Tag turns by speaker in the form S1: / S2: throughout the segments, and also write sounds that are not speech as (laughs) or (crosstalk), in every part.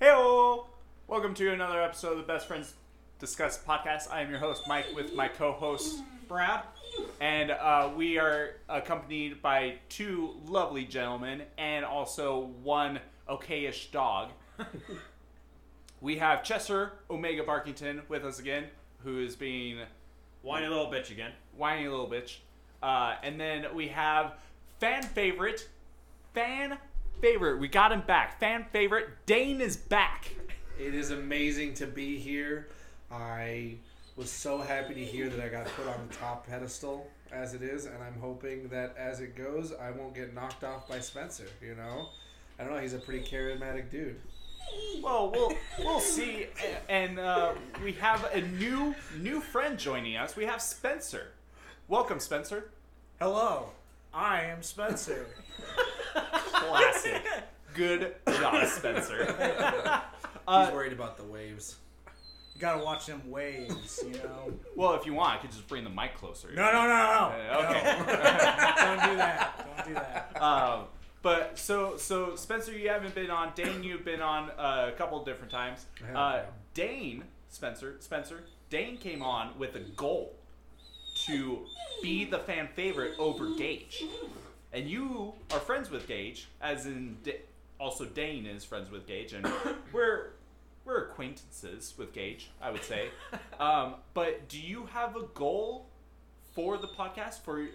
S1: Heyo! Welcome to another episode of the Best Friends Discuss podcast. I am your host, Mike, with my co-host Brad, and uh, we are accompanied by two lovely gentlemen and also one okayish dog. we have Chester Omega Barkington with us again, who is being
S2: Whiny little bitch again.
S1: whiny little bitch. Uh, and then we have fan favorite, fan favorite. We got him back. Fan favorite. Dane is back.
S3: It is amazing to be here. I was so happy to hear that I got put on the top pedestal as it is, and I'm hoping that as it goes, I won't get knocked off by Spencer. You know, I don't know. He's a pretty charismatic dude.
S1: Well, we'll we'll see. And uh, we have a new new friend joining us. We have Spencer. Welcome, Spencer.
S4: Hello, I am Spencer.
S1: Classic. Good job, Spencer.
S3: He's worried about the waves.
S4: you gotta watch them waves, you know.
S1: Well, if you want, I could just bring the mic closer.
S4: No, no, no, no.
S1: Okay.
S4: No, don't do that. Don't do that.
S1: Um, but so so Spencer, you haven't been on. Dane, you've been on uh, a couple different times.
S3: I haven't,
S1: Uh,
S3: no.
S1: Dane, Spencer, Spencer, Dane came on with a goal to be the fan favorite over Gage, and you are friends with Gage, as in D- also Dane is friends with Gage, and (coughs) we're we're acquaintances with Gage, I would say. Um, but do you have a goal for the podcast for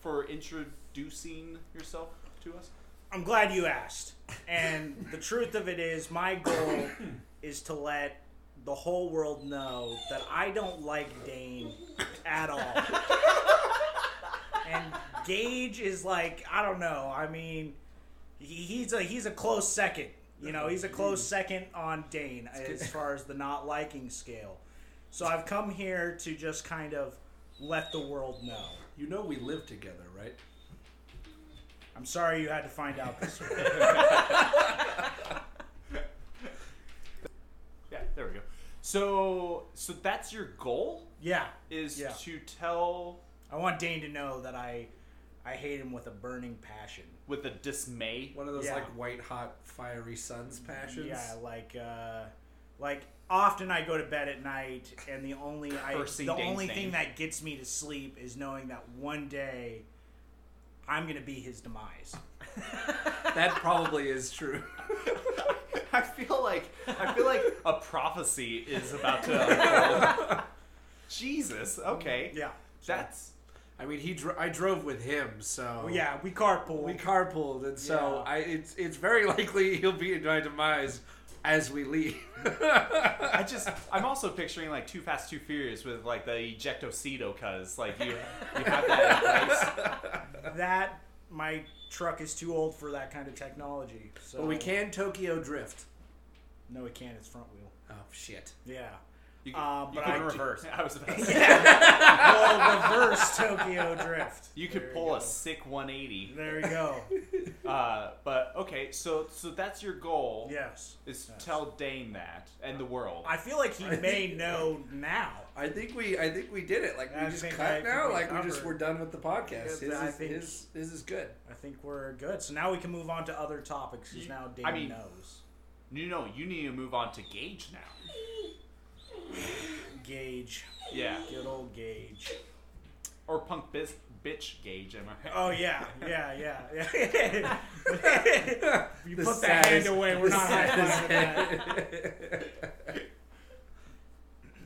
S1: for introducing yourself to us?
S4: I'm glad you asked. And the truth of it is, my goal (coughs) is to let the whole world know that I don't like Dane at all. and Gage is like, I don't know. I mean, he, he's a he's a close second. You know, he's a close second on Dane as far as the not liking scale. So I've come here to just kind of let the world know.
S3: You know we live together, right?
S4: I'm sorry you had to find out this way.
S1: Yeah, there we go. So so that's your goal
S4: Yeah.
S1: is
S4: Yeah.
S1: to tell
S4: I want Dane to know that I I hate him with a burning passion.
S1: with a dismay.
S3: One of those
S4: Yeah.
S3: like white hot fiery suns passions.
S4: Yeah, like uh like often I go to bed at night and the only I
S1: Cursing
S4: the
S1: Dane's
S4: only
S1: name.
S4: thing that gets me to sleep is knowing that one day I'm going to be his demise.
S3: That probably is true.
S1: (laughs) I feel like I feel like a prophecy is about
S3: (laughs)
S1: to unfold. Jesus, okay.
S4: Yeah.
S1: That's
S3: I mean, he dro- I drove with him, so
S4: Well, oh, yeah, we carpool.
S3: we carpooled, and so
S4: Yeah.
S3: I it's it's very (laughs) likely he'll be in my demise as we leave. (laughs)
S1: I just I'm also picturing like Too Fast Too Furious with like the ejectocito cuz like you you have that in place.
S4: that my truck is too old for that kind of technology. So
S3: But we can Tokyo Drift.
S4: No, it can't. It's front wheel.
S3: Oh shit!
S4: Yeah.
S1: You
S4: Uh,
S1: you
S4: but
S1: could
S4: I-
S1: reverse. (laughs) I was about to say.
S4: Yeah. We'll reverse Tokyo Drift.
S1: You
S4: There
S1: could pull
S4: go.
S1: a sick 180.
S4: There we go.
S1: Uh, but okay, so so that's your goal.
S4: Yes.
S1: Is to tell Dane that and the world.
S4: I feel
S1: (laughs)
S4: like he
S3: I
S4: may
S3: think-
S4: know now.
S3: I think we I think we did it. Like
S4: I
S3: we just
S4: think I
S3: cut
S4: think
S3: now.
S4: we
S3: Like we just
S4: covered.
S3: we're done with the podcast. His
S4: Because I
S3: is,
S4: think-
S3: his, his is good.
S4: I think we're good. So now we can move on to other topics because
S1: You-
S4: now Dane
S1: I mean-
S4: knows.
S1: No, no, you need to move on to Gage now.
S4: Gage. (laughs)
S1: Yeah,
S4: Good old Gage.
S1: or punk biz- bitch Gage. Am I?
S4: Oh, yeah. Yeah, yeah. yeah. (laughs) (laughs) you
S3: (laughs) The
S4: put the hand
S3: saddest-
S4: away. We're
S3: the
S4: not high
S3: saddest-
S4: fiving that.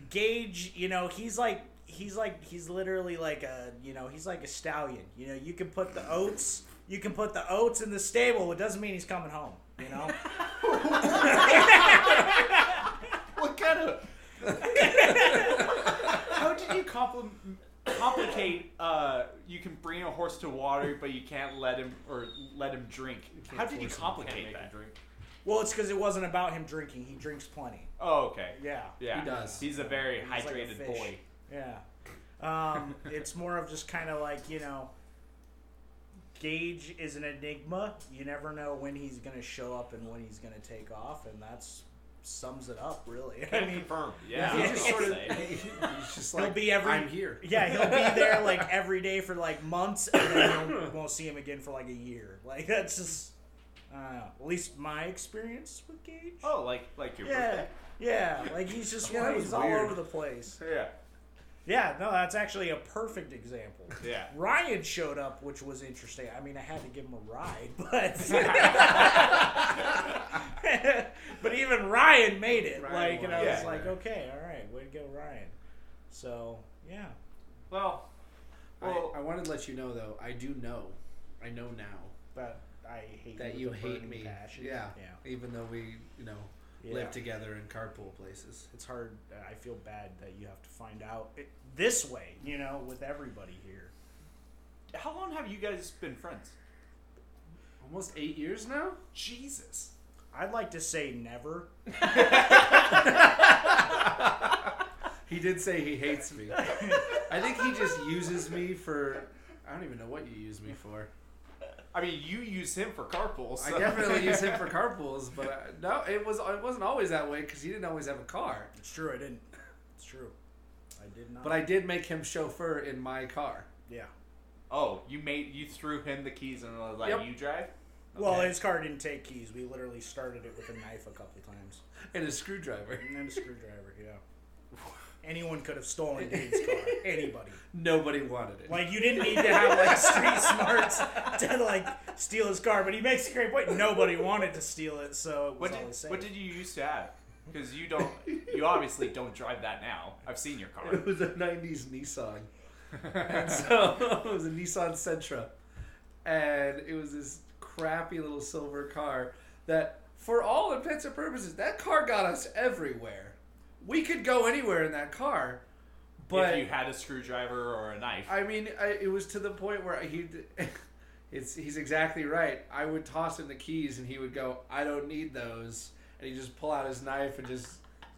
S4: Gage, you know, he's like he's like he's literally like a you know he's like a stallion. You know, you can put the oats, you can put the oats in the stable. It doesn't mean he's coming home.
S1: (laughs)
S4: You know,
S1: What kind
S4: (laughs)
S1: of? How did you compli- complicate? Uh, you can bring a horse to water, but you can't let him or let him drink. How did you
S3: force him,
S1: complicate that?
S4: well, it's because it wasn't about him drinking. He drinks plenty.
S1: Oh, okay.
S4: Yeah,
S1: Yeah,
S3: He does.
S1: He's a very
S4: He's like a
S1: hydrated
S4: fish.
S1: boy.
S4: yeah. Um, it's more of just kind of like you know, Gage is an enigma. You never know when he's gonna show up and when he's gonna take off, and that's sums it up really. (laughs) I mean,
S1: confirm.
S4: (laughs)
S1: Yeah.
S3: He
S1: I'll
S3: just sort of
S1: say.
S3: he's just
S4: He'll
S3: like
S4: be every-
S3: I'm here.
S4: Yeah, he'll be there like every day for like months, and then you won't- won't see him again for like a year. Like that's just I don't know, at least my experience with Gage.
S1: Oh, like like your
S4: yeah, yeah. Like he's just
S3: Yeah, that
S4: like,
S3: was
S4: he's all
S3: weird.
S4: over the place.
S1: birthday. Yeah.
S4: Yeah, no, that's actually a perfect example.
S1: Yeah.
S4: Ryan showed up, which was interesting. I mean, I had to give him a ride, (laughs) but but even Ryan made it.
S3: Ryan
S4: like, and I
S3: won.
S4: was
S1: Yeah.
S4: like, okay, all right, way to go, Ryan. So yeah,
S1: Well, well,
S3: (laughs) I, I wanted to let you know though. I do know. I know now
S4: but I hate
S3: that
S4: with
S3: you
S4: a
S3: hate
S4: burning
S3: me.
S4: Passion.
S3: Yeah.
S4: yeah,
S3: Even though we, you know,
S4: Yeah.
S3: live together in carpool places.
S4: It's hard. uh, I feel bad that you have to find out it, this way. You know, with everybody here.
S1: how long have you guys been friends?
S3: Almost eight years now.
S1: Jesus.
S4: I'd like to say never.
S3: He did say he hates me. I think he just uses me for. I don't even know what you use me for.
S1: I mean, you use him for carpool. So.
S3: I definitely
S1: (laughs)
S3: use
S4: (laughs)
S3: him for carpools, but uh no, it was it wasn't always that way because he didn't always have a car.
S4: It's true. I didn't. It's true. I did not.
S3: But I did make him chauffeur in my car.
S4: yeah.
S1: Oh, you made you threw him the keys and was like,
S3: Yep.
S1: "You drive."
S4: Well,
S1: Okay.
S4: his car didn't take keys. We literally started it with a knife a couple times
S3: and a screwdriver. (laughs)
S4: and then a screwdriver. Yeah. Anyone could have stolen Dave's
S1: (laughs)
S4: car. Anybody.
S3: Nobody wanted it.
S4: Like you didn't need to have like street smarts to like steal his car. But he makes a great point. Nobody wanted to steal it, so it was
S1: What
S4: all the
S1: did
S4: same.
S1: what did you used to have? Because you don't, you obviously don't drive that now. I've seen your car.
S3: (laughs) It was a '90s Nissan, and so (laughs) it was a Nissan Sentra, and it was this crappy little silver car that, for all intents and purposes, that car got us everywhere. We could go anywhere in that car, but
S1: if you had a screwdriver or a knife,
S3: I mean, I, it was to the point where he. (laughs) It's he's exactly right. I would toss him the keys, and he would go, "I don't need those," and he'd just pull out his knife and just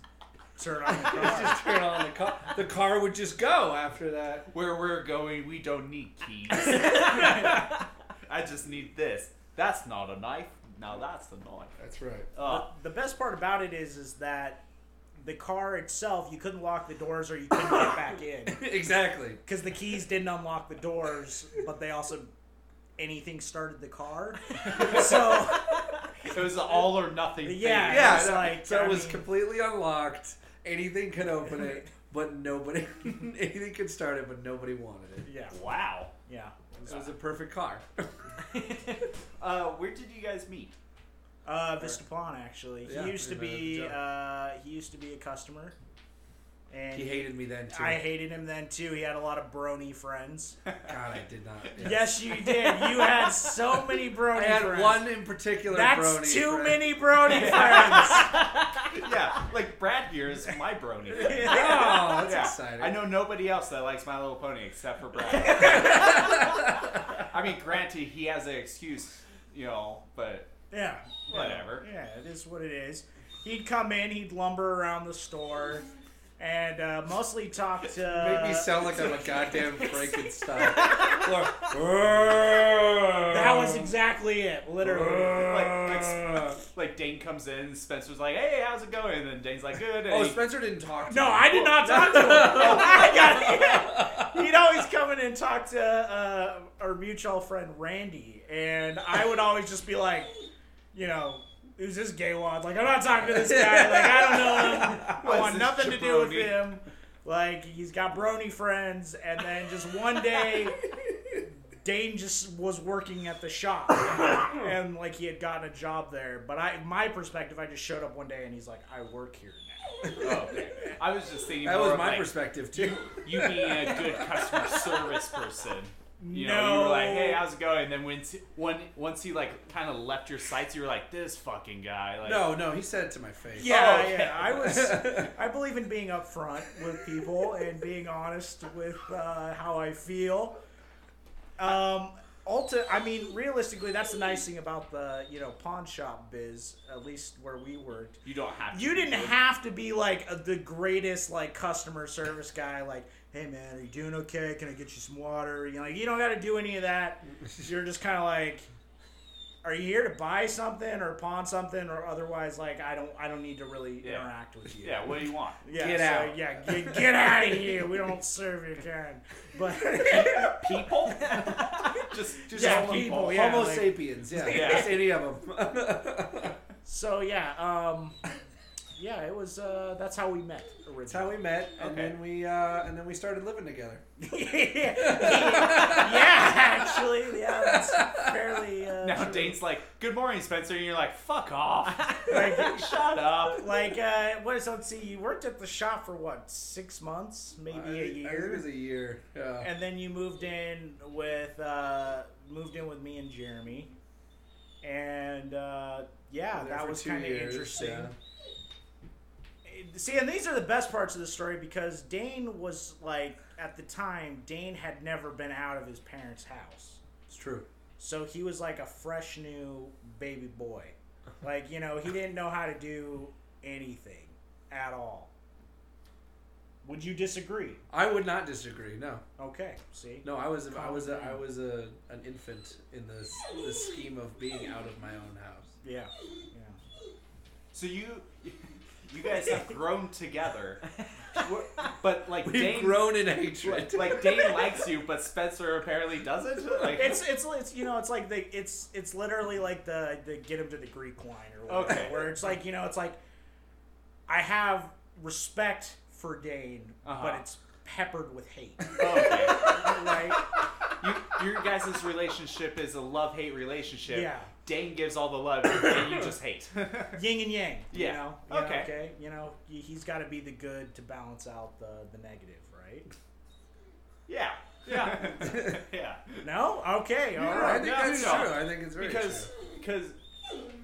S3: (laughs)
S1: (laughs)
S4: turn on the
S3: Let's
S4: car?
S3: just turn on the car. The car would just go after that.
S1: where we're going, we don't need
S3: (laughs)
S1: keys. (laughs) I just need this. That's not a knife. Now that's a knife.
S3: That's right.
S1: Uh,
S4: the best part about it is, is that the car itself, you couldn't lock the doors or you couldn't get back in.
S3: (laughs) exactly.
S4: because the keys didn't unlock the doors, but they also anything started the car. So
S1: it was an all or nothing. thing.
S4: Yeah.
S3: Yeah,
S4: it's
S3: no,
S4: like,
S3: so
S4: I
S3: it was
S4: mean-
S3: completely unlocked. Anything could open it, but nobody. (laughs) anything could start it, but nobody wanted it.
S4: yeah,
S1: Wow.
S4: yeah. (laughs)
S3: So it was a perfect car. (laughs)
S1: uh, where did you guys meet?
S4: Uh, Vistapon actually, he
S3: Yeah,
S4: used to
S3: we met at
S4: be
S3: the job.
S4: uh, he used to be a customer, and
S3: he hated me then too.
S4: I hated him then too. He had a lot of
S3: (laughs)
S4: brony friends.
S3: God, I did
S4: (laughs)
S3: not.
S4: yes, you did. You had so many
S3: (laughs)
S4: brony
S3: I had
S4: friends.
S3: one in particular.
S4: That's
S3: brony
S4: too
S3: friend.
S4: many brony friends.
S1: yeah, like Brad here is my
S3: (laughs)
S1: brony.
S3: (laughs) Oh, that's
S1: Yeah.
S3: exciting.
S1: I know nobody else that likes My Little Pony except for
S3: (laughs)
S1: Brad. I mean, granted, he has an excuse, you know, but
S4: yeah,
S1: whatever.
S4: Yeah, it is what it is. He'd come in, he'd lumber around the store, and uh, mostly talk
S3: (laughs)
S4: to.
S3: Made me sound like
S4: (laughs)
S3: I'm a goddamn Frankenstein. Or-
S4: That was exactly it, literally.
S1: Like, like, like Dane comes in, Spencer's like, "Hey, how's it going?" And then Dane's like, "Good." And
S3: oh,
S1: he-
S3: Spencer didn't talk. To
S4: No,
S3: me.
S4: I did not
S1: (laughs)
S4: talk to him. I got He'd always come in and talk to uh, our mutual friend Randy, and I would always just be like, you know, who's this gay wad? Like, I'm not talking to this guy. Like, I don't know him. I
S1: (laughs) What's
S4: want
S1: this
S4: nothing to do with
S1: jabroni?
S4: him. Like, he's got brony friends, and then just one day. Dane just was working at the shop, and like he had gotten a job there. But I, my perspective, I just showed up one day, and he's like, "I work here now."
S1: oh, okay. I was just thinking
S3: That
S1: more
S3: was
S1: of,
S3: my
S1: like,
S3: perspective too.
S1: You, you being a good customer service person. You know, you were like, "Hey, how's it going?" And then when when once he like kind of left your sights, you were like, "This fucking guy." Like,
S3: (laughs) No, no, he said it to my face. (laughs)
S4: Yeah,
S1: Oh, okay.
S4: yeah. I
S1: (laughs)
S4: was. I believe in being upfront with people and being honest with uh, how I feel. Um, ulti- I mean, realistically, that's the nice thing about the you know pawn shop biz, at least where we worked.
S1: you don't have. To
S4: You
S1: be
S4: didn't
S1: good."
S4: have to be like a, the greatest like customer service guy. Like, hey man, are you doing okay?
S3: (laughs)
S4: Can I get you some water? You know, like, you don't got to do any of that. You're just kind of like, are you here to buy something or pawn something or otherwise like I don't I don't need to really
S1: Yeah.
S4: interact with you.
S1: Yeah, what do you
S4: (laughs)
S1: want?
S4: Yeah,
S3: Get
S4: so,
S3: out.
S4: Yeah, get, get out of here. We don't serve your kind. But (laughs)
S1: People? just just all
S4: Yeah, people,
S1: people.
S4: yeah,
S3: Homo
S4: like-
S3: sapiens,
S4: (laughs)
S3: yeah.
S1: Yeah.
S3: Just any of (laughs) them.
S4: so yeah, um, yeah, it was. Uh, that's how we met originally.
S3: That's how we met, and
S1: Okay.
S3: then we uh, and then we started living together.
S4: (laughs) yeah, actually, yeah, that's fairly. Uh,
S1: Now
S4: true.
S1: Dane's like, "Good morning, Spencer," and you're like, "Fuck
S4: (laughs)
S1: off!
S4: Like, (laughs)
S1: Shut up!"
S4: like, uh, what is? Let's see. You worked at the shop for what? Six months, maybe
S3: I- I
S4: a
S3: think it
S4: year,
S3: was a year. Yeah.
S4: and then you moved in with uh, moved in with me and Jeremy, and uh, yeah,
S3: There
S4: that
S3: for
S4: was
S3: two
S4: kind of
S3: years,
S4: interesting. Eh,
S3: yeah.
S4: See, and these are the best parts of the story because Dane was like, at the time, Dane had never been out of his parents' house.
S3: It's true.
S4: So he was like a fresh new baby boy. Like, you know, he didn't know how to do anything at all. Would you disagree?
S3: I would not disagree. No,
S4: Okay, see?
S3: no, I was a, I was a,
S4: Calm
S3: I was a, an infant in the, s- the scheme of being out of my own house. (laughs)
S4: Yeah. Yeah.
S1: So you, you guys have grown together, but like
S3: We've
S1: Dane,
S3: grown in hatred.
S1: like Dane likes you, but Spencer apparently doesn't. Like,
S4: It's, it's it's you know it's like the it's it's literally like the the get him to the Greek line or whatever,
S1: Okay.
S4: where it's like you know it's like I have respect for Dane, but
S1: Uh-huh.
S4: it's peppered with hate. (laughs)
S1: okay.
S4: like
S1: you, your guys' relationship is a love hate relationship.
S4: Yeah.
S1: Dane gives all the love, and you just
S4: (laughs)
S1: hate.
S4: yin and yang. You
S1: Yeah.
S4: know? You know,
S1: Okay.
S4: okay. You know, he- he's got to be the good to balance out the, the negative, right?
S1: yeah.
S4: (laughs)
S1: Yeah. yeah.
S4: No? Okay.
S3: (laughs)
S4: All
S3: No,
S4: right.
S3: I think
S1: No,
S3: that's
S1: no.
S3: true. I think it's very
S1: Because because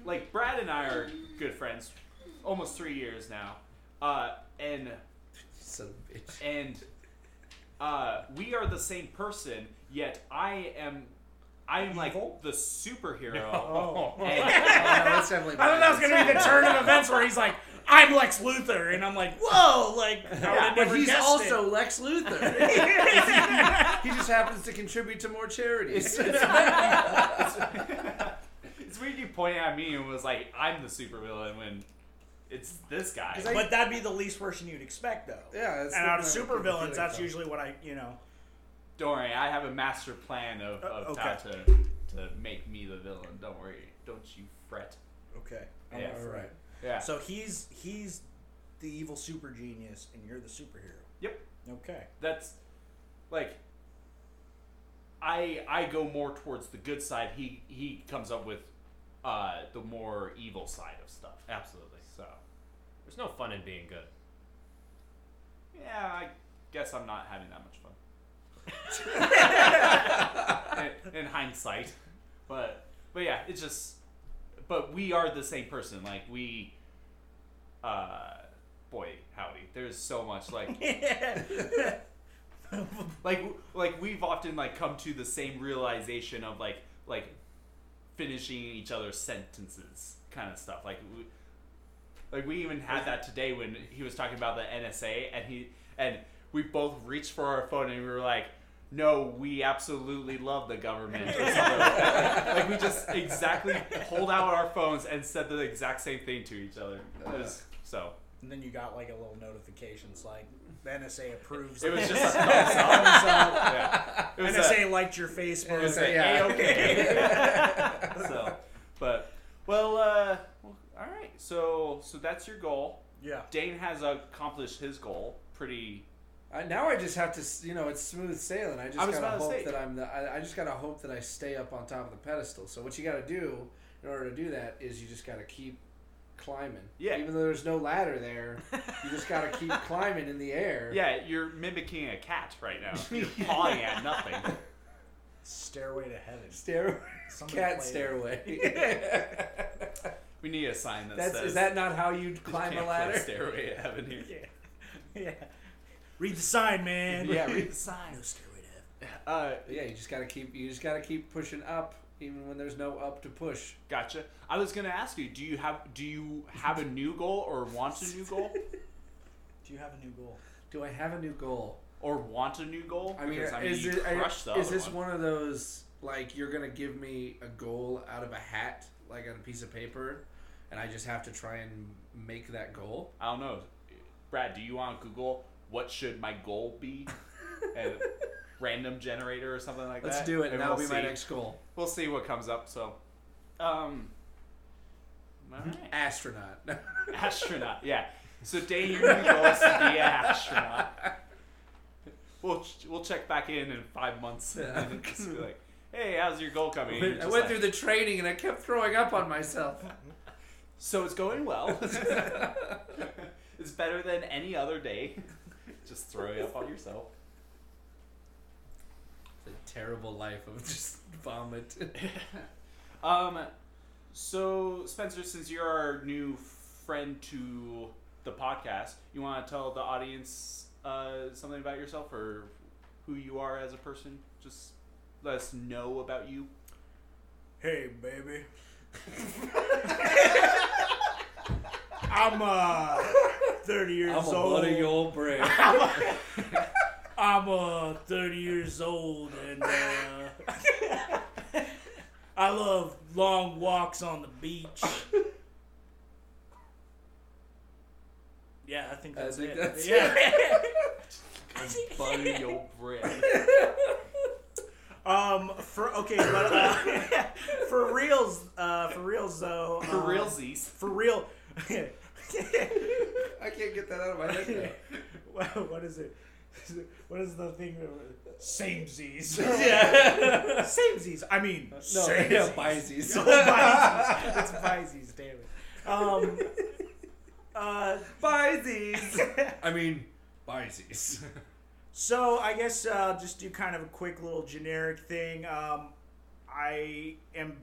S1: like Brad and I are good friends, almost three years now, uh, and
S3: true. Son of a
S4: (laughs)
S3: bitch.
S1: and uh, we are the same person. Yet I am. I am like
S4: Evil?
S1: the superhero.
S4: (laughs) Oh.
S1: And,
S3: Oh,
S4: (laughs)
S3: no, that's definitely.
S4: I thought that was going to be the
S3: (laughs)
S4: turn of events where he's like, I'm Lex Luthor. And I'm like,
S3: (laughs)
S4: whoa. Like,
S1: Yeah,
S4: I would've
S1: but
S4: never
S3: But he's
S4: guessed
S3: also (laughs)
S4: it. (laughs)
S3: Lex Luthor. he just happens to contribute to more
S4: (laughs)
S3: charities. (laughs)
S1: (laughs) it's weird you pointed at me and was like, "I'm the supervillain," when it's this guy.
S3: Is that-
S4: But that'd be the least person you'd expect, though.
S3: Yeah, that's
S4: And out of
S3: the-
S4: supervillains, that's
S3: the-
S4: usually what I, you know.
S1: Don't worry, I have a master plan of, of
S4: Oh, okay.
S1: how to to make me the villain. Don't worry, don't you fret.
S4: Okay.
S1: Yeah.
S3: All right.
S1: Yeah.
S4: So he's he's the evil super genius, and you're the superhero.
S1: yep.
S4: Okay.
S1: That's like I I go more towards the good side. He he comes up with uh the more evil side of stuff. Absolutely. So
S2: There's no fun in being good.
S1: yeah, I guess I'm not having that much fun.
S2: (laughs)
S1: in, in hindsight, but but yeah, it's just. But we are the same person. Like we, uh, boy, howdy. There's so much like
S4: (laughs)
S3: (laughs)
S1: like like we've often like come to the same realization of like like finishing each other's sentences kind of stuff like we, like we even had that today when he was talking about the NSA and he and we both reached for our phone and we were like no we absolutely love the government or something like, that. Like, we just exactly hold out our phones and said the exact same thing to each other It was- so
S4: And then you got like a little notification. It's like the NSA approves.
S1: it was
S4: this.
S1: just a thumbs up,
S4: Thumbs up.
S1: yeah. it was a-
S4: NSA liked your Facebook.
S1: It was
S3: So,
S1: a
S3: yeah. (laughs)
S1: (laughs) A-okay. so, but well, uh, well, all right. So, so that's your goal.
S4: (laughs) yeah.
S1: Dane has accomplished his goal. Pretty.
S3: I, Uh, now I just have to, s- you know, it's smooth sailing. I just
S1: I was
S3: gotta
S1: about to
S3: hope
S1: say-
S3: that I'm the. I, I just gotta hope that I stay up on top of the pedestal. So what you gotta do in order to do that is you just gotta keep climbing.
S1: Yeah.
S3: Even though there's no ladder there, you just gotta keep climbing in the air.
S1: Yeah, you're mimicking a cat right
S3: (laughs)
S1: now. You're pawing at nothing.
S4: Stairway to heaven.
S3: Stairway.
S4: Somebody
S3: Cat
S4: play
S3: stairway. (laughs)
S1: We need a sign that
S3: That's
S1: says.
S3: is that not how you
S1: "You
S3: climb
S1: can't
S3: a
S1: play
S3: ladder?
S1: Stairway to heaven here.
S4: Yeah. Yeah. Read the sign, man.
S3: (laughs) Yeah, read the
S4: sign. No stairway to heaven.
S1: Uh,
S3: Yeah, you just gotta keep. You just gotta keep pushing up, even when there's no up to push.
S1: gotcha. I was gonna ask you. Do you have Do you have a new goal or want a new
S3: (laughs)
S1: goal
S4: Do you have a new goal?
S3: Do I have a new goal?
S1: or want a new goal?
S3: I mean,
S1: Because,
S3: is,
S1: you
S3: it, I-
S1: crushed the
S3: is
S1: other
S3: this one. of those like you're gonna give me a goal out of a hat, like on a piece of paper, and I just have to try and make that goal.
S1: I don't know. Brad, do you want to Google what should my goal be?
S3: (laughs)
S1: and random generator or something like
S3: Let's
S1: that.
S3: do it, and that'll
S1: we'll
S3: be my
S1: see-
S3: next goal.
S1: We'll see what comes up. So, um, all right.
S3: Astronaut.
S1: (laughs)
S3: (laughs)
S1: astronaut. Yeah. So, Dane, your new goal is to be an astronaut. We'll ch- we'll check back in in five months and then just be like, hey, how's your goal coming? And you're
S3: I
S1: just
S3: went
S1: like,
S3: through the training and I kept throwing up
S1: (laughs)
S3: on myself. (laughs)
S1: So it's going well. (laughs) it's better than any other day. (laughs) Just throw it up on yourself.
S3: the terrible life of just (laughs) vomit.
S1: Um, so Spencer, since you're our new friend to the podcast, you want to tell the audience uh, something about yourself or who you are as a person? Just let us know about you.
S4: Hey, baby. (laughs) I'm uh 30 years old.
S1: (laughs)
S3: old (laughs) brick.
S4: I'm uh 30 years old and uh, I love long walks on the beach. Yeah, I think
S3: I
S4: that's
S3: think
S4: it.
S3: that's
S4: yeah.
S1: Butter your bread.
S4: (laughs) Um for okay, but uh, (laughs) for reals uh for reals though. (laughs)
S1: For
S4: um,
S1: realsies.
S4: For real. (laughs)
S3: I can't get that out of my head. now.
S4: (laughs) What- what is it? Is it- What is the thing? that- Samesies. (laughs) yeah. (laughs) Samesies. I mean, no,
S3: No, yeah,
S4: (laughs)
S3: Pisces.
S4: Oh, (laughs) Pisces. It's Pisces, damn it. Um, uh, (laughs)
S3: Pisces. (laughs) I mean, (laughs) Pisces.
S4: so I guess uh, I'll just do kind of a quick little generic thing. Um, I am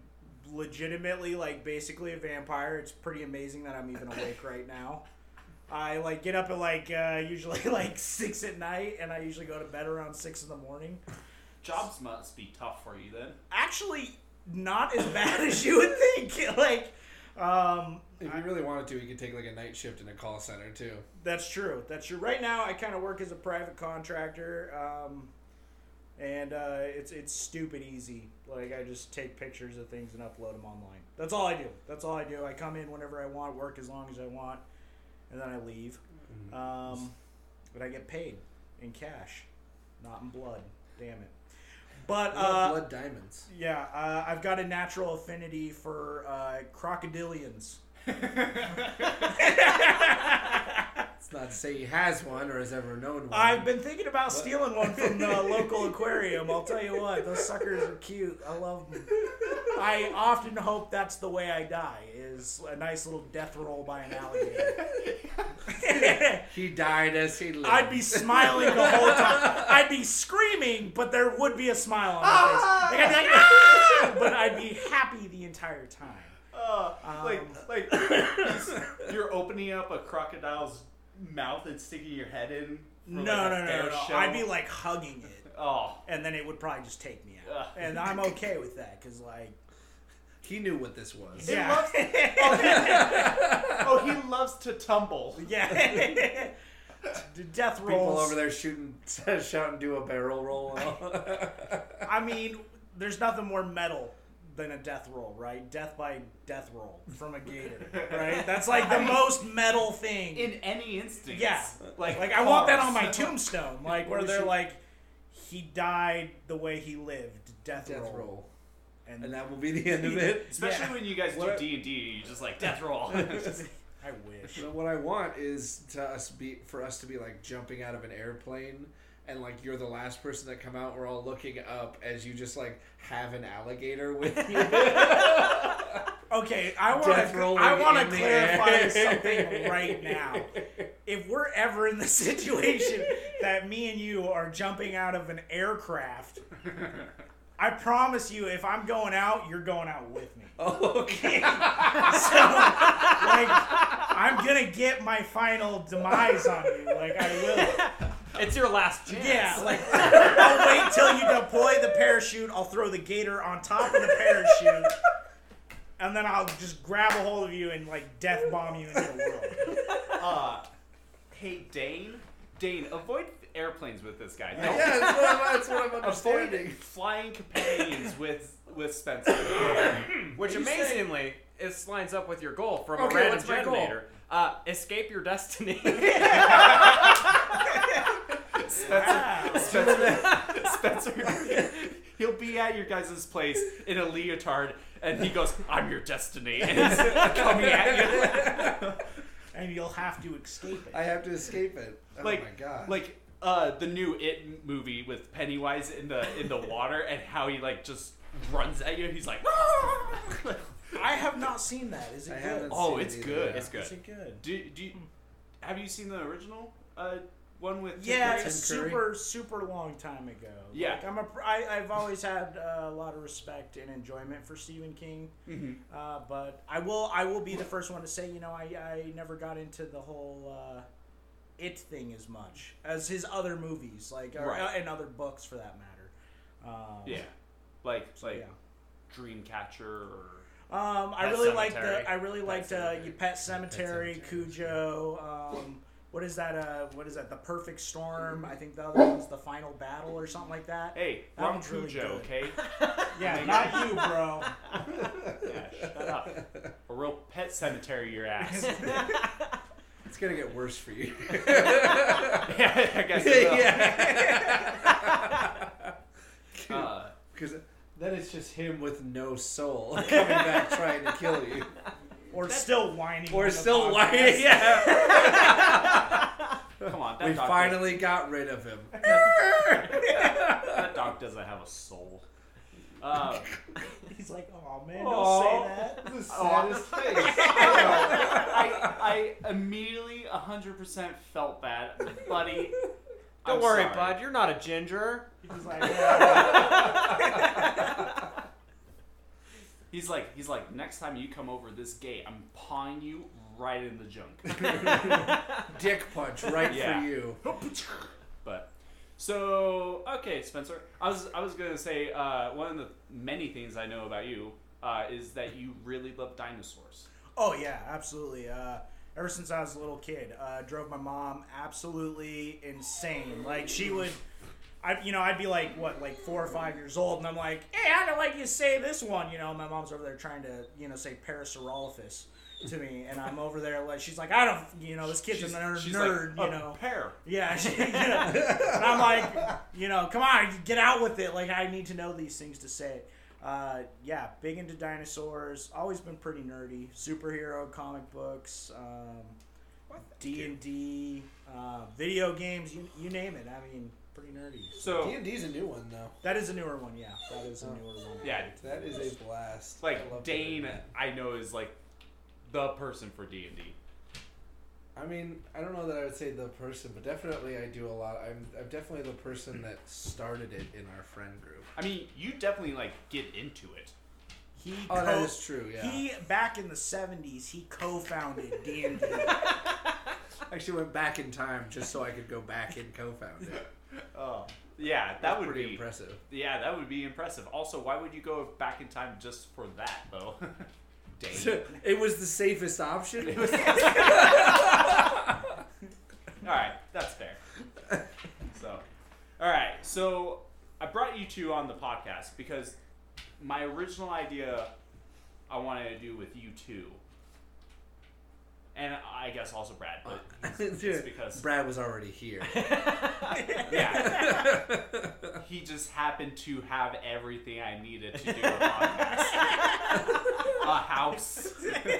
S4: legitimately like basically a vampire. It's pretty amazing that I'm even awake right now. I like get up at like uh, usually (laughs) like six at night, and I usually go to bed around six in the morning.
S1: Jobs must be tough for you then.
S4: Actually, not as bad as you would think. (laughs) Like, um,
S3: If you really wanted to, you could take like a night shift in a call center too.
S4: That's true. That's true. Right now, I kind of work as a private contractor, um, and uh, it's it's stupid easy. Like I just take pictures of things and upload them online. That's all I do. That's all I do. I come in whenever I want, work as long as I want, and then I leave. Um, but I get paid in cash, not in blood. Damn it. But uh,
S3: blood diamonds.
S4: yeah, uh, I've got a natural affinity for uh, crocodilians.
S3: Let's not say he has one or has ever known one.
S4: I've been thinking about stealing one from
S1: (laughs)
S4: the local aquarium. I'll tell you what, those suckers are cute. I love them. I often hope that's the way I die is a nice little death roll by an alligator.
S3: He died as he lived.
S4: (laughs) I'd be smiling the whole time. I'd be screaming, but there would be a smile on my face. Like, I'd be like, "Ah!" but I'd be happy the entire time.
S1: Uh,
S4: Um.
S1: like, like he's- you're opening up a crocodile's mouth and sticking your head in. for,
S4: No,
S1: like,
S4: no,
S1: a
S4: no,
S1: bear
S4: no, no.
S1: shell.
S4: I'd be like hugging it.
S1: oh,
S4: And then it would probably just take me
S1: Ugh.
S4: out. And I'm okay with that because, like,
S3: He knew what this was.
S1: It
S4: yeah. (laughs)
S1: loves- oh, he loves to
S4: (laughs)
S1: tumble.
S4: Yeah. (laughs) the death rolls.
S3: People over there shooting, (laughs) shouting, do a barrel
S4: (laughs)
S3: roll. And all.
S4: I mean, there's nothing more metal than a death roll, right? Death by death roll from a gator, right? That's like the most metal thing.
S1: In any instance.
S4: yeah.
S1: Like,
S4: Like I want that
S1: cars.
S4: on my tombstone, like where
S3: We
S4: they're
S3: should-
S4: like he died the way he lived, death,
S3: Death
S4: roll.
S3: roll,
S4: And,
S3: and that will be the end of it.
S1: (laughs) Especially
S4: Yeah.
S1: when you guys
S3: What-
S1: do D and D, you just like death roll. (laughs)
S4: (laughs) I
S3: (laughs)
S4: wish.
S3: So what I want is to us be for us to be like jumping out of an airplane and like you're the last person that come out we're all looking up as you just like have an alligator with you
S4: (laughs) Okay, I
S3: Death
S4: want
S3: rolling
S4: to. I want to
S3: in the
S4: clarify
S3: air.
S1: (laughs)
S3: (laughs)
S4: something right now. If we're ever in the (laughs) situation that me and you are jumping out of an aircraft, I promise you, if I'm going out, you're going out with me.
S3: Oh. (laughs) okay
S4: So, like, I'm gonna get my final demise on you. Like, I will.
S2: It's your last chance.
S4: Yeah, like I'll wait till you deploy the parachute. I'll throw the gator on top of the parachute, and then I'll just grab a hold of you and like death bomb you into the world.
S1: uh, hey Dane, Dane, avoid airplanes with this guy.
S3: Yeah,
S1: Don't
S3: that's what I'm, that's what I'm
S1: avoid
S3: understanding.
S1: flying companions with with Spencer.
S5: Which
S4: you say-
S5: amazingly, this lines up with your goal from
S3: Okay,
S5: a random
S3: what's my goal?
S5: generator. Uh, escape your destiny.
S1: Spencer,
S4: (laughs)
S1: Spencer, Spencer, he'll be at your guys' place in a leotard, and he goes, "I'm your destiny," and he's coming
S4: (laughs)
S1: at you.
S4: and you'll have to escape it.
S3: I have to escape it. Oh
S1: like,
S3: my god.
S1: like uh, the new It movie with Pennywise in the in the water, and how he like just runs at you. and He's like, "Ah!"
S4: I have not seen that. Is it
S3: I
S4: good?
S3: haven't
S1: "Oh,
S3: seen
S1: it's
S3: it either,
S1: good.
S3: yeah.
S1: It's
S4: Is
S1: good."
S4: it good?
S1: Do do you, have you seen the original uh, one with? Tim
S4: Yeah,
S1: Curry?
S4: it's a
S3: Tim Curry?
S4: super super long time ago.
S1: Yeah.
S4: like, I'm a. pr- I, I've always had uh, a lot of respect and enjoyment for Stephen King,
S1: Mm-hmm.
S4: uh, but I will I will be the first one to say you know I, I never got into the whole uh, it thing as much as his other movies like or, uh,
S1: Right.
S4: and other books for that matter. Um,
S1: yeah, like like
S4: yeah.
S1: Dreamcatcher or.
S4: Um, I
S5: Pet
S4: really like
S5: Sematary.
S4: the I really liked uh,
S5: Sematary.
S4: you Pet Cemetery,
S3: Sematary.
S4: Cujo. Um, what is that? Uh, what is that? The Perfect Storm. I think the other one's the Final Battle or something like that.
S1: Hey,
S4: That
S1: wrong
S4: one's really
S1: Cujo,
S4: good.
S1: okay?
S4: Yeah, not you, (laughs) bro.
S1: Yeah, shut up. A real pet cemetery, your ass. (laughs)
S3: It's gonna get worse for you. (laughs)
S1: yeah, I guess it will. Uh,
S3: Because then it's just him with no soul (laughs) coming back trying to kill
S1: (laughs)
S3: you.
S4: Or still whining.
S3: We're
S4: on the
S3: still
S4: podcast.
S3: lying. Yeah.
S1: come on, that,
S3: We
S1: dog
S3: finally got rid of him.
S1: (laughs) does, that dog doesn't have a soul. Uh,
S4: (laughs) He's like, oh man,
S1: Aw.
S4: don't say that.
S1: (laughs)
S3: The
S5: (laughs)
S1: saddest I, I immediately 100% felt bad, buddy.
S5: Don't
S1: I'm
S5: worry,
S1: sorry.
S5: bud. You're not a ginger.
S4: He's like, yeah.
S1: He's like, he's like, next time you come over this gate, I'm pawing you right in the junk.
S3: Dick punch right
S1: Yeah.
S3: for you.
S1: But so okay, Spencer. I was I was gonna say uh, one of the many things I know about you uh, is that you really love dinosaurs.
S4: Oh yeah, absolutely. Uh, ever since I was a little kid, uh, drove my mom absolutely insane. Like she would, I you know I'd be like what like four or five years old, and I'm like, hey, I don't like you say this one. You know, my mom's over there trying to you know say Parasaurolophus to me, and I'm over there like she's like, I don't, you know, this Oh, kid's a ner- nerd,
S1: like, "Oh,
S4: you
S1: "A
S4: know.
S1: pear.
S4: Yeah, (laughs) she- you know, and I'm like, you know, come on, get out with it. Like I need to know these things to say. Uh, yeah, big into dinosaurs. Always been pretty nerdy. Superhero comic books, um, D and D, uh, video games. You you name it. I mean, pretty nerdy.
S1: So
S3: D&D's a new one though.
S4: That is a newer one. Yeah, that is
S3: Oh.
S4: a newer one.
S1: yeah,
S3: That is a blast. I love
S1: like Dane,
S3: that.
S1: I know is like the person for D and D.
S3: I mean, I don't know that I would say the person, but definitely I do a lot. I'm, I'm definitely the person that started it in our friend group.
S1: I mean, you definitely like get into it.
S4: He
S3: Oh, that is true, yeah.
S4: He back in the '70s, he co-founded
S1: (laughs)
S4: D and D.
S3: Actually went back in time just so I could go back and co-found it.
S1: Oh, yeah, (laughs) that would
S3: pretty
S1: be (laughs)
S3: impressive. (laughs)
S1: yeah, that would be impressive. Also, why would you go back in time just for that though? (laughs)
S3: (laughs)
S1: Dane.
S3: it was the safest option. (laughs)
S1: All right, that's
S3: (laughs)
S1: fair. So, all right, so I brought you two on the podcast because my original idea I wanted to do with you two, and I guess also Brad, but
S3: (laughs)
S1: it's, it's because
S3: Brad was
S1: (laughs)
S3: already here. (laughs)
S1: yeah, he just happened to have everything I needed to
S3: (laughs)
S1: do a
S4: (laughs)
S1: podcast: Uh, a house,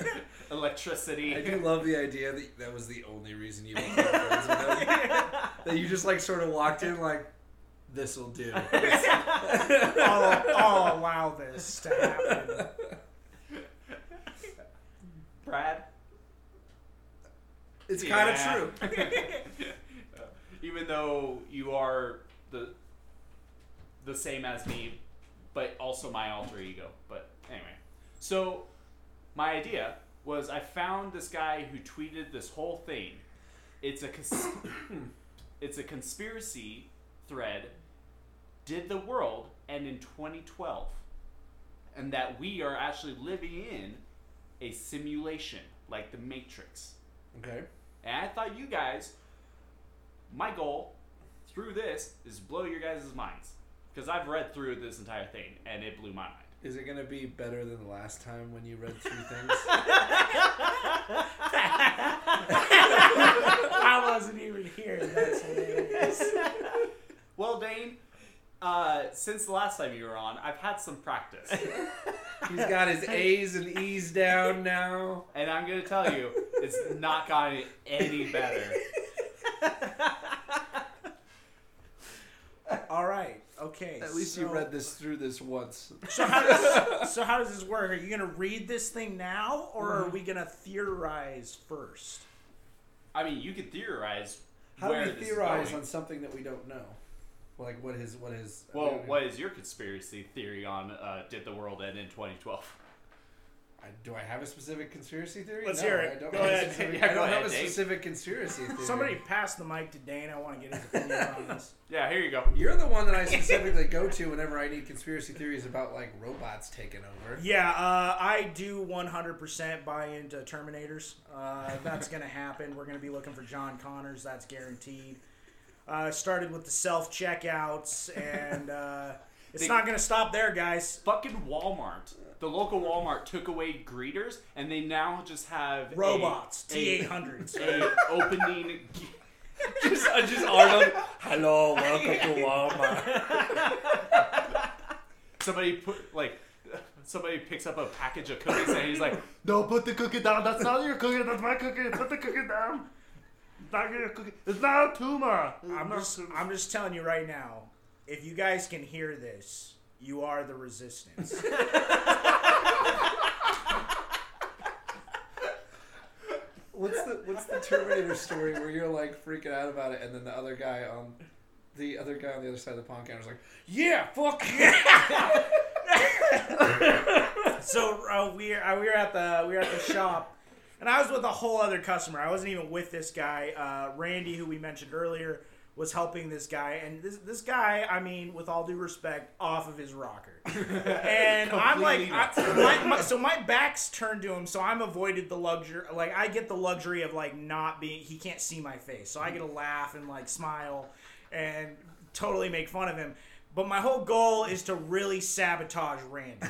S1: (laughs) electricity.
S3: I do love the idea that that was the only reason you became friends with him.
S1: (laughs)
S3: That you just like sort of walked in like, this
S1: (laughs)
S3: will do.
S4: I'll,
S1: Oh,
S4: I'll allow this to happen.
S1: Brad.
S3: (laughs) It's
S1: Yeah.
S3: kind of true.
S1: (laughs) Even though you are the the same as me, but also my alter ego. But anyway, so my idea was I found this guy who tweeted this whole thing. It's a cons- (coughs) it's a conspiracy thread. Did the world end in 2012? And that we are actually living in a simulation like the Matrix.
S3: Okay.
S1: And I thought you guys, my goal through this is blow your guys' minds. Because I've read through this entire thing and it blew my mind.
S3: Is it gonna be better than the last time when you (laughs) read through things?
S4: I wasn't even here. That's hilarious.
S3: (laughs)
S1: Well, Dane, uh, since the last time you were on, I've had some
S3: (laughs)
S1: practice.
S3: He's got his A's and E's down now.
S1: and I'm going to tell you, it's not gotten any better.
S4: All right. Okay.
S3: At least you
S4: so-
S3: read this through this once.
S4: So how does so how does this work? Are you gonna read this thing now, or
S3: Mm-hmm.
S4: are we gonna theorize first?
S1: I mean, you could theorize
S3: How
S1: where
S3: do we
S1: this is
S3: theorize
S1: going.
S3: on something that we don't know? Like what his what his
S1: Well, what is your conspiracy theory on uh, did the world end in 2012?
S3: I, do I have a specific conspiracy theory?
S4: Let's
S3: no,
S4: hear
S3: I
S4: it.
S3: don't
S4: Go
S3: have a
S4: ahead.
S3: specific-
S1: Yeah,
S3: I
S1: go
S3: don't
S1: ahead,
S3: have a
S1: Dave.
S3: specific conspiracy theory.
S4: Somebody pass the mic to Dane. I want to get his opinion on this.
S1: Yeah, here you go.
S3: You're the one that I specifically go to whenever I need conspiracy theories about like robots taking over.
S4: Yeah, uh, I do 100% buy into Terminators. Uh, that's going to happen. We're going to be looking for John Connors. That's guaranteed. Uh, started with the self checkouts, and uh, it's
S1: They-
S4: not going to stop there, guys.
S1: Fucking Walmart. The local Walmart took away greeters, and they now just have a-
S4: Robots,
S1: a-
S4: T
S3: (laughs)
S4: 800s.
S1: a opening. (laughs)
S5: just, uh, just Arnold.
S3: Hello, welcome to Walmart.
S1: Somebody put like somebody picks up a package of cookies and he's like, "No, put the cookie down. That's not your cookie. That's my cookie. Put the cookie down. It's not your cookie. It's not a tumor."
S4: I'm just, I'm just telling you right now if you guys can hear this, you are the resistance.
S3: What's the what's the Terminator story where you're like freaking out about it, and then the other guy on the other guy on the other side of the pond counter is like, (laughs) "Yeah, fuck yeah."
S4: (laughs) So uh, we uh, we were at the we were at the shop, and I was with a whole other customer. I wasn't even with this guy, uh, Randy, who we mentioned earlier, was helping this guy, and this this guy, I mean, with all due respect, off of his rocker. And I'm like,
S1: Completely
S4: I, my, my, so my back's turned to him, so I'm avoided the luxury. Like I get the luxury of like not being. He can't see my face, so I get to laugh and like smile, and totally make fun of him. But my whole goal is to really sabotage Randy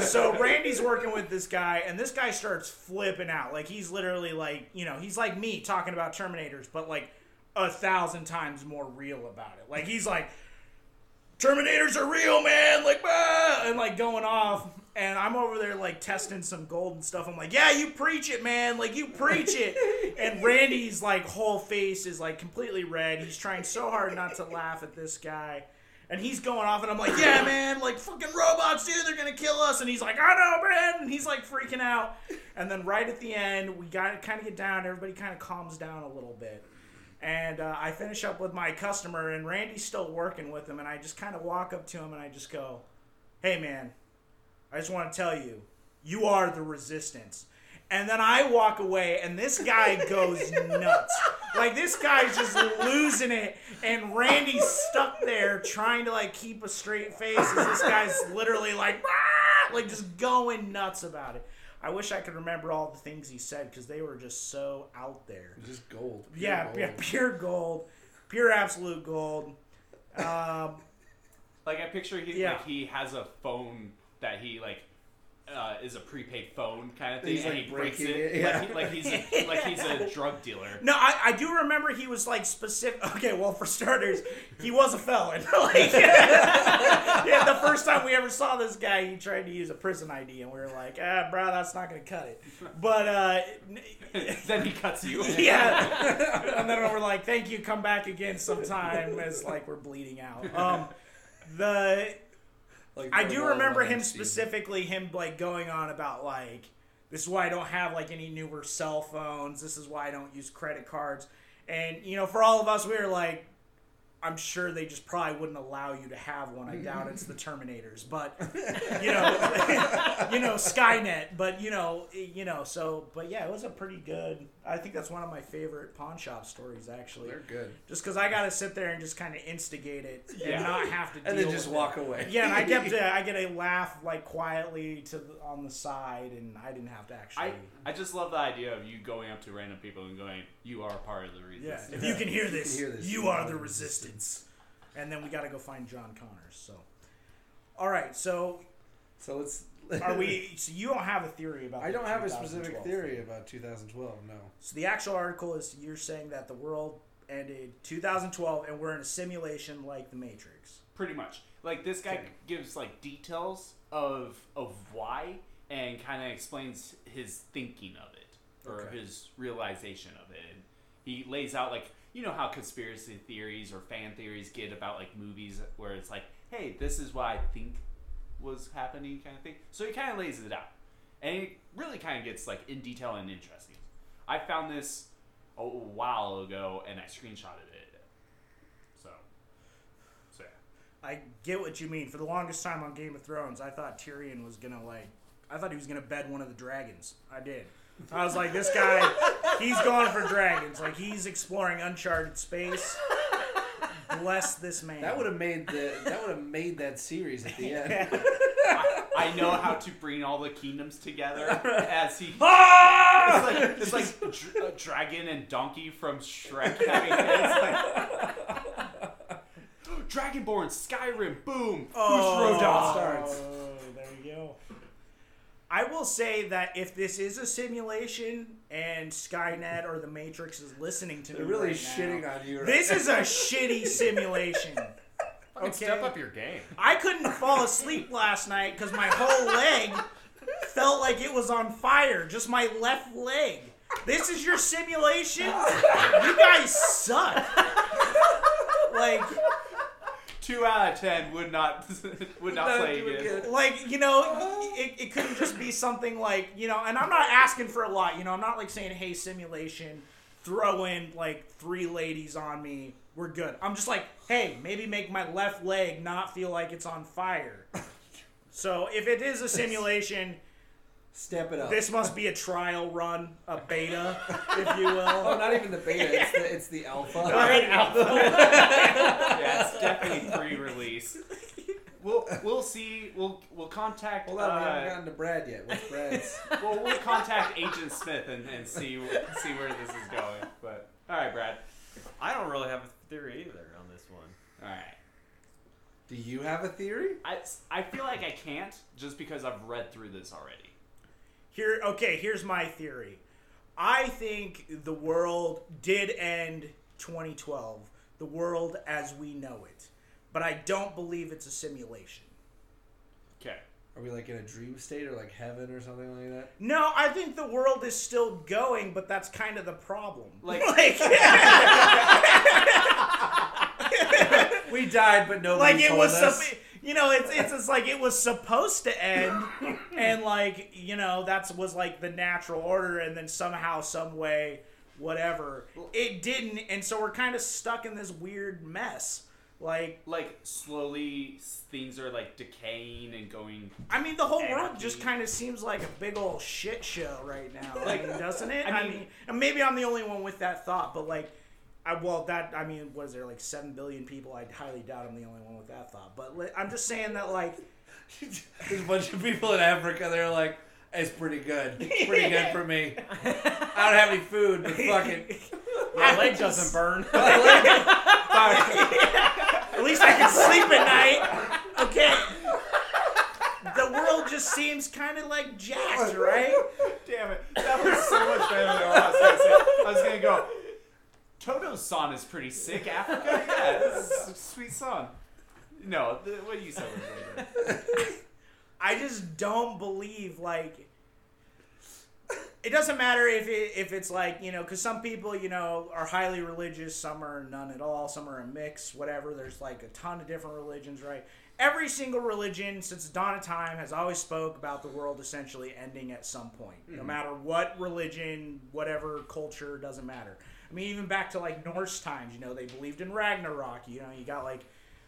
S4: so Randy's working with this guy, and this guy starts flipping out. Like he's literally like, you know, he's like me talking about Terminators, but like a thousand times more real about it. Like he's like, Terminators are real, man. Like, ah, and like going off. And I'm over there like testing some gold and stuff. I'm like, yeah, you preach it, man. Like you preach it. and Randy's like whole face is like completely red. He's trying so hard not to laugh at this guy. And he's going off, and I'm like, yeah, man, like fucking robots, dude, they're gonna kill us. And he's like, I know, man. And he's like freaking out. And then right at the end, we got to kind of get down. Everybody kind of calms down a little bit. And uh, I finish up with my customer, and Randy's still working with him. And I just kind of walk up to him and I just go, Hey, man, I just want to tell you, you are the resistance. And then I walk away, and this guy goes nuts. Like this guy's just losing it, and Randy's stuck there trying to like keep a straight face. As this guy's literally like, "Ah!" like just going nuts about it. I wish I could remember all the things he said because they were just so out there.
S3: Just gold. pure
S4: Yeah,
S3: gold.
S4: yeah, pure gold, pure absolute gold. Um,
S1: Like I picture he
S4: Yeah.
S1: like he has a phone that he like uh, is a prepaid phone kind of thing,
S3: He's,
S1: and
S3: like,
S1: he breaks it,
S3: breaking it, yeah.
S1: Like, he- like he's a, like he's
S3: (laughs)
S1: a drug dealer.
S4: No, I, I do remember he was like specific. (laughs) Okay, well for starters, he was a felon. (laughs) like, yeah, the first time we ever saw this guy, he tried to use a prison ID, and we were like, ah, bro, that's not gonna cut it. But uh, (laughs) n-
S1: then he cuts you.
S3: (laughs)
S4: yeah, and then we're like, thank you, come back again sometime. It's like we're bleeding out. Um, the
S3: Like
S4: I
S3: the
S4: do
S3: Wall
S4: remember
S3: Line
S4: him
S3: Steve.
S4: specifically, him like going on about like this is why I don't have like any newer cell phones. This is why I don't use credit cards. And you know, for all of us, we were like, I'm sure they just probably wouldn't allow you to have one. I doubt it's the Terminators, but you know, (laughs) you know Skynet. But you know, you know. So, but yeah, it was a pretty good. I think that's one of my favorite pawn shop stories, actually.
S3: They're good.
S4: Just because I got to sit there and just kind of instigate it and
S1: Yeah.
S4: not have to.
S3: And
S4: deal
S3: then just
S4: with it.
S3: walk away.
S4: Yeah, and
S3: (laughs)
S4: I kept a, I get a laugh like quietly to the, on the side, and I didn't have to actually.
S1: I, I just love the idea of you going up to random people and going, "You are part of the
S4: yeah,
S1: resistance."
S4: if you can hear this,
S3: hear this,
S4: you are the resistance.
S1: Wizards.
S4: and then we got to go find John Connors. So, all right. So,
S3: So let's.
S4: are we? So you don't have a theory
S3: (laughs)
S4: about?
S3: I
S4: the
S3: don't have a specific
S4: 2012.
S3: theory about 2012. No.
S4: So the actual article is you're saying that the world ended 2012 and we're in a simulation like the Matrix.
S1: Pretty much. Like this guy
S3: Okay.
S1: gives like details of of why and kind of explains his thinking of it or
S3: Okay.
S1: his realization of it. And he lays out like you know how conspiracy theories or fan theories get about like movies where it's like, hey, this is what I think was happening kind of thing. So he kind of lays it out. And it really kind of gets like in detail and interesting. I found this a while ago and I screenshotted it. So, so yeah.
S4: I get what you mean. For the longest time on Game of Thrones, I thought Tyrion was gonna like, I thought he was gonna bed one of the dragons. I did. I was like, this guy, he's going for dragons. Like he's exploring uncharted space. Bless this man.
S3: That would have made the. That would have made that series
S4: (laughs)
S3: at the end.
S1: I, I know how to bring all the kingdoms
S3: (laughs)
S1: together as he.
S4: Ah!
S1: It's like, it's like dr- uh, dragon and donkey from Shrek having heads. Like, Dragonborn, Skyrim, boom.
S4: Oh,
S1: Who's Rodon?
S3: starts.
S4: There we go. I will say that if this is a simulation and Skynet or the Matrix is listening to me,
S3: They're really
S4: right
S3: shitting
S4: now,
S3: on you. Right
S4: This is a shitty simulation.
S5: (laughs) Fucking Step up your game.
S4: I couldn't fall asleep last night because my whole leg felt like it was on fire. Just my left leg. This is your simulation? You guys suck. Like,
S1: Two out of ten would not (laughs) would not
S3: Not
S1: play
S3: doing
S1: again. (laughs)
S3: good.
S4: like you know, it, it couldn't just be something like you know. And I'm not asking for a lot. You know, I'm not like saying, "Hey, simulation, throw in like three ladies on me. We're good." I'm just like, "Hey, maybe make my left leg not feel like it's on fire." So if it is a simulation,
S3: Step it up.
S4: this must be a trial run, a beta, if you
S3: Oh,
S4: will.
S3: not even the beta. It's the, it's
S4: (laughs)
S3: the alpha.
S4: Right
S1: Yeah, it's definitely pre-release. We'll we'll see. We'll we'll contact.
S3: Hold on, we haven't
S1: uh,
S3: gotten to Brad yet. What's Brad's?
S1: well, we'll contact Agent Smith and, and see see where this is going. But all right, Brad.
S5: I don't really have a theory either on this one.
S1: All right.
S3: Do you have a theory?
S1: I, I feel like I can't just because I've read through this already.
S4: Here, okay, here's my theory. I think the world did end 2012, the world as we know it. But I don't believe it's a simulation.
S1: Okay.
S3: Are we like in a dream state or like heaven or something like that?
S4: No, I think the world is still going, but that's kind of the problem. (laughs)
S1: Like-
S3: We died, but nobody
S4: like it
S3: told
S4: was
S3: us.
S4: supp- you know it's it's just like it was supposed to end and like you know that's was like the natural order and then somehow some way whatever it didn't and so we're kind of stuck in this weird mess like
S1: Like slowly s- things are like decaying and going.
S4: i mean the whole world
S1: Anarchy.
S4: just kind of seems like a big old shit show right now I mean, doesn't it
S1: I
S4: i mean,
S1: mean-
S4: and maybe i'm the only one with that thought but like I, well, that I mean, what is there like seven billion people? I highly doubt I'm the only one with that thought. But like, I'm just saying that, like,
S3: (laughs) There's a bunch of people in Africa. They're like, it's pretty good. It's pretty good for me. I don't have any food, but fuck
S4: (laughs)
S3: it.
S5: My leg doesn't burn.
S4: At least I can sleep at night. Okay. The world just seems kind of like jacked, right?
S1: Damn it! That was so much better than what I was gonna say. I was gonna go. Toto's song is pretty sick. Africa, yeah, this is a sweet song. No, the, what you said was really good.
S4: I just don't believe like it doesn't matter if it if it's like you know because some people you know are highly religious, some are none at all, some are a mix, whatever. There's like a ton of different religions, right? Every single religion since the dawn of time has always spoke about the world essentially ending at some point, no matter what religion, whatever culture, doesn't matter. I mean, even back to like Norse times, you know, they believed in Ragnarok. You know, you got like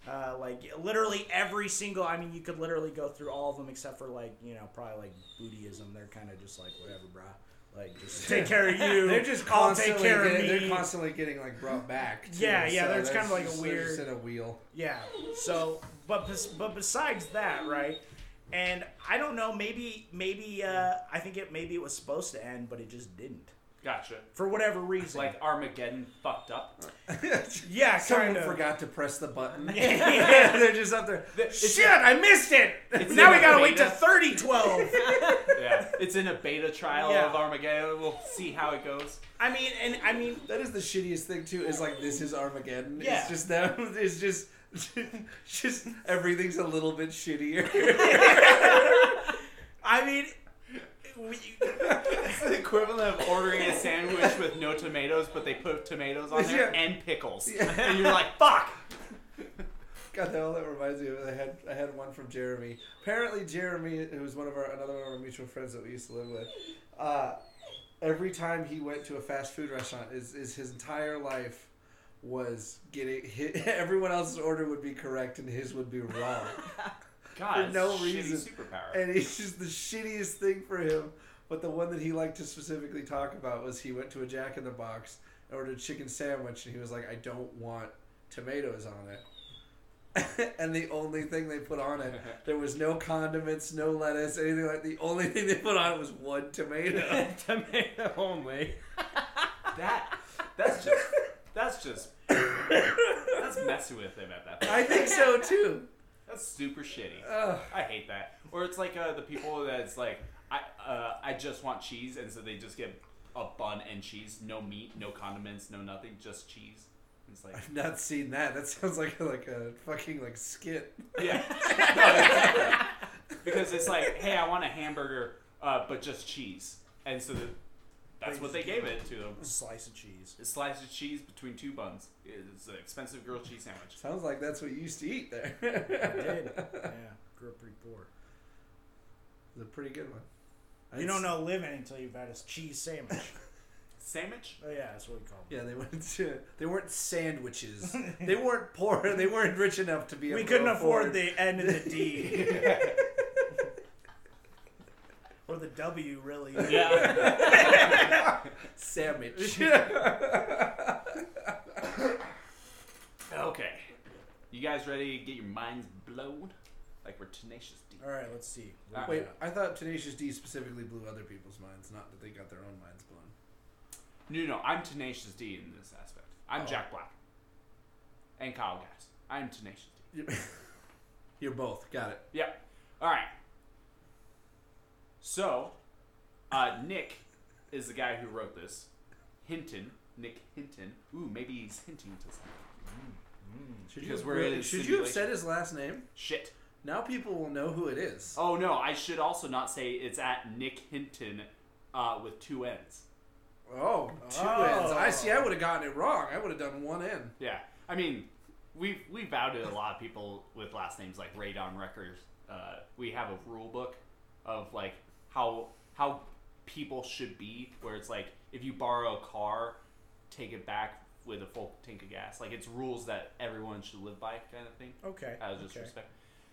S4: uh, like literally every single i mean you could literally go through all of them except for like you know probably like buddhism they're kind of just like whatever bruh like just take care of you
S3: They're just
S4: I'll take
S3: constantly
S4: care of
S3: getting,
S4: me.
S3: they're constantly getting like brought back. too,
S4: Yeah, yeah,
S3: so
S4: there's kind of like a
S3: just- they're just
S4: weird-
S3: in a wheel.
S4: yeah so but bes- but besides that right and i don't know maybe maybe uh i think it maybe it was supposed to end but it just didn't
S1: Gotcha.
S4: for whatever reason.
S1: Like Armageddon fucked up.
S4: yeah,
S3: Someone
S4: kind of.
S3: forgot to press the
S4: (laughs)
S3: button. (laughs)
S4: yeah, they're just up there.
S1: Th- it's
S4: Shit, I missed it.
S1: It's
S4: Now
S1: in
S4: we
S1: a
S4: gotta wait
S1: beta.
S4: to thirty twelve.
S1: Yeah. It's in a beta trial
S4: Yeah.
S1: of Armageddon. We'll see how it goes.
S4: I mean, and I mean,
S3: That is the shittiest thing too. Is like this is Armageddon.
S4: Yeah.
S3: It's just them. (laughs) It's just, just everything's a little bit shittier. (laughs)
S4: I mean, we,
S1: It's the equivalent of ordering a sandwich with no tomatoes, but they put tomatoes on there
S3: Yeah.
S1: and pickles.
S3: Yeah.
S1: And you're like, fuck!
S3: God, that all that reminds me of. I had I had one from Jeremy. Apparently, Jeremy, who's one of our another one of our mutual friends that we used to live with, uh, every time he went to a fast food restaurant, is is his entire life was getting (laughs) hit. Everyone else's order would be correct and his would be wrong,
S1: God,
S3: For
S1: it's
S3: no
S1: a shitty
S3: reason.
S1: superpower.
S3: and it's just the shittiest thing for him. But the one that he liked to specifically talk about was he went to a Jack in the Box and ordered a chicken sandwich, and he was like, "I don't want tomatoes on it." (laughs) and the only thing they put on
S4: (laughs)
S3: it, there was no condiments, no lettuce, anything like. The only thing they put on it was one
S4: (laughs)
S3: tomato.
S5: (laughs) Tomato only.
S1: that that's just that's just that's messing with him at that point.
S3: I think so too.
S1: That's super shitty.
S3: Ugh.
S1: I hate that. Or it's like uh, the people that's like, I uh, I just want cheese, and so they just get a bun and cheese, no meat, no condiments, no nothing, just cheese. It's like,
S3: I've not seen that. That sounds like a, like a fucking like skit.
S1: yeah, No, exactly. because it's like, hey, I want a hamburger, uh, but just cheese, and so the, that's what they gave it to them.
S4: slice of cheese.
S1: A slice of cheese between two buns. It's an expensive grilled cheese sandwich.
S3: Sounds like that's what you used to eat there. (laughs)
S4: I did. Yeah, grew up pretty poor.
S3: It's a pretty good one.
S4: You
S3: It's-
S4: don't know living until you've had a cheese sandwich.
S1: Sandwich?
S4: Oh yeah, that's what we call it.
S3: Yeah, they went to. They weren't (laughs) sandwiches. they weren't poor. They weren't rich enough to be.
S4: We
S3: able
S4: couldn't
S3: to
S4: afford the N and the
S5: (laughs)
S4: D or the W, really.
S5: Yeah.
S3: (laughs) sandwich.
S1: Okay. You guys ready to get your minds blown? Like we're tenacious D.
S4: All right, let's see.
S5: Ah.
S1: All
S3: Wait, I thought Tenacious D specifically blew other people's minds, not that they got their own minds blown.
S1: No, no, I'm tenacious D in this aspect. I'm
S3: Oh.
S1: Jack Black. And Kyle Gass. I'm tenacious D.
S3: (laughs) You're- You're both. Got it.
S1: Yep. All right. So, uh, Nick is the guy who wrote this. Hinton. Nick Hinton. Ooh, maybe he's hinting to something.
S3: Should
S1: Because
S3: you,
S1: we're in
S3: really-
S1: a
S3: should you have
S1: simulation.
S3: said his last name?
S1: Shit.
S3: Now people will know who it is.
S1: Oh, no, I should also not say it's at Nick Hinton uh, with two N's.
S3: Oh, two
S4: Oh.
S3: ends. I see. I would have gotten it wrong. I would have done one end.
S1: Yeah, I mean, we've we've outed a lot of people with last names like Radon Records. Uh, we have a rule book of like how how people should be, where it's like if you borrow a car, take it back with a full tank of gas. Like it's rules that everyone should live by, kind of thing.
S4: Okay.
S1: Out of just
S4: okay.
S1: respect.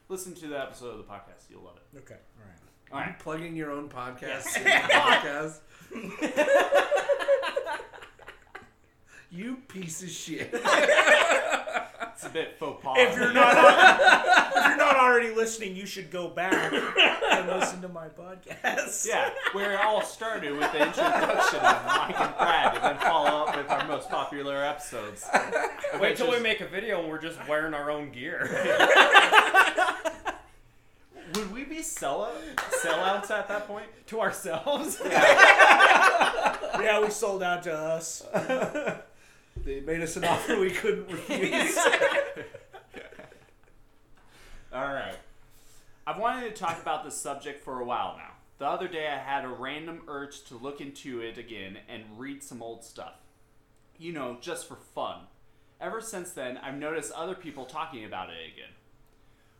S1: Listen to the episode of the podcast; you'll love it.
S4: Okay. All right.
S1: All right,
S3: Plugging your own podcast. podcast. (laughs) you piece of shit.
S1: it's a
S4: (laughs)
S1: bit faux pas.
S4: If you're not, al- if you're not already listening, you should go back and listen to my podcast.
S1: Yeah, where it all started with the introduction of Mike and Brad, and then follow up with our most popular episodes.
S5: (laughs) Wait till we
S1: Just-
S5: make a video and we're just wearing our own (laughs) gear.
S1: Would we be sellout sellouts at that point?
S5: to ourselves.
S4: yeah, we sold out to (laughs) us.
S3: They made us an offer we couldn't
S4: (laughs)
S3: refuse.
S1: All right. I've wanted to talk about this subject for a while now. The other day, I had a random urge to look into it again and read some old stuff. You know, just for fun. Ever since then, I've noticed other people talking about it again.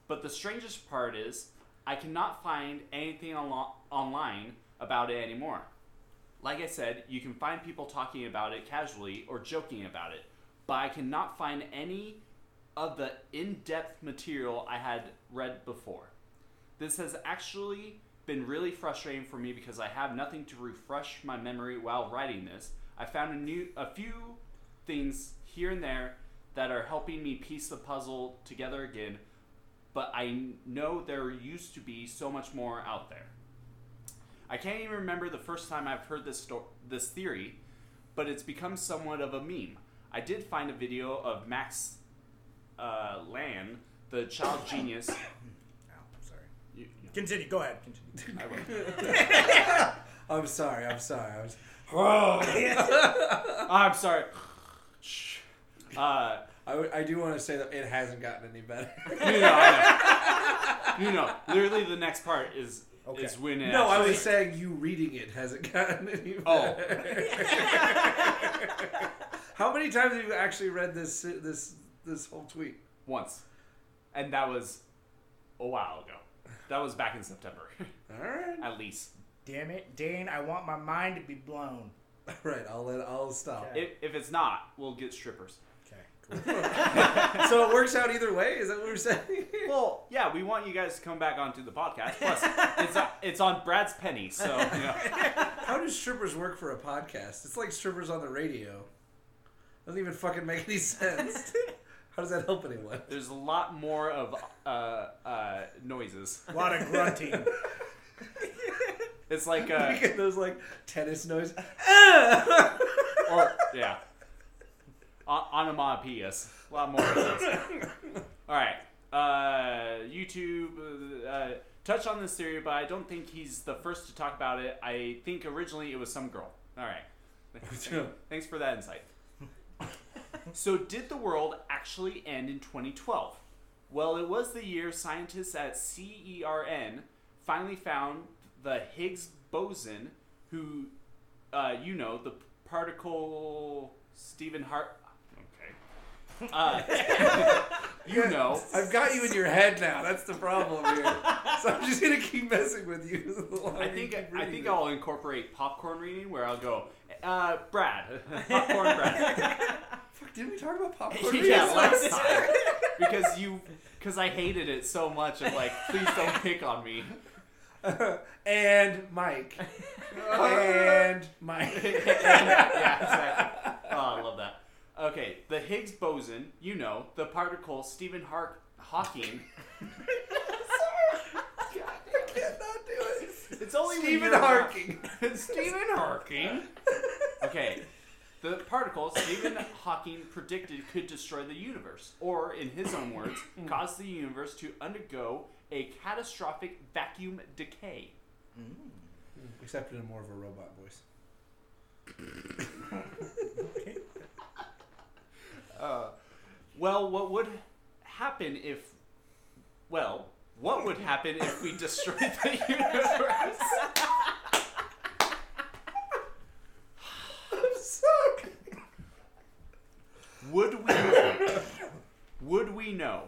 S1: But the strangest part is, I cannot find anything onlo- online about it anymore. Like I said, you can find people talking about it casually or joking about it, but I cannot find any of the in depth material I had read before. This has actually been really frustrating for me because I have nothing to refresh my memory while writing this. I found a new a few things here and there that are helping me piece the puzzle together again, but I know there used to be so much more out there. I can't even remember the first time I've heard this sto- this theory, but it's become somewhat of a meme. I did find a video of Max uh, Lan, the
S3: (laughs)
S1: child genius.
S4: Oh, sorry.
S1: You, you know,
S4: Continue. Go ahead. Continue. (laughs)
S1: I
S3: (laughs)
S1: will.
S3: I'm sorry. I'm sorry. I'm s-
S1: I'm
S3: (laughs)
S1: sorry. Uh,
S3: I, w- I do want to say that it hasn't gotten
S1: (laughs)
S3: any better.
S1: you know, I know. you know, literally the next part is
S4: Okay.
S1: is when it
S3: no, I
S1: actually-
S3: was saying you reading it hasn't gotten any
S1: Oh.
S3: better. (laughs) How many times have you actually read this this this whole tweet?
S1: once, and that was a while ago. That was back in September, (laughs)
S3: All right.
S1: at least.
S4: Damn it, Dane! I want my mind to be blown.
S3: All right. I'll let I'll stop.
S4: Okay.
S1: If, if it's not, we'll get strippers.
S4: Okay.
S3: (laughs) so it works out either way. Is that what we're saying?
S1: Well, yeah, we want you guys to come back onto the podcast. Plus, it's
S3: (laughs)
S1: on, it's on Brad's penny, so you know.
S3: How do strippers work for a podcast? It's like strippers on the radio. Doesn't even fucking make
S1: (laughs)
S3: any sense. How does that help anyone?
S1: there's a lot more of uh, uh, noises.
S4: A lot of grunting.
S1: It's like uh,
S3: (laughs) You get those like tennis noise.
S1: or yeah, o- onomatopoeias. A lot more. Of those. All right, uh, YouTube. Uh, touch on this theory, but I don't think he's the first to talk about it. I think originally it was some girl. All right, thanks for that insight. So, did the world actually end in 2012? Well, it was the year scientists at CERN finally found the Higgs boson, who, uh, you know, the particle Stephen Hart. Okay. Uh, (laughs) you know.
S3: I've got you in your head now. That's the problem here. So I'm just gonna keep messing with you. the
S1: (laughs)
S3: longer
S1: I
S3: you
S1: think
S3: keep
S1: I
S3: reading
S1: think
S3: it.
S1: I'll incorporate popcorn reading where I'll go, uh, Brad, (laughs) popcorn Brad.
S3: Fuck, didn't we talk
S1: (laughs)
S3: about popcorn?
S1: yeah, last time (laughs) because you because I hated it so much. I'm like, please don't (laughs) pick on me.
S3: (laughs) and
S1: (laughs)
S3: Mike. and Mike.
S1: yeah, exactly. Oh, I love that. Okay, the Higgs boson, you know, the particle Stephen Har- Hawking.
S3: (laughs) I cannot do it.
S1: (laughs) It's only when
S3: Stephen
S1: you're not-
S3: Harking.
S1: (laughs) Stephen Hawking. Okay. The particle Stephen Hawking predicted could destroy the universe, or, in his own (clears throat) words, cause the universe to undergo a catastrophic vacuum decay.
S3: Except in more of a robot voice.
S1: Well, what would happen if. Well, what would happen if we destroyed the (laughs) universe?
S3: I'm sorry.
S1: Would we would we know?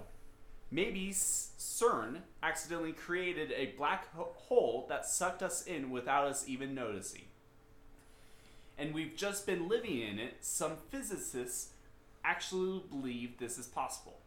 S1: Maybe S- CERN accidentally created a black ho- hole that sucked us in without us even noticing. And we've just been living in it. Some physicists actually believe this is possible.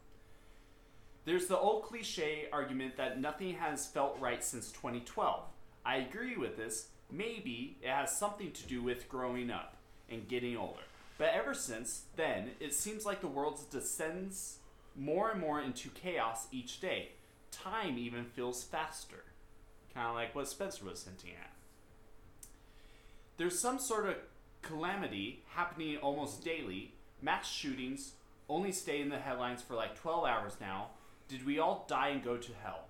S1: There's the old cliche argument that nothing has felt right since 2012. I agree with this. Maybe it has something to do with growing up and getting older. But ever since then, it seems like the world descends more and more into chaos each day. Time even feels faster. Kind of like what Spencer was hinting at. There's some sort of calamity happening almost daily. Mass shootings only stay in the headlines for like 12 hours now. Did we all die and go to hell?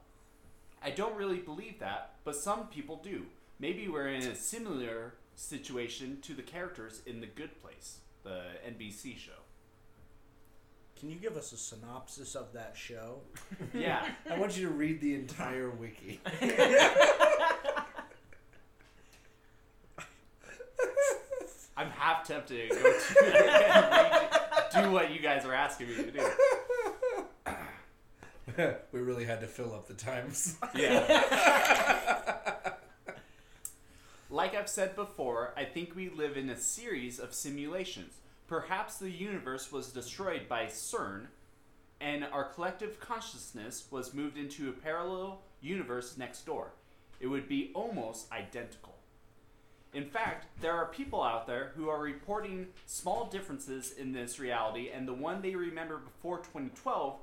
S1: I don't really believe that, but some people do. Maybe we're in a similar situation to the characters in The Good Place, the NBC show.
S4: Can you give us a synopsis of that show?
S1: Yeah.
S3: I want you to read the
S1: (laughs)
S3: entire wiki. (laughs)
S1: I'm half tempted to go to (laughs) it and do what you guys are asking me to do.
S3: we really had to fill up the times.
S1: (laughs) Yeah. like I've said before, I think we live in a series of simulations. Perhaps the universe was destroyed by CERN, and our collective consciousness was moved into a parallel universe next door. It would be almost identical. In fact, there are people out there who are reporting small differences in this reality, and the one they remember before 2012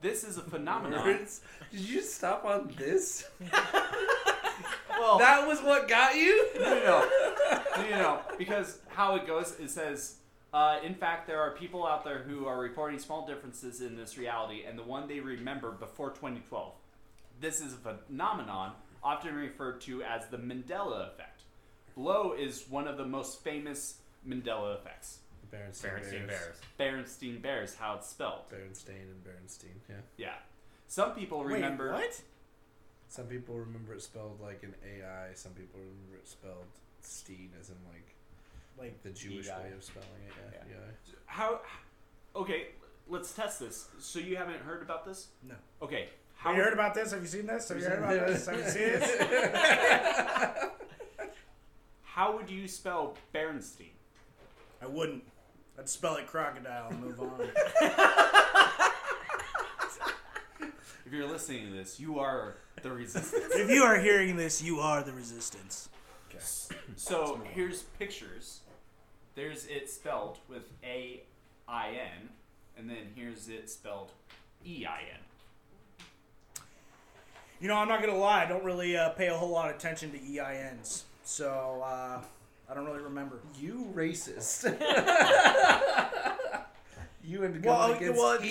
S1: This is a phenomenon.
S3: (laughs) Words. Did you stop on this?
S1: Well,
S3: That was what got you?
S1: Oh. no, no,
S3: (laughs)
S1: no, no, no, no. Because how it goes, it says, uh, in fact, there are people out there who are reporting small differences in this reality and the one they remember before 2012. This is a phenomenon often referred to as the Mandela effect. Blow is one of the most famous Mandela effects.
S5: Berenstain Bears.
S1: Berenstein Bears, how it's spelled.
S3: Berenstain and Berenstein, yeah.
S1: Yeah. Some people remember.
S4: Wait, what?
S3: Some people remember it spelled like an AI. Some people remember it spelled Steen, as in like
S4: Like
S3: the Jewish
S1: EI.
S3: way of spelling it. Yeah,
S1: Yeah.
S3: EI.
S1: How? Okay, let's test this. So you haven't heard about this?
S4: No.
S1: Okay. How?
S4: Have you heard about this? Have you seen this? Have you heard about this? Have you seen
S3: (laughs)
S4: this? (laughs)
S1: How would you spell Berenstein?
S4: I wouldn't. I'd spell it crocodile and move on.
S1: If you're listening to this, you are the resistance.
S4: (laughs) if you are hearing this, you are the resistance.
S1: so here's pictures. There's it spelled with A I N, and then here's it spelled E I N.
S4: You know, I'm not gonna lie. I don't really uh, pay a whole lot of attention to EINs, so uh, I don't really remember.
S3: You racist. you and going
S4: Well,
S3: against E
S4: well,
S3: EINs.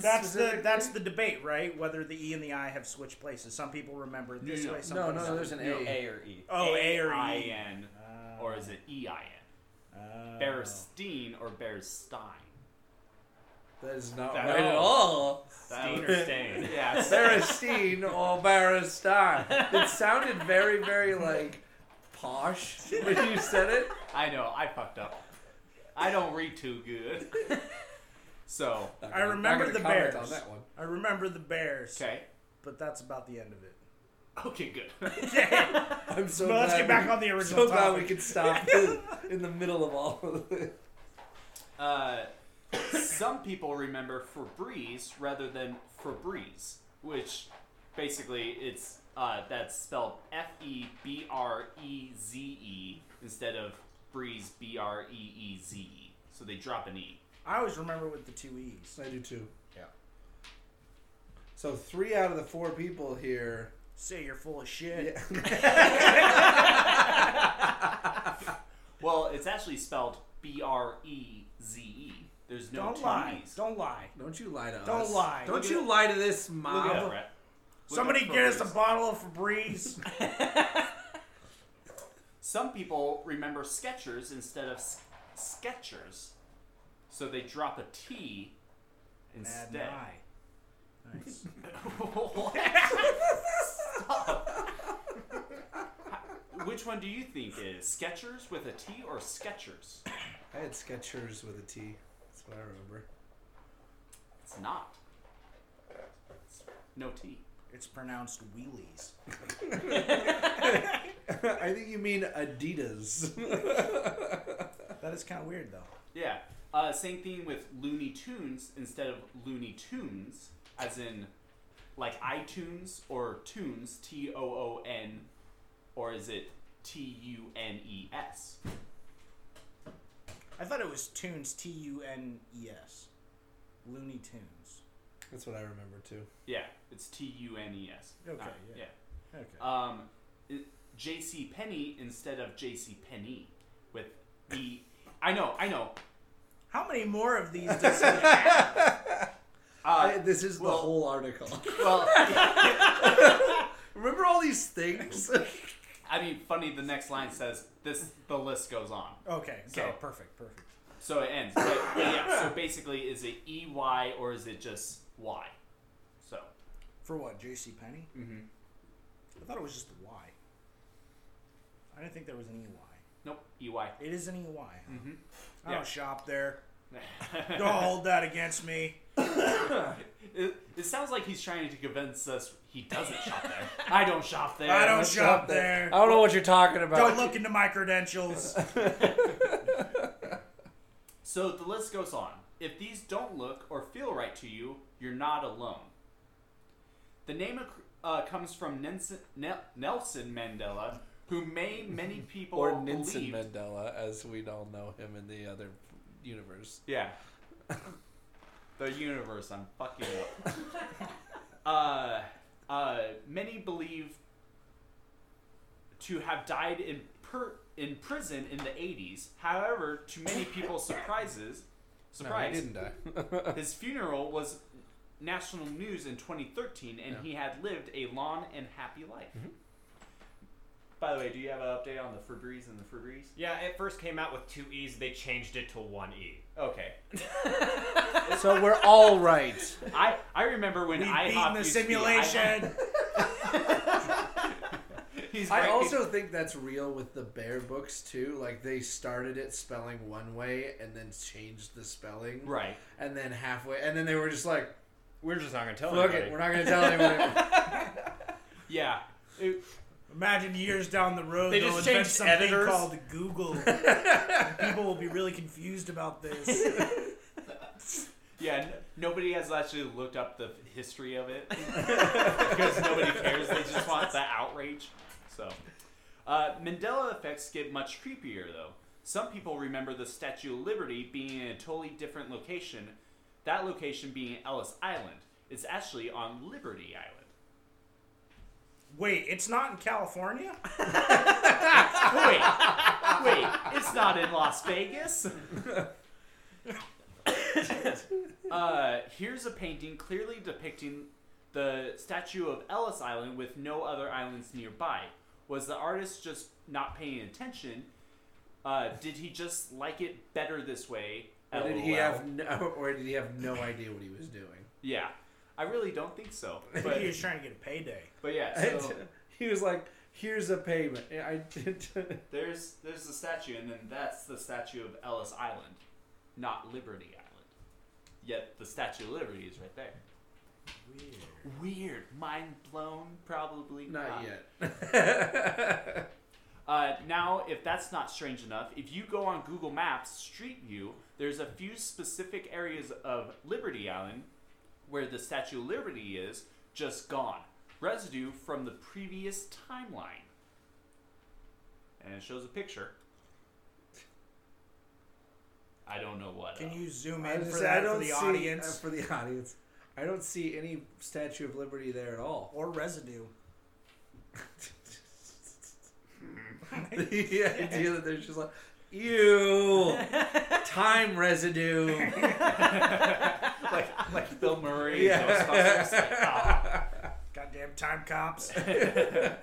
S4: that's- That's the
S3: specifically?
S4: that's the debate, right? Whether the E and the I have switched places. Some people remember it
S1: No,
S4: this
S1: no,
S4: way.
S1: no.
S4: Some
S3: no,
S4: people
S3: no, no.
S4: don't.
S3: There's an A.
S5: No, A or E.
S4: Oh, A or E.
S1: A-I-N,
S4: Uh,
S1: or is it E I N?
S4: oh.
S1: Berenstein or Berenstein?
S3: That is not
S1: That-
S3: right at
S1: no.
S3: (laughs) all.
S1: Stain
S5: or stain.
S1: (laughs)
S4: (laughs)
S1: Yeah. it's-
S3: Berenstein or Berenstain. (laughs) It sounded very, very like posh when you said it.
S1: I know. I fucked up. I don't read too good.
S4: (laughs)
S1: So
S3: Not
S4: I
S3: gonna- not
S4: remember
S3: gonna
S4: the
S3: comment
S4: Bears.
S3: on that one.
S4: I remember the Bears,
S1: okay.
S4: but that's about the end of it.
S1: Okay. Good.
S3: (laughs)
S1: (laughs)
S3: I'm so
S4: Well, let's
S3: glad
S4: get back
S3: we-
S4: on the
S3: So
S4: original
S3: glad we
S4: topic.
S3: could
S4: (laughs)
S3: stop in, in the middle of all of this.
S1: Uh, some people remember Febreze rather than Febreze, which basically it's uh, that's spelled F E B R E Z E instead of Breeze B R E E Z E. So they drop an E.
S4: I always remember with the two E's.
S3: I do too.
S1: Yeah.
S3: So three out of the four people here.
S4: Say you're full of shit.
S1: Well, it's actually spelled B R E Z E. There's no
S4: Don't
S1: two
S4: lie.
S1: E's.
S4: Don't lie.
S3: (laughs) Don't you lie to us.
S4: Don't lie.
S3: Don't
S1: Look
S3: you
S1: at-
S3: lie to this
S1: Ah, Look it up,
S3: mob.
S1: Brett. Look
S4: Somebody
S1: up
S4: get us a
S1: Febreze.
S4: bottle of Febreze.
S1: Some people remember Skechers instead of s- Skechers, so they drop a T (laughs)
S4: Mad
S1: instead.
S4: Nye.
S1: (laughs)
S4: Nice.
S1: What?
S4: (laughs)
S1: Stop. (laughs) Which one do you think is Skechers with a T or Skechers?
S3: I had Skechers with a T. That's what I remember.
S1: It's not. It's no T.
S4: It's pronounced wheelies.
S3: (laughs) I think you mean Adidas. (laughs)
S4: That is kind of weird, though.
S1: Yeah. Uh, same thing with Looney Tunes instead of Looney Tunes, as in like iTunes or Tunes, T O O N, or is it T U N E S?
S4: I thought it was Tunes, T U N E S. Looney Tunes.
S3: That's what I remember too.
S1: Yeah, it's T U N E S.
S4: Okay,
S1: Alright,
S4: yeah. Okay.
S1: Um, J.C. Penny instead of J.C. Penny with E. I know, I know.
S4: How many more of these
S1: (laughs)
S4: does he have?
S1: Uh,
S3: I, this is the
S1: well-
S3: whole article. (laughs)
S1: well,
S3: remember all these things?
S1: I mean, funny. The next line says this. The list goes on,
S4: Okay, okay,
S1: So-
S4: perfect, perfect.
S1: so it ends. But yeah, so basically, is it E Y or is it just Y? So
S4: For what, J.C. Penny?
S1: Mhm.
S4: I thought it was just the Y. I didn't think there was an EY.
S1: nope, E Y.
S4: It is an EY. huh? I
S1: Mm-hmm. Yeah.
S4: don't shop there. Don't hold that against me.
S1: (laughs) It, it sounds like he's trying to convince us he doesn't shop there. I don't shop there.
S4: I don't shop there.
S3: I don't know what you're talking about.
S4: Don't look into
S1: (laughs)
S4: my credentials.
S1: So the list goes on. If these don't look or feel right to you, you're not alone. The name acc- uh, comes from Nelson, Nel- Nelson Mandela, who may many people
S3: (laughs) (laughs) or Ninson
S1: believed-
S3: Mandela, as we'd all know him in the other universe.
S1: Yeah. (laughs) the universe, I'm fucking
S3: (laughs)
S1: up. uh, uh, many believe to have died in per, in prison in the 80s. However, to many people's surprises, surprise,
S3: didn't
S1: (laughs)
S3: die.
S1: his funeral was national news in 2013, and
S3: Yeah.
S1: he had lived a long and happy life. By the way, do you have an update on the Febreze and the Febreze?
S5: Yeah, it first came out with two E's. They changed it to one E.
S1: Okay,
S3: so we're all right.
S1: I I remember when
S4: We've
S1: I
S4: beaten the simulation.
S1: (laughs) He's
S3: I
S1: breaking-
S3: also think that's real with the bear books too. Like they started it spelling one way and then changed the spelling.
S1: right.
S3: And then halfway, and then they were just like,
S5: We're just not gonna tell
S3: "Look it, we're not gonna tell
S4: (laughs)
S3: anybody."
S1: Yeah. It-
S4: Imagine years down the road,
S5: They
S4: they'll
S5: just
S4: invent
S5: changed
S4: something
S5: editors.
S4: called
S5: (laughs)
S4: Google. People will be really confused about this.
S1: yeah. n- nobody has actually looked up the history of it because nobody cares. They just want the outrage. So, uh, Mandela effects get much creepier though. Some people remember the Statue of Liberty being in a totally different location. That location being Ellis Island. It's actually on Liberty Island.
S4: Wait, it's not in California?
S1: Wait, wait, it's not in Las Vegas. (laughs) uh, here's a painting clearly depicting the statue of Ellis Island with no other islands nearby. Was the artist just not paying attention? Uh, did he just like it better this way?
S3: Or did he
S1: LOL?
S3: have no? Or did he have no idea what he was doing?
S1: Yeah, I really don't think
S3: (laughs)
S1: so.
S4: Maybe
S1: But,
S4: he was trying to get a payday.
S1: but yeah, so
S3: he was like, "Here's a payment." Yeah, I (laughs) did.
S1: there's there's the statue, and then that's the statue of Ellis Island, not Liberty Island. Yet the Statue of Liberty is right there.
S4: Weird.
S1: Weird, mind blown, probably not.
S4: Ah.
S3: Not (laughs) yet.
S1: Uh, now, if that's not strange enough, if you go on Google Maps Street View, there's a few specific areas of Liberty Island where the Statue of Liberty is just gone, residue from the previous timeline, and it shows a picture. I don't know what. uh,
S4: Can
S1: of. (laughs)
S4: you zoom
S3: I
S4: in
S3: was
S4: for
S3: just- I
S4: that for
S3: don't
S4: the
S3: see- uh,
S4: audience?
S3: for the audience, I don't see any Statue of Liberty there at all.
S4: Or residue.
S3: (laughs) the idea that there's just like,
S4: (laughs)
S3: ew, time residue.
S1: like, like Bill Murray,
S3: Yeah. (laughs)
S1: Ghostbusters. Like, ah.
S4: Goddamn time
S3: (laughs)
S4: cops.
S1: The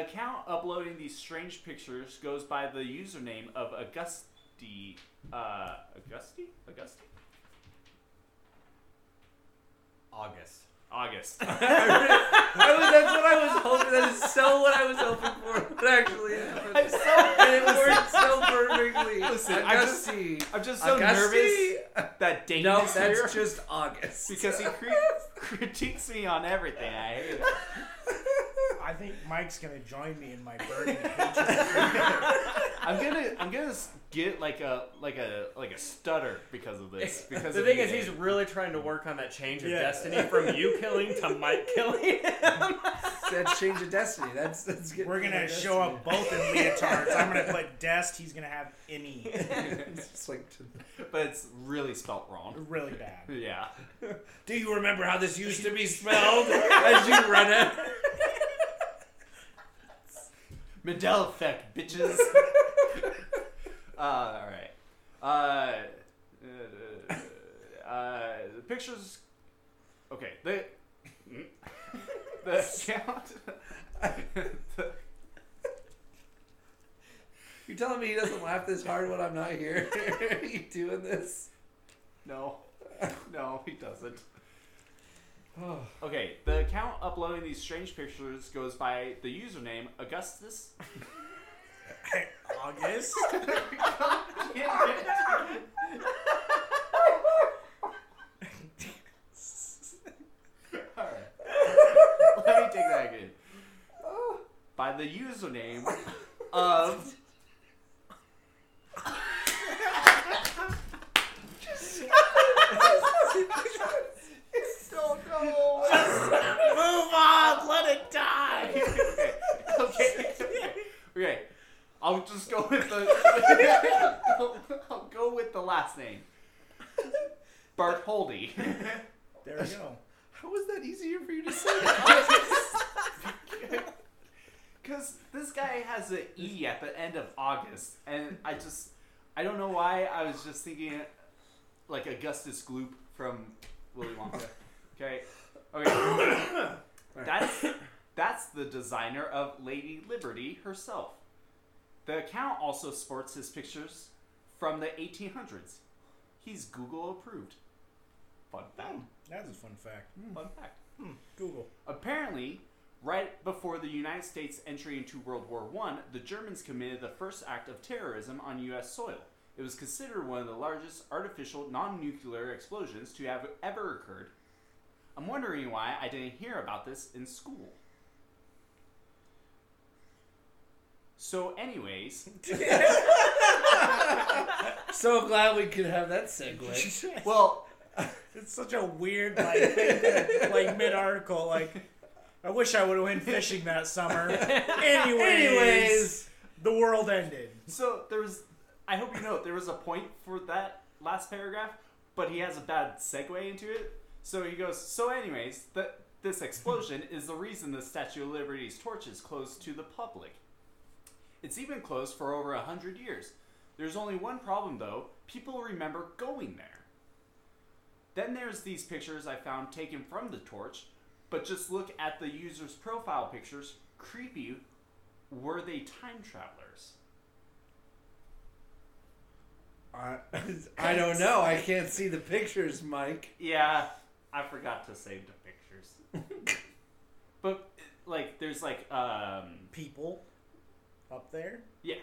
S1: account uploading these strange pictures goes by the username of Augusti. Uh, Augusti? Augusti?
S5: August.
S1: August. (laughs)
S3: I was, that's what I was hoping. That is so what I was hoping for. It actually (laughs) happened. and it worked so perfectly.
S1: Listen, I just-
S3: Augusti.
S1: I'm just so
S3: Augusti?
S1: nervous that Dane
S3: No,
S1: is
S3: that's
S1: here
S3: just August.
S1: because he
S3: (laughs)
S1: cri- critiques me on everything. I hate it.
S4: I think Mike's gonna join me in my
S3: (laughs)
S4: burning hatred.
S1: I'm gonna I'm gonna s- get like a like a like a stutter because of
S5: (laughs)
S1: this. Because
S5: the
S1: of E.
S5: thing
S1: you,
S5: is, he's
S1: Dane.
S5: really trying to work on that change of
S4: Yeah.
S5: destiny from you (laughs) killing to Mike (laughs) killing.
S3: That's change of destiny. That's that's good.
S4: We're gonna show up both in leotards. I'm
S3: (laughs)
S4: gonna put Dest. He's gonna have any.
S3: it's like, to-
S1: (laughs) but it's really spelt wrong.
S4: Really
S3: (laughs)
S4: bad.
S1: Yeah.
S3: do you remember how this used to be spelled? (laughs) As you run out.
S1: Mandela effect, bitches. uh, all right. Uh, uh, uh, the pictures. Okay. The hmm? (laughs) the account. the,
S3: You're telling me he doesn't laugh this hard when I'm not here? (laughs) Are you doing this?
S1: (laughs) no, no, he doesn't. Okay, the account uploading these strange pictures goes by the username Augustus.
S3: (laughs)
S4: August.
S1: Alright. Let me take that again. By the username of.
S4: Move on. Let it die.
S1: (laughs) okay. Okay. Okay. I'll just go with the. (laughs) I'll, I'll go with the last name. Bartholdi.
S4: There we go.
S3: How was that easier for you to say?
S1: Because this guy has an E at the end of August, and I just, I don't know why I was just thinking like Augustus Gloop from Willy Wonka. Okay, okay, that's that's the designer of Lady Liberty herself. The account also sports his pictures from the 1800s. He's Google approved. Fun fact.
S4: That's a fun fact.
S1: Fun fact.
S4: Google.
S1: Apparently, right before the United States entry into World War I, the Germans committed the first act of terrorism on U.S. soil. It was considered one of the largest artificial non nuclear explosions to have ever occurred. I'm wondering why I didn't hear about this in school. So, anyways,
S3: So glad we could have that segue.
S4: (laughs)
S1: well,
S4: It's such a weird like like mid article like. I wish I would have went fishing that summer. Anyways,
S3: Anyways.
S4: the world ended.
S1: so there was, I hope you know, there was a point for that last paragraph, but he has a bad segue into it. So he goes, So, anyways, th- this explosion is the reason the Statue of Liberty's torch is closed to the public. It's even closed for over a hundred years. There's only one problem, though people remember going there. Then there's these pictures I found taken from the torch, but just look at the user's profile pictures. Creepy, were they time travelers?
S3: I, I don't know. I can't see the pictures, Mike.
S1: Yeah, I forgot to save the pictures. (laughs) but like, there's like, um,
S4: People up there
S1: yeah,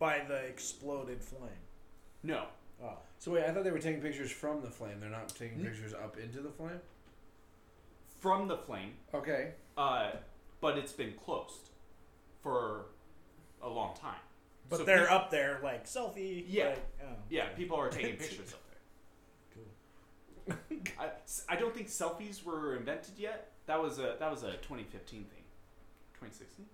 S4: by the exploded flame.
S1: no,
S4: Oh,
S3: So wait, I thought they were taking pictures from the flame. They're not taking pictures up into the flame.
S1: from the flame,
S3: (laughs) Okay.
S1: uh, but it's been closed for a long time.
S4: but
S1: So
S4: they're
S1: peop-
S4: up there like selfie.
S1: Yeah.
S4: like, oh,
S1: Yeah, people are
S3: (laughs)
S1: taking pictures up there.
S4: Cool.
S1: I, s- I don't think selfies were invented yet. That was a that was a 2015 thing. 2016,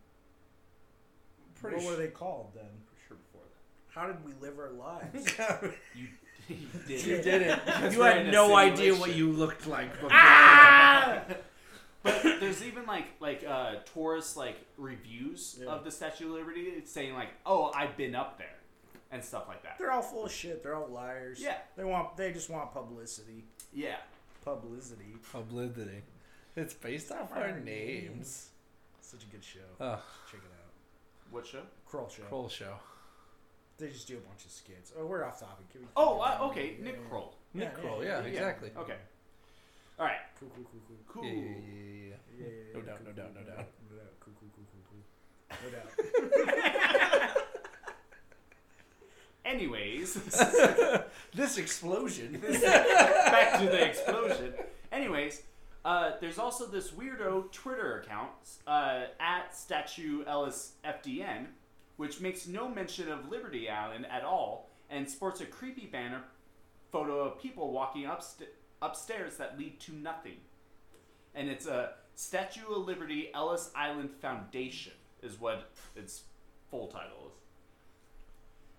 S3: Pretty
S4: what
S3: sure.
S4: were they called then?
S1: pretty sure before that.
S4: How did we live our lives? (laughs)
S1: You, (laughs) you did.
S3: you
S1: (laughs)
S3: did (laughs) it.
S1: Because
S3: You
S1: we're
S3: had
S1: in a
S3: no idea what
S1: simulation.
S3: you looked like before.
S1: But there's even like like uh, tourist like reviews
S4: Yeah.
S1: of the Statue of Liberty it's saying like, "Oh, I've been up there," and stuff like that.
S4: they're all full of shit. They're all liars.
S1: Yeah.
S4: They want. They just want publicity.
S1: Yeah,
S4: Publicity.
S3: Publicity. It's based off
S4: Our
S3: our names.
S4: Such a good show.
S3: Ugh,
S4: Check it out.
S1: what show?
S4: Kroll show.
S3: Kroll show.
S4: They just do a bunch of skits. Oh, we're off topic. Can we-
S1: Oh, uh, okay,
S4: Yeah,
S1: Nick
S4: yeah.
S1: Kroll.
S3: Nick Kroll, yeah, exactly.
S1: Okay, all right,
S4: Cool, cool, cool, cool.
S1: cool.
S3: Yeah, yeah, yeah, yeah,
S4: Yeah, yeah,
S3: No
S4: yeah,
S3: doubt,
S4: cool,
S3: no
S4: cool,
S3: doubt, no
S4: cool,
S3: doubt.
S4: No doubt. Cool, cool, cool, cool, cool. No doubt.
S1: Anyways,
S3: (laughs) yeah. (laughs) This explosion.
S1: back to the explosion. Anyways, uh, there's also this weirdo Twitter account uh, at Statue LSFDN, which makes no mention of Liberty Island at all and sports a creepy banner photo of people walking upst- upstairs that lead to nothing. And it's a Statue of Liberty Ellis Island Foundation, is what its full title is.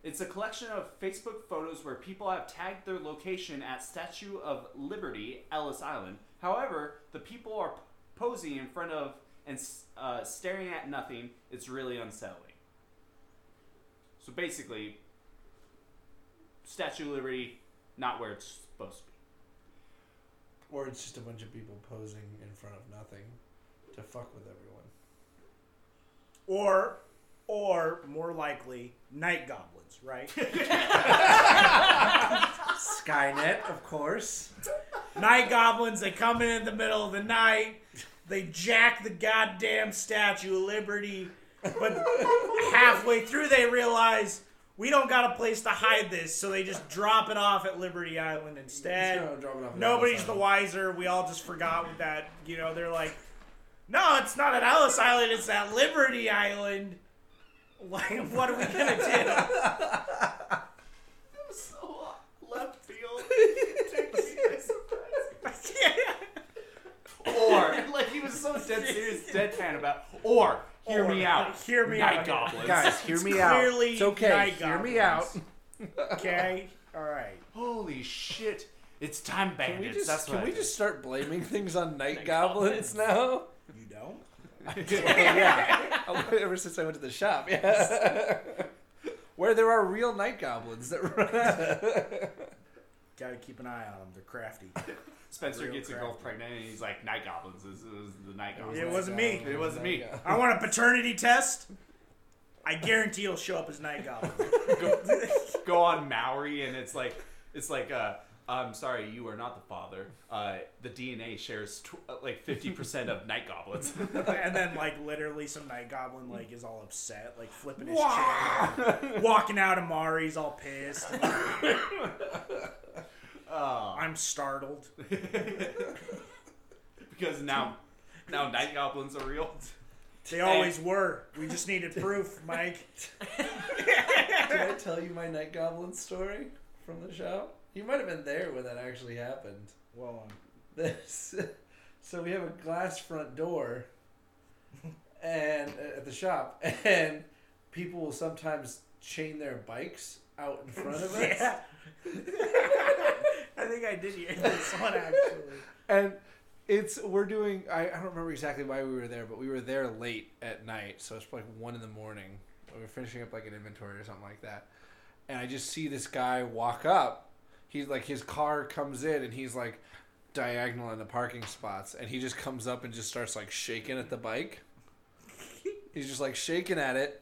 S1: It's a collection of Facebook photos where people have tagged their location at Statue of Liberty, Ellis Island. However, the people are posing in front of and uh, staring at nothing. It's really unsettling. So basically, Statue of Liberty, not where it's supposed to be.
S3: or it's just a bunch of people posing in front of nothing to fuck with everyone.
S4: Or, or more likely, night goblins, right?
S3: Skynet, of course.
S4: night goblins. They come in in the middle of the night. They jack the goddamn Statue of Liberty. But halfway through, they realize we don't got a place to hide this, so they just drop it off at Liberty Island instead.
S3: No, drop it off at
S4: Nobody's
S3: Ellis
S4: the
S3: Island.
S4: wiser. We all just forgot what that. You know, they're like, no, it's not at Ellis Island. It's at Liberty Island. (laughs) Like, what are we gonna do?
S1: (laughs) So uh, left field. (laughs)
S4: (laughs)
S1: or (laughs) like he was so dead serious, deadpan about. Or hear me
S4: Or,
S1: out.
S4: hear me
S1: Night
S4: out.
S1: goblins.
S3: Guys, hear
S4: It's
S3: me out.
S4: clearly
S3: It's okay.
S4: night
S3: Hear me out.
S4: goblins. Okay, all right.
S1: Holy shit! It's time bandits.
S3: Can we just
S1: That's
S3: can
S1: what
S3: we
S1: I
S3: just start blaming things on night goblins now?
S4: You don't?
S1: (laughs)
S3: yeah. (laughs) Ever since I went to the shop, yes. Where there are real night goblins that run.
S4: (laughs) Gotta keep an eye on them. They're crafty.
S1: Spencer
S4: Real
S1: gets a
S4: crap.
S1: girl pregnant, and he's like, "Night goblins. This is the night goblins."
S4: It wasn't me.
S1: It wasn't me.
S4: I want a paternity test. I guarantee he'll show up as Night Goblin. (laughs)
S1: go, go on Maori, and it's like it's like uh, I'm sorry, you are not the father. Uh, the DNA shares tw- uh, like fifty percent of night
S4: (laughs)
S1: goblins.
S4: and then, like, literally, some Night Goblin like is all upset, like flipping his chair,
S1: Wah!
S4: walking out. Amari's all pissed.
S3: (laughs)
S1: Oh.
S4: I'm startled.
S1: because now now night goblins are real.
S4: They always were. We just needed proof, Mike.
S3: Did I tell you my night goblin story from the shop? You might have been there when that actually happened.
S4: Well, (laughs) um,
S3: This, (laughs) so we have a glass front door, and uh, at the shop, (laughs) and people will sometimes chain their bikes out in front of us.
S4: (laughs) yeah. I think I did hear this one actually.
S3: and it's we're doing I, I don't remember exactly why we were there but we were there late at night so it's probably like one in the morning we were finishing up like an inventory or something like that and i just see this guy walk up he's like his car comes in and he's like diagonal in the parking spots and he just comes up and just starts like shaking at the bike he's just like shaking at it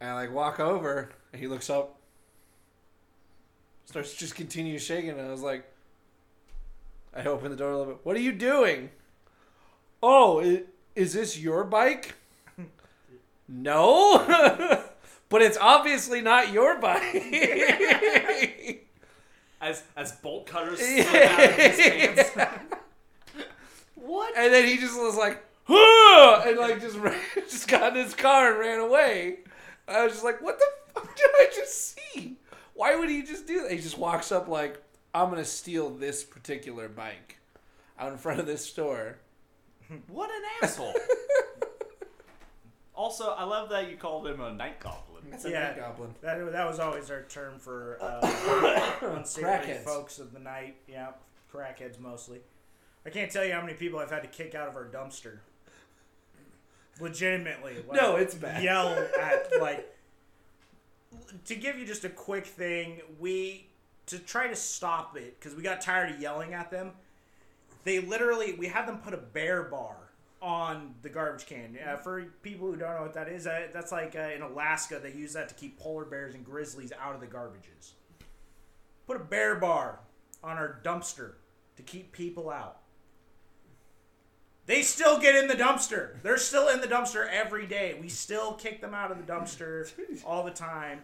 S3: and I like walk over and he looks up starts just continue shaking and i was like I open the door a little bit. What are you doing? Oh, i- is this your bike? no, (laughs) but it's obviously not your bike. (laughs)
S1: As as bolt cutters slip out of his hands.
S3: (laughs) Yeah. what? And then he just was like, huh! and like just ran, (laughs) just got in his car and ran away. I was just like, what the (laughs) fuck did I just see? Why would he just do that? He just walks up like, I'm gonna steal this particular bike out in front of this store.
S1: What an asshole! also, I love that you called him a night goblin.
S3: That's
S4: a Yeah. night
S3: goblin.
S4: That, that was always our term for
S3: (coughs)
S4: uh, unseemly
S3: Crackheads.
S4: folks of the night. Yeah, crackheads mostly. I can't tell you how many people I've had to kick out of our dumpster. Legitimately. like,
S3: No, it's bad.
S4: Yell at, like. To give you just a quick thing, we. To try to stop it, because we got tired of yelling at them, they literally. We had them put a bear bar on the garbage can. Uh, for people who don't know what that is, uh, that's like uh, in Alaska, they use that to keep polar bears and grizzlies out of the garbages put a bear bar on our dumpster to keep people out. They still get in the dumpster. They're still in the dumpster every day. We still kick them out of the (laughs) dumpster all the time.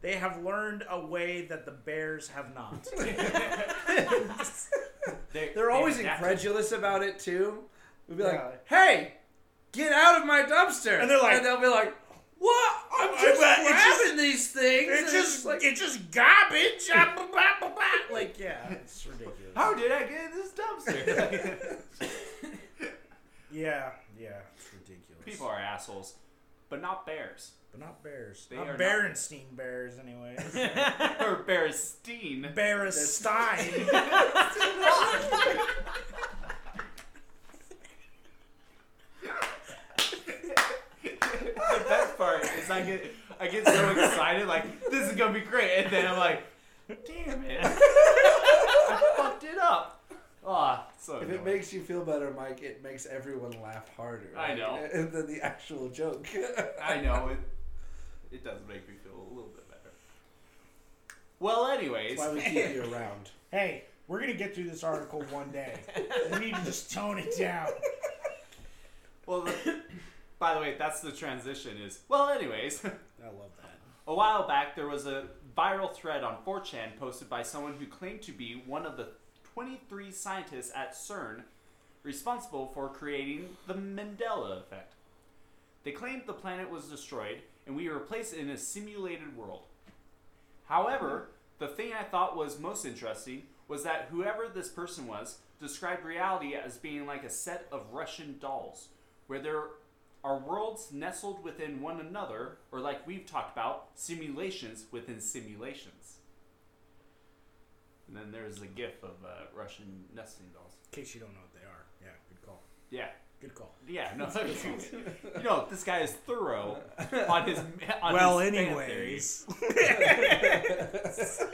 S4: They have learned a way that the bears have (laughs) not.
S5: They,
S3: They're always
S5: incredible.
S3: incredulous about it too. We'd be like,
S4: Yeah.
S3: "Hey, get out of my dumpster!"
S4: And they're like-
S3: and they'll be like, "What? I'm just
S4: bet
S3: grabbing
S4: it's just-
S3: these things."
S4: It's
S3: and
S4: just like it's just garbage. Ah, bah, bah, bah, bah. (laughs) like yeah, it's ridiculous.
S1: How did I get in this dumpster? (laughs)
S4: Yeah, yeah, it's ridiculous.
S1: People are assholes, but not bears.
S4: but not bears.
S1: They
S4: not
S1: are not-
S4: Berenstein bears, (laughs) anyway.
S1: or Bearstein.
S4: Berenstein.
S1: (laughs)
S4: (laughs)
S1: the best part is I get I get so excited, like this is gonna be great, and then I'm like, damn it, (laughs) I fucked it up. Ah, so
S3: if it
S1: annoying.
S3: makes you feel better, Mike, it makes everyone laugh harder.
S1: I know.
S3: right? (laughs) Than the actual joke.
S1: I know it. It does make me feel a little bit better. Well, anyways,
S3: That's (laughs) why we keep you around.
S4: hey, we're gonna get through this article one day. We need to just tone it down.
S1: well, (coughs) the- by the way, that's the transition. Is well, anyways. (laughs)
S4: I love that.
S1: A while back, there was a viral thread on 4chan posted by someone who claimed to be one of the 23 scientists at CERN responsible for creating the Mandela effect. They claimed the planet was destroyed and we were placed in a simulated world. However, the thing I thought was most interesting was that whoever this person was described reality as being like a set of Russian dolls, where there are worlds nestled within one another, or like we've talked about, simulations within simulations. And then there's a gif of uh, Russian nesting dolls.
S4: In case you don't know what they are. Yeah, good call.
S1: Yeah.
S4: Good call.
S1: Yeah, no, (laughs) you know this guy is thorough on his. On
S4: well,
S1: his fan
S4: anyways,
S1: theory.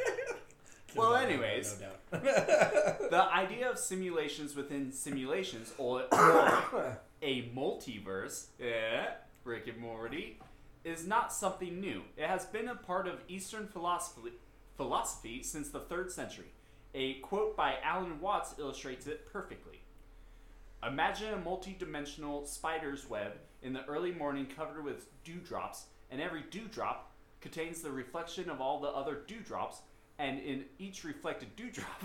S1: Well,
S3: No doubt,
S1: anyways,
S3: no
S1: (laughs)
S3: doubt.
S1: the idea of simulations within simulations, or, or (coughs) a multiverse, yeah, Rick and Morty, is not something new. It has been a part of Eastern philosophy philosophy since the third century. A quote by Alan Watts illustrates it perfectly. Imagine a multi-dimensional spider's web in the early morning covered with dewdrops, and every dewdrop contains the reflection of all the other dewdrops, and in each reflected dewdrop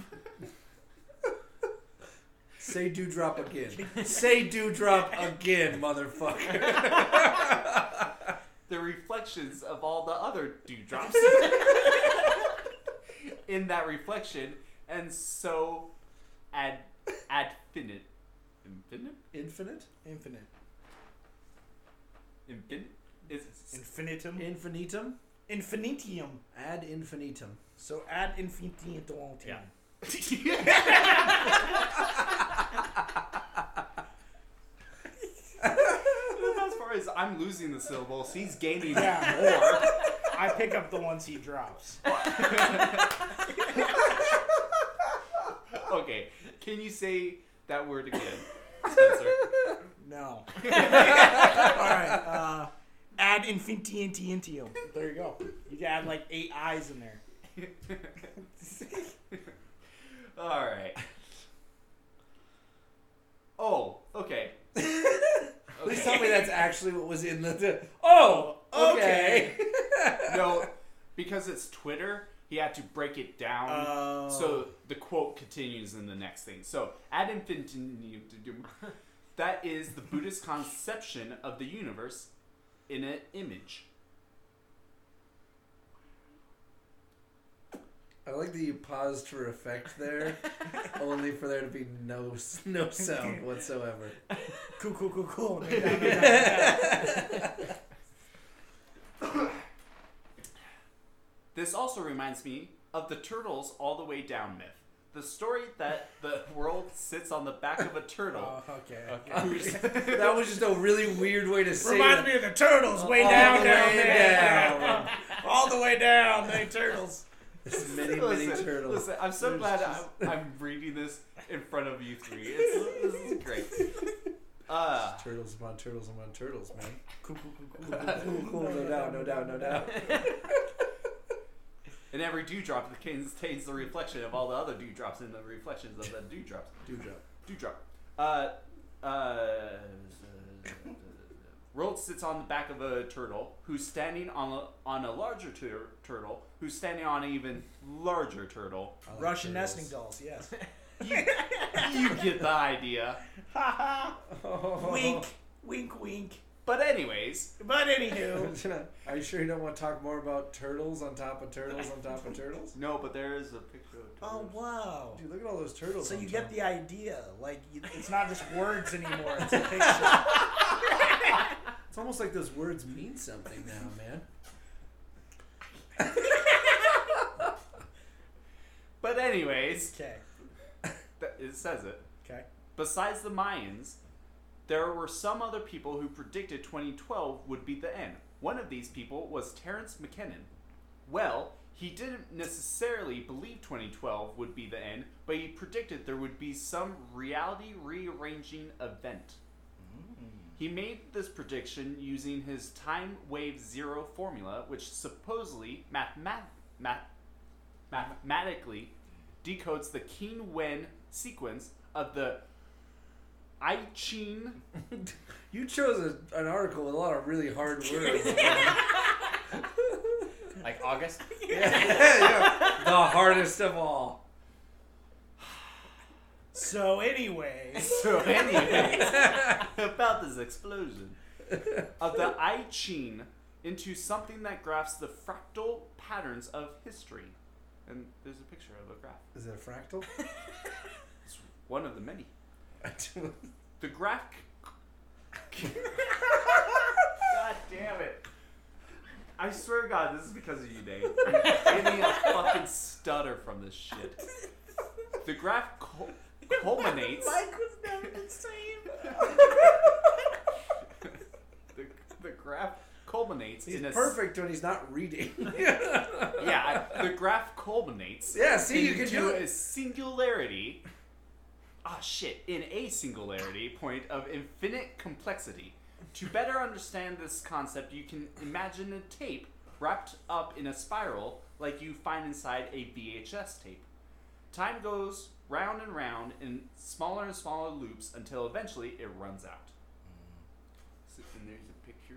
S1: (laughs)
S3: Say dewdrop again. (laughs) Say dewdrop again, motherfucker.
S1: the reflections of all the other dewdrops in that reflection, and so ad ad finite, infinite,
S3: Infinite?
S4: infinite,
S1: infinite is
S4: infinitum,
S3: Infinitum?
S4: infinitium.
S3: Ad infinitum.
S4: So ad infinitum.
S2: Yeah.
S1: the best part is I'm losing the syllables. He's gaining
S4: Yeah.
S1: more.
S4: (laughs) I pick up the ones he drops.
S1: Okay, can you say that word again, Spencer?
S3: (laughs)
S4: No. All right. Uh, ad infinitum. There you go. You can add like eight eyes in there.
S1: All right. Oh, okay.
S3: Please tell me that's actually what was in the. oh, okay.
S1: no, because it's Twitter, he had to break it down.
S4: Oh.
S1: So the quote continues in the next thing. So, ad infinitum, that is the Buddhist conception of the universe in an image.
S3: I like that you paused for effect there, only for there to be no s- no sound whatsoever.
S4: Cool, cool,
S3: (laughs)
S4: cool, cool. No, no, no, no, no.
S1: This also reminds me of the Turtles All the Way Down myth. The story that the world sits on the back of a turtle.
S4: Oh, okay.
S3: (laughs)
S1: who's-
S3: Uh,
S1: (laughs)
S3: That was just a really weird way to say
S4: Reminds
S3: it.
S4: me of the turtles way
S3: All
S4: down,
S3: the
S4: down
S3: way
S4: there.
S3: down.
S4: (laughs) All the way down, they turtles.
S3: There's many, many
S1: Listen,
S3: turtles.
S1: Listen, I'm so
S3: There's
S1: glad
S3: just-
S1: I'm, I'm reading this in front of you three. It's, this
S3: (laughs)
S1: is great. Uh,
S3: Turtles upon turtles upon turtles, man.
S4: Cool, cool, cool,
S3: (laughs)
S4: cool, cool,
S3: Cool, cool, no doubt, no doubt, no doubt.
S1: and every dewdrop contains the reflection of all the other dewdrops and the reflections of the dewdrops.
S3: Dewdrop.
S1: Dewdrop. Uh, uh, Rolt sits on the back of a turtle who's standing on a, on a larger tur- turtle who's standing on an even larger turtle.
S3: I like
S4: Russian
S3: turtles.
S4: nesting dolls, yes.
S1: (laughs) You get the idea.
S4: (laughs)
S3: (laughs)
S4: wink, wink, wink.
S1: But anyways,
S4: But
S1: (laughs)
S4: anywho,
S3: Are you sure you don't want to talk more about turtles on top of turtles on top of turtles?
S1: no, but there is a picture of
S4: oh
S1: turtles.
S4: wow.
S3: Dude, look at all those turtles.
S4: So
S3: on
S4: you get
S3: top.
S4: the idea. Like you, it's not just
S1: (laughs)
S4: words anymore. It's a picture.
S3: It's almost like those words mean something now, man.
S1: But anyways,
S4: Okay.
S1: th- it says it.
S4: Okay.
S1: Besides the Mayans, there were some other people who predicted 2012 would be the end. One of these people was Terrence McKinnon. Well, he didn't necessarily believe 2012 would be the end, but he predicted there would be some reality rearranging event. He made this prediction using his time wave zero formula, which supposedly mathemat- math- mathematically decodes the Keen Wen sequence of the I Ching.
S3: (laughs) You chose a, an article with a lot of really hard words.
S5: (laughs) Like August?
S3: Yeah, the hardest of all.
S4: So anyways, (laughs)
S1: So,
S3: (laughs)
S1: anyway, (laughs) about this explosion of the I Ching into something that graphs the fractal patterns of history. And there's a picture of a graph.
S3: Is it a (laughs) fractal?
S1: It's one of the many.
S3: I
S1: The graph. God damn it. I swear to God, this is because of you, Dave. You gave me a fucking stutter from this shit. The graph co-
S3: (laughs)
S1: culminates
S4: was never the same.
S1: the, the graph culminates
S3: He's
S1: in a s-
S3: perfect when he's not
S1: (laughs)
S4: (laughs)
S3: reading.
S1: yeah I- the graph culminates
S3: Yeah, see, you can
S1: into
S3: do it.
S1: a singularity ah shit in a singularity point of infinite complexity to better understand this concept you can imagine a tape wrapped up in a spiral like you find inside a vhs tape time goes round and round in smaller and smaller loops until eventually it runs out So- and there's a picture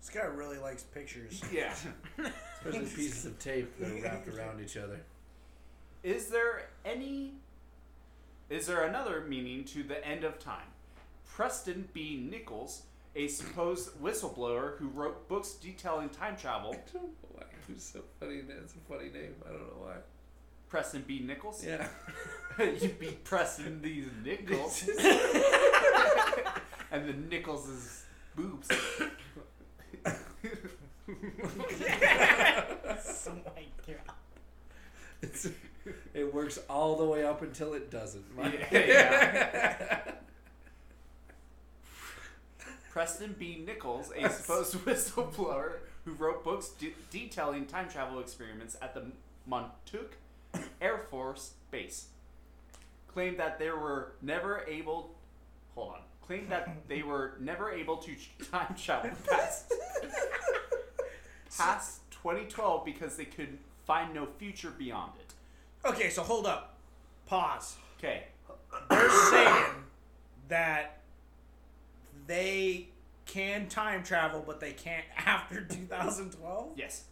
S4: This guy really
S1: (laughs)
S4: likes pictures. (laughs)
S1: yeah
S3: Especially pieces of tape that are wrapped around each other.
S1: Is there any. Is there another meaning to the end of time? Preston B. Nichols, a supposed whistleblower who wrote books detailing time travel.
S3: don't know why it was so funny. That's a funny name. I don't know why.
S1: Preston B. Nichols?
S5: (laughs)
S3: Yeah.
S1: (laughs) you be Preston these Nichols. and the Nichols is boobs.
S4: Oh Some white girl.
S3: (laughs) It's, it works all the way up until it doesn't. (laughs)
S1: Yeah. Preston B. Nichols, a supposed (laughs) whistleblower who wrote books de- detailing time travel experiments at the Montauk Air Force Base, claimed that they were never able. Hold on. Claimed that they were never able to time travel past past 2012 because they could find no future beyond it.
S4: Okay, so hold up. Pause.
S1: Okay.
S4: They're saying that they can time travel, but they can't (laughs) after 2012
S1: Yes.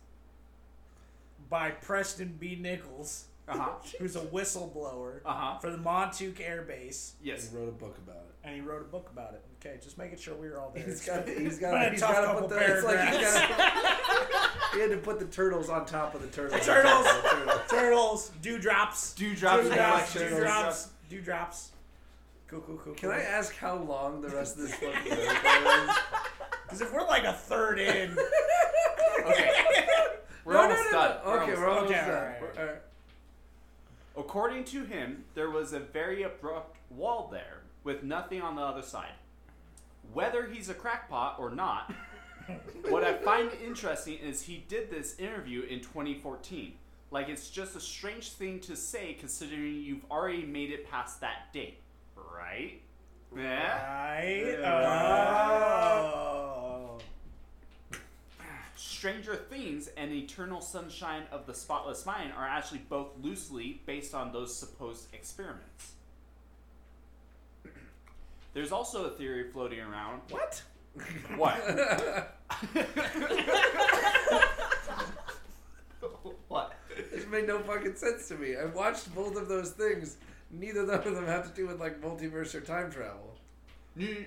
S4: by Preston B. Nichols,
S1: Uh huh.
S4: who's a whistleblower
S1: Uh huh.
S4: for the Montauk Air Base,
S1: Yes.
S3: He wrote a book about it.
S4: and he wrote a book about it. Okay, just making sure we were all there.
S3: He's got. He's
S4: But a
S3: got. He's
S4: tough
S3: got to
S4: couple
S3: put the. It's like he's
S4: paragraphs.
S3: got. He had to put the turtles on top of the turtles.
S1: (laughs)
S4: (laughs) Turtles.
S3: The turtles.
S4: Turtles, dewdrops,
S1: Dewdrops,
S4: dewdrops,
S1: reflections.
S4: dewdrops, dewdrops. Cool, cool, cool.
S3: Can
S4: cool.
S3: I ask how long the rest of this fucking article is?
S4: Because if we're like a
S3: (laughs)
S4: third in,
S1: Okay.
S4: (laughs)
S1: We're almost done. We're
S3: Okay,
S1: almost
S3: we're almost
S4: Okay,
S3: done.
S4: alright,
S3: We're-
S4: alright.
S3: alright.
S1: According to him, there was a very abrupt wall there, with nothing on the other side. Whether he's a crackpot or not, what I find interesting is he did this interview in 2014. Like, it's just a strange thing to say considering you've already made it past that date, right? Yeah.
S4: right? Oh.
S1: Stranger Things and Eternal Sunshine of the Spotless Mind are actually both loosely based on those supposed experiments. There's also a theory floating around.
S4: What? (laughs)
S1: What? what?
S3: (laughs) This made no fucking sense to me. I watched both of those things. Neither one of them have to do with like multiverse or time travel.
S1: New-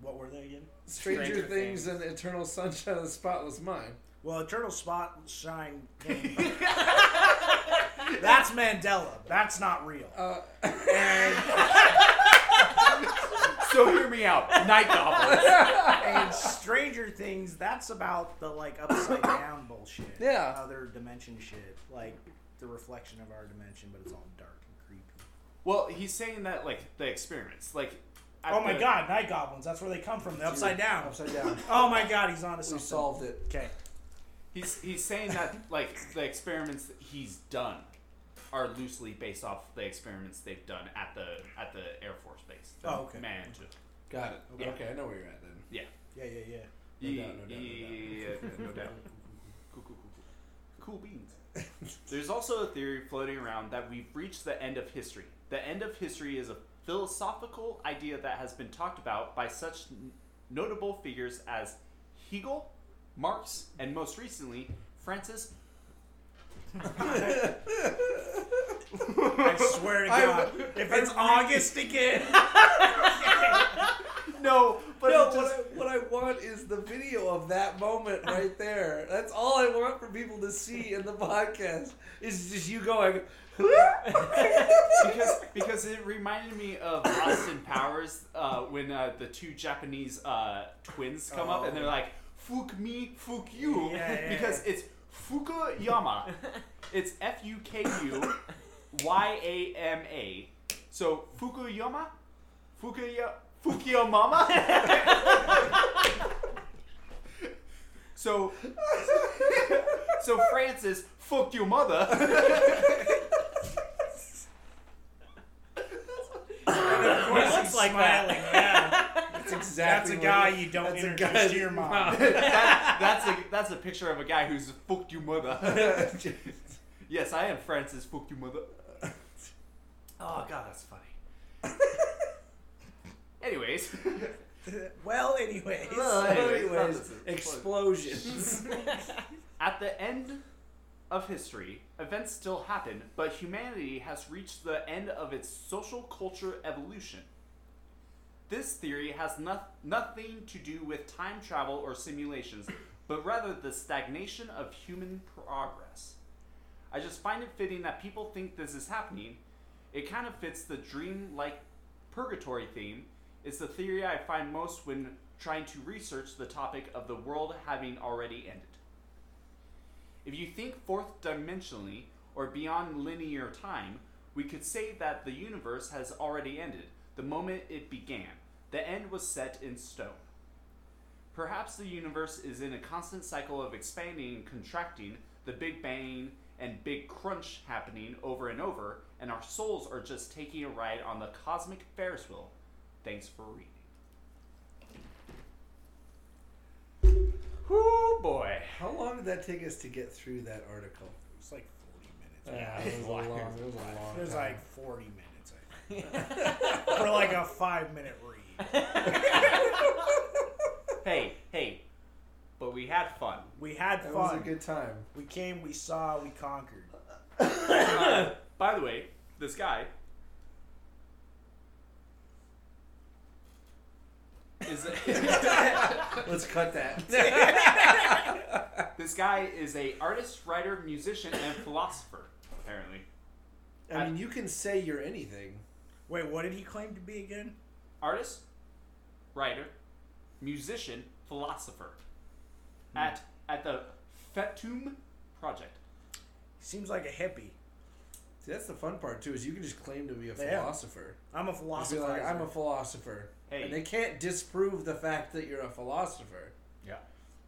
S4: What were they again?
S3: Stranger,
S1: Stranger
S3: Things, and Eternal Sunshine of the Spotless Mind.
S4: Well, Eternal Spot Shine. came. That's Mandela. That's not real.
S3: Uh,
S1: so hear me out. Night Goblins.
S4: and Stranger Things, that's about the like upside down bullshit.
S3: Yeah.
S4: Other dimension shit. Like the reflection of our dimension, but it's all dark and creepy.
S1: Well, he's saying that like the experiments, like. at
S4: Oh my
S1: the-
S4: god, night goblins. That's where they come from. The upside down.
S3: upside down.
S4: Oh my god, he's on to
S3: We
S4: something.
S3: solved it.
S4: Okay.
S1: He's he's saying that like the experiments that he's done are loosely based off the experiments they've done at the at the Air Force base. the
S4: Oh, okay.
S1: Manitoba.
S3: Got it. Okay,
S1: Yeah.
S3: okay, I know where you're at then.
S1: Yeah.
S4: Yeah, yeah, yeah.
S3: No
S1: Ye-
S3: doubt, no doubt, no doubt. (laughs)
S1: yeah, yeah, no doubt. Cool, cool, cool, cool. Cool beans. There's also a theory floating around that we've reached the end of history. The end of history is a philosophical idea that has been talked about by such n- notable figures as Hegel, Marx, and most recently, Francis.
S3: (laughs)
S4: (laughs) I swear to God, if it's August (laughs) again,
S1: No, but
S3: No,
S1: it just-
S3: what, I, what I want is the video of that (laughs) moment right there. That's all I want for people to see in the podcast. Is just you going.
S1: because because it reminded me of Austin Powers uh, when uh, the two Japanese uh, twins come up and they're like "fuck me, fuck you"
S4: Oh. Yeah, yeah,
S1: because it's Fukuyama. it's F U K U Y A M A, So Fukuyama, Fukuya, Fukuyamama. so, so Francis, fuck your mother. (laughs)
S4: Of course,
S2: looks
S4: he's
S2: like that.
S4: smiling. Yeah,
S3: That's
S4: that's
S3: exactly
S4: a
S3: what
S4: guy
S3: it-
S4: you don't
S3: that's a
S4: introduce
S3: guy-
S4: to
S3: (laughs)
S4: your mom.
S1: that, that's a that's a picture of a guy who's fucked your
S3: (laughs)
S4: (laughs)
S1: mother. yes, I am Francis. Fuck your mother. Oh God, that's funny. Anyways, (laughs)
S4: well, anyways,
S1: Well, anyways, that
S4: anyways,
S1: was a-
S4: explosions.
S1: At the end of history, events still happen, but humanity has reached the end of its social culture evolution. This theory has no- nothing to do with time travel or simulations, but rather the stagnation of human progress. I just find it fitting that people think this is happening. It kind of fits the dream like purgatory theme. It's the theory I find most when trying to research the topic of the world having already ended. If you think fourth dimensionally or beyond linear time, we could say that the universe has already ended the moment it began. The end was set in stone. Perhaps the universe is in a constant cycle of expanding and contracting, the Big Bang and Big Crunch happening over and over, and our souls are just taking a ride on the cosmic Ferris wheel. Thanks for reading. Whoo boy.
S3: How long did that take us to get through that article?
S4: it's like forty
S3: Yeah,
S4: minutes.
S3: it
S4: (laughs)
S3: was a long. It was a long.
S4: It was
S3: time.
S4: like 40 minutes, I think. For like a five minute read.
S1: Hey, hey, but we had fun.
S4: We
S3: (laughs)
S4: had
S3: That was
S4: fun.
S3: a good
S4: (laughs)
S3: time.
S4: we came, we saw, we conquered.
S1: Uh, By the way, this guy is
S3: Let's cut that.
S1: (laughs)
S4: (laughs)
S1: this guy is a artist, writer, musician, and philosopher. Apparently,
S3: I mean, you can say you're anything.
S4: Wait, what did he claim to be again?
S1: artist, writer, musician, philosopher. At at the Fetum Project.
S4: Seems like a hippie.
S3: See, that's the fun part too. Is you can just claim to be a
S4: Yeah.
S3: philosopher.
S4: I'm a
S3: Just be
S4: philosopher.
S3: like, I'm a philosopher,
S1: Hey.
S3: and they can't disprove the fact that you're a philosopher.
S1: Yeah.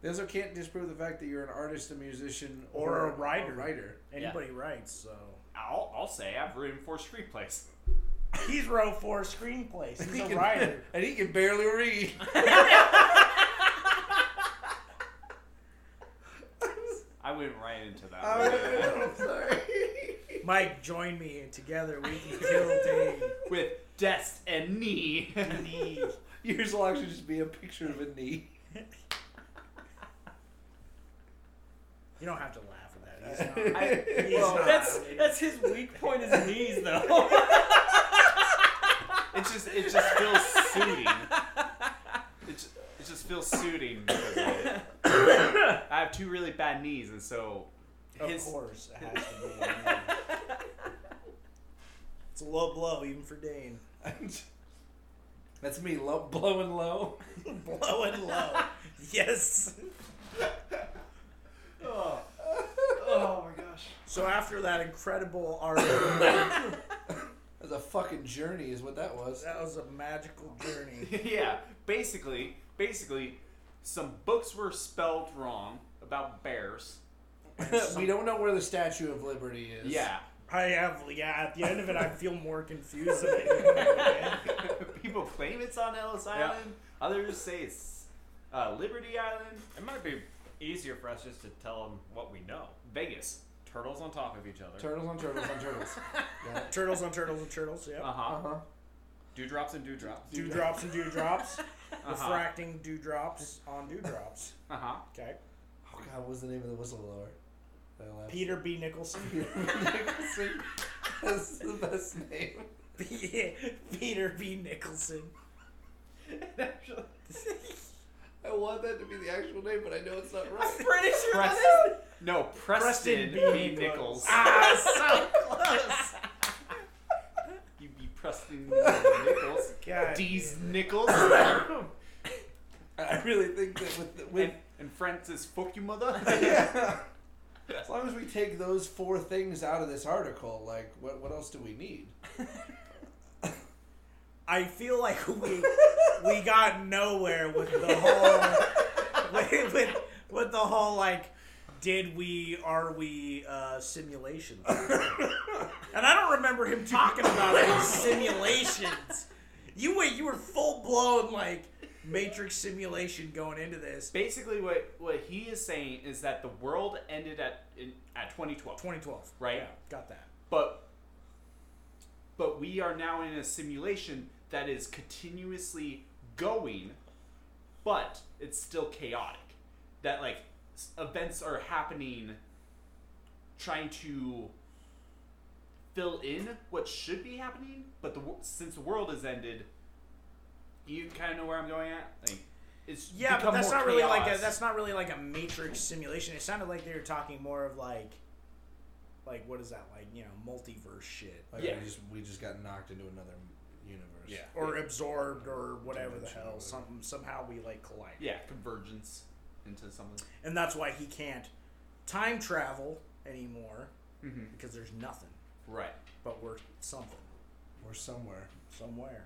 S3: They also can't disprove the fact that you're an artist, a musician,
S4: Or a writer.
S3: writer. (laughs)
S4: Anybody writes, so.
S1: I'll, I'll say I've written four screenplays.
S4: He's wrote four screenplays.
S3: He
S4: He's a
S3: can-
S4: writer.
S3: (laughs) and he can barely
S4: (laughs)
S3: read. (laughs)
S1: I wouldn't write into that.
S3: I'm sorry.
S4: Mike, join me, and together we can kill Dave.
S1: (laughs) With (laughs) destiny.
S3: (laughs) Yours will actually just be a picture of a knee.
S4: You don't have to laugh
S3: (laughs)
S4: at that. He's
S1: (laughs)
S4: not.
S1: I-
S4: He's
S1: well,
S4: not. (laughs)
S2: That's that's his weak point is knees though.
S1: (laughs) It just it just feels soothing. It just, it just feels soothing because I, I have two really bad knees, and so (laughs)
S4: Of
S1: his
S4: course, it has to be.
S1: (laughs)
S4: a man. it's a low blow, even for Dane.
S3: That's me, low, blowing low.
S4: (laughs) Blowing low.
S1: (laughs)
S3: (laughs)
S4: yes.
S2: oh my gosh.
S4: So after that incredible
S1: (laughs)
S4: article, that
S3: That's a fucking journey, is what that was.
S4: was a magical journey.
S1: yeah, basically basically some books were spelled wrong about bears.
S3: (laughs) we don't know where the Statue of Liberty is.
S1: Yeah, (laughs)
S4: I have, yeah. At the end of it, I feel more confused than I
S1: (laughs)
S4: am.
S1: people claim it's on Ellis Island. Others say it's uh, Liberty Island,
S5: It might be easier for us just to tell them what we know.
S1: Vegas.
S5: Turtles on top of each other.
S3: Turtles on turtles on
S1: (laughs)
S3: turtles. yeah.
S4: Turtles on turtles and turtles. Yep.
S1: Uh huh.
S3: Uh-huh.
S5: dewdrops and dewdrops.
S4: Dewdrops
S1: (laughs)
S4: and dewdrops.
S1: Uh
S4: Refracting dewdrops on dewdrops.
S1: huh. Uh huh.
S4: Okay.
S3: Oh god, what was the name of the whistleblower? That I laughed.
S4: Peter B. Nicholson.
S1: (laughs)
S3: Peter (laughs) Nicholson. That's the best name.
S4: (laughs) Peter B. Nicholson.
S3: Actually, I want that to be the actual name, but I know
S1: (laughs)
S3: it's not right.
S2: Pretty sure
S1: Preston. No, Preston,
S4: Preston
S1: B.
S4: B.
S1: Nichols.
S4: Ah, so close.
S1: (laughs) You be Preston Nichols.
S4: God
S1: D's
S4: damn (laughs)
S1: Nichols.
S3: I really think that with the, with
S1: and, and Francis, fuck you, mother.
S3: (laughs)
S4: (laughs)
S3: yeah. As long as we
S1: (laughs)
S3: take those four things out of this article, like what what else do we need?
S4: I feel like we we got nowhere with the whole with, with, with the whole like did we are we uh, simulations? and I don't remember him talking about any simulations. You wait, you were full blown like Matrix simulation going into this.
S1: Basically, what what he is saying is that the world ended at in, at 2012,
S4: 2012,
S1: right?
S4: Yeah, got that.
S1: But but we are now in a simulation that is continuously going, but it's still chaotic. That like s- events are happening, trying to fill in what should be happening. But the wo- since the world has ended, you kind of know where I'm going at. Like, it's
S4: Yeah, but
S1: become
S4: that's
S1: more
S4: not really like a,
S1: chaos.
S4: that's not really like a Matrix simulation. It sounded like they were talking more of like, like what is that like you know multiverse shit
S3: Like
S1: Yeah.
S3: we just we just got knocked into another universe.
S1: Yeah.
S4: or absorbed or whatever the
S3: Dimension or
S4: hell.
S3: whatever.
S4: Something somehow we like collide,
S1: yeah convergence into something.
S4: and that's why he can't time travel anymore
S1: Mhm.
S4: because there's nothing.
S1: Right.
S4: But we're something
S3: Or somewhere.
S4: somewhere.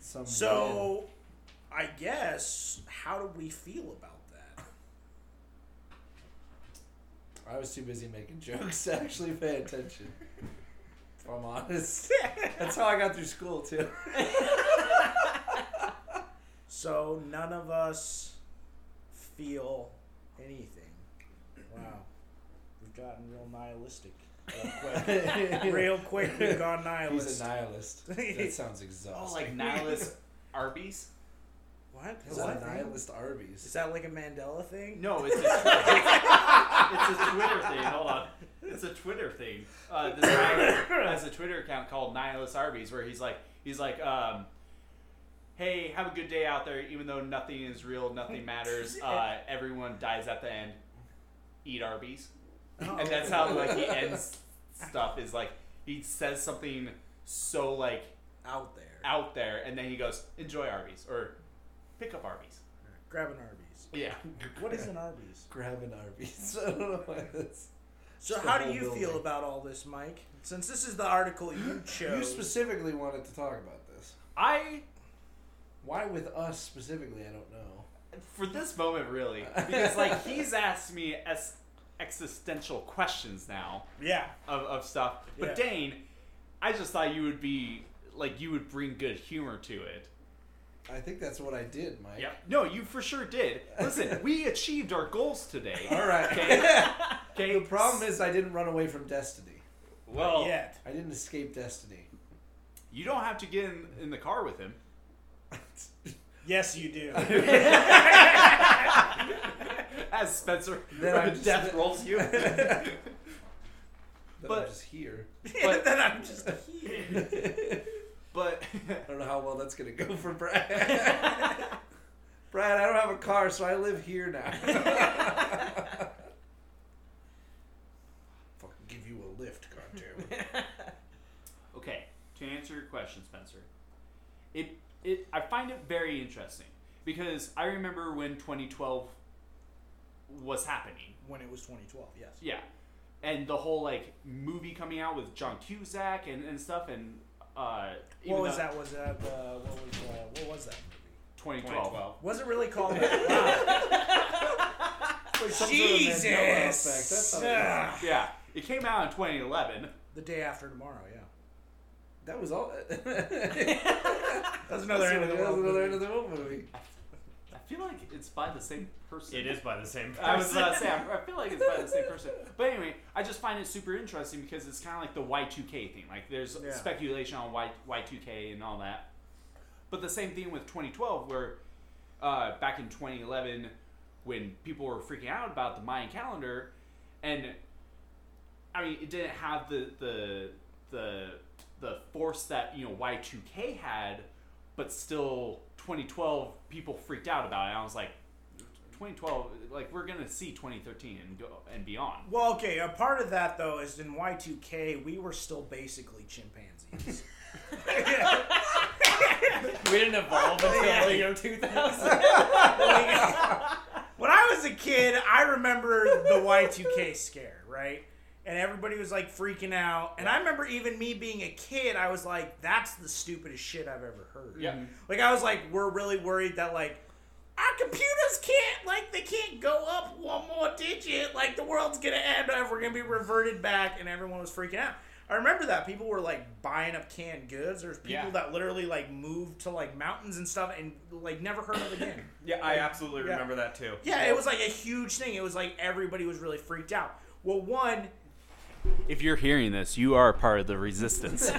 S3: Somewhere.
S4: So, I guess how do we feel about that?
S3: I was too busy making (laughs) jokes to actually pay attention. If I'm honest.
S1: (laughs)
S3: That's how I got through school too.
S4: So none of us feel anything. Wow. We've gotten real nihilistic. Real
S3: (laughs)
S4: quick, (laughs) real quick we've gone
S3: He's
S4: nihilist.
S3: a
S4: (laughs)
S3: nihilist. That sounds exhausting.
S1: Oh, like nihilist Arby's?
S4: what?
S3: Is
S4: Is
S3: that
S4: that,
S3: a nihilist Arby's?
S4: is that like a Mandela thing?
S1: No, it's a, it's a Twitter thing. Hold on. It's a Twitter thing. Uh, this guy has a Twitter account called Nihilus Arby's where he's like, he's like, um, hey, have a good day out there. Even though nothing is real, nothing matters. Uh, everyone dies at the end. Eat Arby's.
S4: Oh,
S1: And that's how like he ends stuff is like he says something so like
S4: Out there.
S1: out there, and then he goes enjoy Arby's or pick up Arby's.
S4: Grab an Arby's.
S1: Yeah.
S4: What is an Arby's?
S3: Grab an Arby's. (laughs) I don't know why that's.
S4: So
S3: Just the
S4: how do
S3: whole
S4: you
S3: building.
S4: feel about all this, Mike? Since this is the article you chose.
S3: You specifically wanted to talk about this.
S1: I
S3: Why with us specifically? I don't know.
S1: for this moment really because like he's asked me as existential questions now
S4: yeah.
S1: of, of stuff but
S4: Yeah.
S1: dane i just thought you would be like you would bring good humor to it
S3: I think that's what I did, Mike.
S1: no you for sure did listen we achieved our goals today
S3: All right.
S1: okay okay
S3: (laughs) The problem is I didn't run away from destiny.
S1: well
S4: Yet.
S3: I didn't escape destiny. (laughs)
S1: you don't have to get in, in the car with him
S4: Yes, you do.
S1: as spencer
S3: Then I'm
S1: (laughs)
S3: just-
S1: death rolls
S3: (laughs)
S1: you
S3: But, I'm
S1: But-
S3: just (laughs) here.
S1: But-
S4: then I'm just
S3: I don't
S1: but (laughs)
S3: know how well that's gonna go for Brad. (laughs) Brad, I don't have a car, so I live here now. Fucking give you a lift, goddamn. it.
S1: Okay, to answer your question, Spencer, it it I find it very interesting because I remember when 2012 was happening.
S4: when it was 2012. Yes.
S1: Yeah, and the whole like movie coming out with John Cusack and, and stuff and uh, even
S4: What was
S1: though-
S4: that? Was that uh, what was uh, what was that movie?
S1: 2012.
S5: 2012.
S4: Was it really called? that?
S3: It's like some sort of Mandela effect. That's
S4: Jesus!
S3: how it is.
S4: Ah.
S1: Yeah, it came out in 2011.
S4: The day after tomorrow. Yeah.
S3: That was all. That's
S4: That's
S3: that was another end of the world movie.
S1: I feel like it's by the same person.
S5: It is by the same person.
S1: I was about to say, I I feel like it's by the same person. But anyway, I just find it super interesting because it's kind of like the Y2K thing. Like, there's
S4: Yeah.
S1: speculation on y, Y2K and all that. But the same thing with 2012, where uh, back in 2011, when people were freaking out about the Mayan calendar, and I mean, it didn't have the the the the force that you know Y2K had, but still 2012 people freaked out about it. I was like, 2012, like we're gonna see 2013 and go and beyond.
S4: Well, okay. A part of that though is in Y2K we were still basically
S3: (laughs)
S4: chimpanzees.
S5: we
S3: (laughs)
S5: didn't evolve until
S4: Yeah.
S5: the year 2000.
S4: (laughs) Like, when I was a kid, I remember the Y2K scare, right? and everybody was like freaking out. And I remember even me being a kid, I was like, "That's the stupidest shit I've ever heard."
S3: Yeah.
S4: Like I was like, "We're really worried that like." Our computers can't like they can't go up one more digit. Like the world's gonna end. If we're gonna be reverted back, and everyone was freaking out. I remember that people were like buying up canned goods. There's people
S1: Yeah.
S4: that literally like moved to like mountains and stuff, and like never heard of again.
S1: Yeah, I absolutely
S4: Yeah.
S1: remember that too.
S4: Yeah, it was like a huge thing. It was like everybody was really freaked out. Well, one,
S1: If you're hearing this, you are part of the
S4: (laughs)
S1: resistance.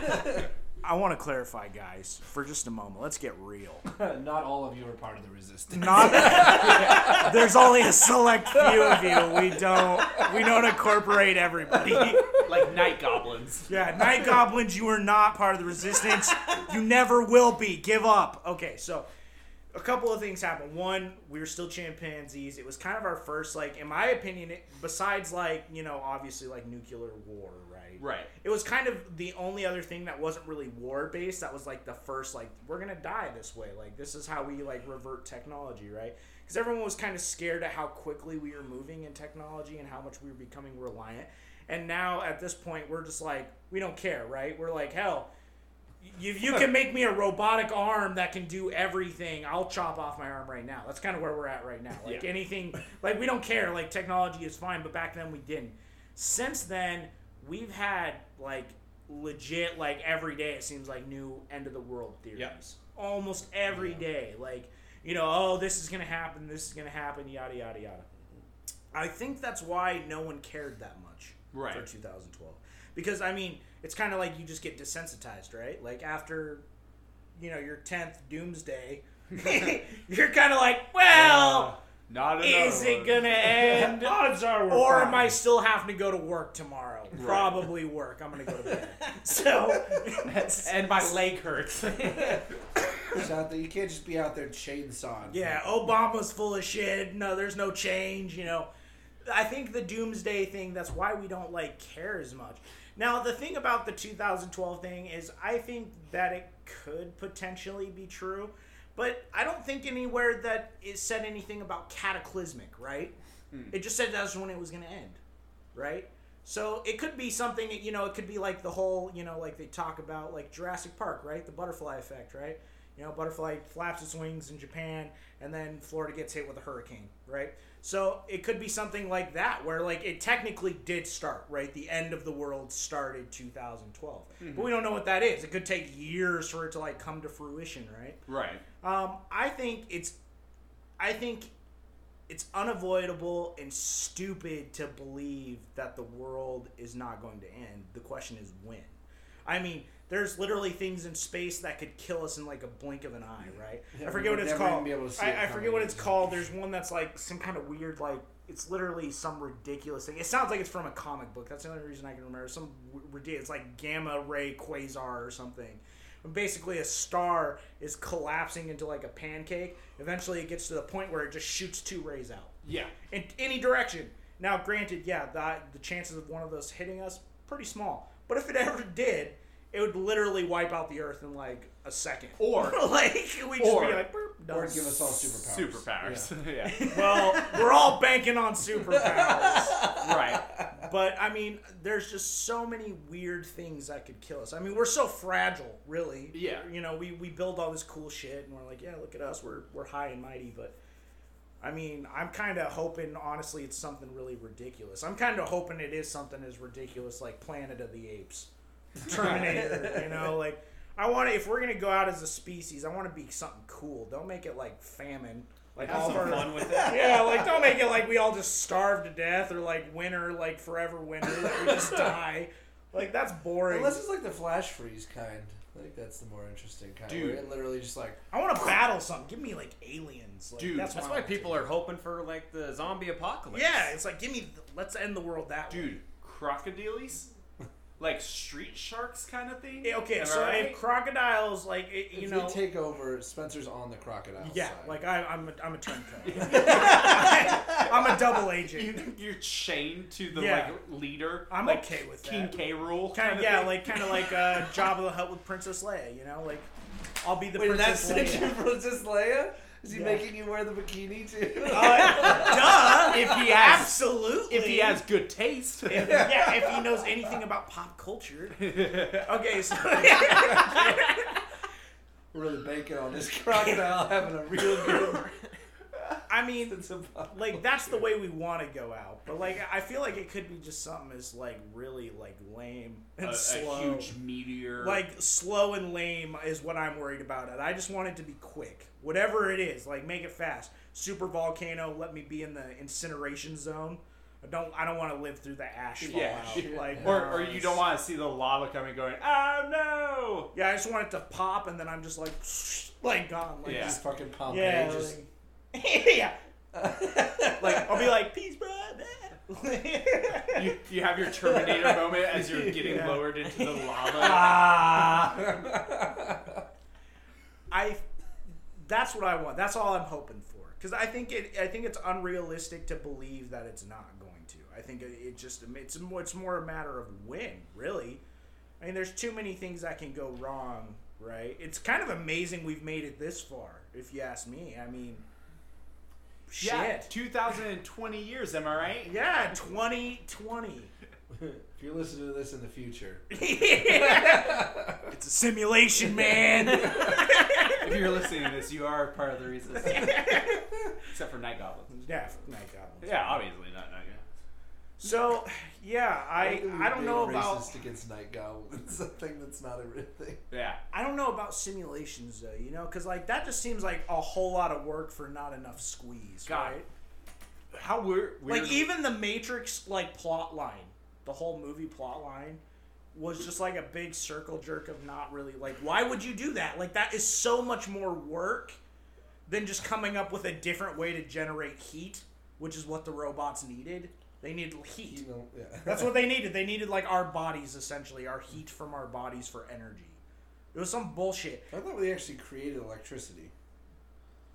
S4: I want to clarify, guys, for just a moment. Let's get real.
S3: (laughs) Not all of you are part of the resistance.
S4: Not (laughs) there's only a select few of you. We don't we don't incorporate everybody. (laughs)
S1: like night goblins.
S4: Yeah, night goblins, you are not part of the resistance. You never will be. Give up. Okay, so a couple of things happened. One, we were still chimpanzees. It was kind of our first, like, in my opinion, it, besides like you know, obviously like nuclear war, right?
S1: Right.
S4: It was kind of the only other thing that wasn't really war based. That was like the first, like, we're gonna die this way. Like, this is how we like revert technology, right? Because everyone was kind of scared at how quickly we were moving in technology and how much we were becoming reliant. And now at this point, we're just like, we don't care, right? We're like, hell, if you can make me a robotic arm that can do everything, I'll chop off my arm right now. That's kind of where we're at right now. Like anything, like we don't care. Like technology is fine, but back then we didn't. Since then, we've had like legit, like every day it seems like new end of the world theories. Almost every day, like you know, oh, this is gonna happen, this is gonna happen, yada yada yada. I think that's why no one cared that much for
S1: Right.
S4: 2012 because I mean it's kind of like you just get desensitized, right? Like after you know your 10th doomsday, (laughs) you're kind of like, well,
S1: Not another
S4: is it
S1: one.
S4: gonna end?
S2: Odds are we're
S4: or
S2: fine.
S4: am I still having to go to work tomorrow? Probably work. I'm gonna go to bed. So (laughs)
S1: And my leg hurts.
S3: Shout that you can't just be out there chainsawing.
S4: Yeah, Obama's full of shit. No, there's no change, you know. I think the doomsday thing, that's why we don't like care as much. Now, the thing about the 2012 thing is I think that it could potentially be true, but I don't think anywhere that it said anything about cataclysmic, right? It just said that's when it was going to end, right? So it could be something, that, you know, it could be like the whole, you know, like they talk about like Jurassic Park, right? The butterfly effect, right? You know, butterfly flaps its wings in Japan, and then Florida gets hit with a hurricane, right? So it could be something like that, where like it technically did start, right? The end of the world started 2012, but we don't know what that is. It could take years for it to like come to fruition, right?
S1: right.
S4: Um, I think it's, I think it's unavoidable and stupid to believe that the world is not going to end. The question is when. I mean, there's literally things in space that could kill us in like a blink of an eye, right?
S3: Yeah,
S4: I
S3: we
S4: forget what
S3: would
S4: it's
S3: never even
S4: called.
S3: be able to see it
S4: I, I forget
S3: coming.
S4: what it's called. There's one that's like some kind of weird, like it's literally some ridiculous thing. It sounds like it's from a comic book. That's the only reason I can remember. Some ridiculous, it's like gamma ray quasar or something. But Basically, a star is collapsing into like a pancake. Eventually, it gets to the point where it just shoots two rays out
S1: Yeah.
S4: in any direction. Now, granted, yeah, the, the chances of one of those hitting us pretty small. But if it ever did, it would literally wipe out the Earth in like a second.
S1: Or-
S4: (laughs) like we just
S1: or-
S4: be like, "Burp, done."
S3: Or give us all superpowers.
S1: Superpowers. (laughs) Yeah.
S4: (laughs) well, we're all banking
S3: (laughs)
S4: on superpowers.
S1: right.
S4: but I mean, there's just so many weird things that could kill us. I mean, we're so fragile, really.
S1: Yeah.
S4: You know, we we build all this cool shit, and we're like, yeah, look at us, we're we're high and mighty, but. I mean, I'm kind of hoping, honestly, it's something really ridiculous. I'm kind of hoping it is something as ridiculous like Planet of the Apes,
S5: (laughs)
S4: Terminator. you know, like I want to. If we're gonna go out as a species, I want to be something cool. Don't make it like famine. Like
S5: Have
S4: all
S5: some
S4: of our-
S5: fun with it.
S4: (laughs) yeah, like don't make it like we all just starve to death or like winter, like forever winter, that we
S5: (laughs)
S4: just die. Like that's boring.
S3: Unless it's like the flash freeze kind. I think that's the more interesting kind. where
S1: Dude.
S3: it literally just like
S4: I want to battle something. Give me like aliens. Like,
S1: Dude,
S4: that's,
S5: That's
S4: what I
S5: why
S4: want to
S5: people are hoping for like the zombie apocalypse.
S4: do. Yeah, it's like give me. Let's end the world that way.
S1: Dude, crocodilies? Like street sharks kind of thing?
S4: Yeah, Eh, Okay,
S1: Am I
S4: so
S1: right?
S4: if crocodiles, like it,
S3: if
S4: you know,
S3: we take over. Spencer's on the crocodile.
S4: yeah,
S3: side.
S4: like I, I'm a, I'm
S1: (laughs)
S4: a turncoat. (laughs) I'm a double agent.
S1: you, (laughs) you're chained to the
S4: Yeah.
S1: like leader.
S4: I'm
S1: like,
S4: okay with
S1: King
S4: that.
S1: K rule.
S4: Kind
S1: kinda
S4: of, yeah,
S1: thing.
S4: like kind of like uh, Jabba the Hutt with Princess Leia. You know, like I'll be the
S3: Wait, that's
S4: Princess
S3: the
S4: Leia.
S3: Princess Leia. Is he
S4: Yeah.
S3: making you wear the bikini too?
S4: (laughs)
S1: (laughs)
S3: (laughs)
S4: Uh, duh.
S1: If he has-
S4: absolutely,
S1: If he has good taste.
S4: If- (laughs) yeah, if he knows anything about pop culture.
S1: (laughs)
S4: Okay, so
S3: We're really banking on this
S4: (laughs)
S3: crocodile having a real good
S4: I mean,
S3: sense of pop
S4: like that's the way we want to go out. But like, I feel like it could be just something as like really like lame
S1: a,
S4: and
S1: (laughs) a
S4: slow.
S1: huge meteor.
S4: like slow and lame is what I'm worried about. It. I just want it to be quick. Whatever it is, like make it fast. Super volcano. Let me be in the incineration zone. I don't. I don't want to live through the ash fallout.
S1: Yeah. (laughs)
S4: Like, uh,
S1: or,
S4: no,
S1: or you
S4: it's-
S1: don't want to see the lava coming going, oh no!
S4: Yeah, I just want it to pop, and then I'm just like, (laughs) like gone. Like,
S1: Yeah.
S4: just-
S3: Just fucking Pompeii.
S4: yeah,
S3: just,
S4: like- yeah. Like I'll be like, peace, bro. (laughs) man."
S1: You, you have your (laughs) Terminator moment as you're getting
S4: Yeah.
S1: lowered into the (laughs) lava.
S4: ah. (laughs) I that's what I want. That's all I'm hoping for. Because I think it, I think it's unrealistic to believe that it's not going to. I think it, it just it's more it's more a matter of when, really. I mean, there's too many things that can go wrong, right? It's kind of amazing we've made it this far, if you ask me. I mean, shit.
S1: yeah,
S4: Yeah,
S1: 2020 years, am I right?
S4: 2020.
S3: if you're listening to this in the future,
S4: It's a simulation, man.
S1: (laughs) If you're listening to this, you are part of the resistance. (laughs) Except for Night Goblins.
S4: (laughs) yeah, my (laughs) God.
S1: Yeah, obviously not Night Goblins.
S4: So, yeah, I I don't know
S3: Being
S4: about
S3: racist against night goblins. (laughs) A thing that's not a real thing.
S1: Yeah.
S4: I don't know about simulations though, you know, because like that just seems like a whole lot of work for not enough squeeze,
S1: God.
S4: right?
S1: How weird. weird
S4: Like even the Matrix like plot line, the whole movie plot line was just like a big circle jerk of not really like why would you do that? Like that is so much more work than just coming up with a different way to generate heat, which is what the robots needed. They needed heat.
S3: You know, yeah.
S4: That's what they needed. They needed like our bodies essentially, our heat from our bodies for energy. It was some bullshit.
S3: I thought we actually created electricity.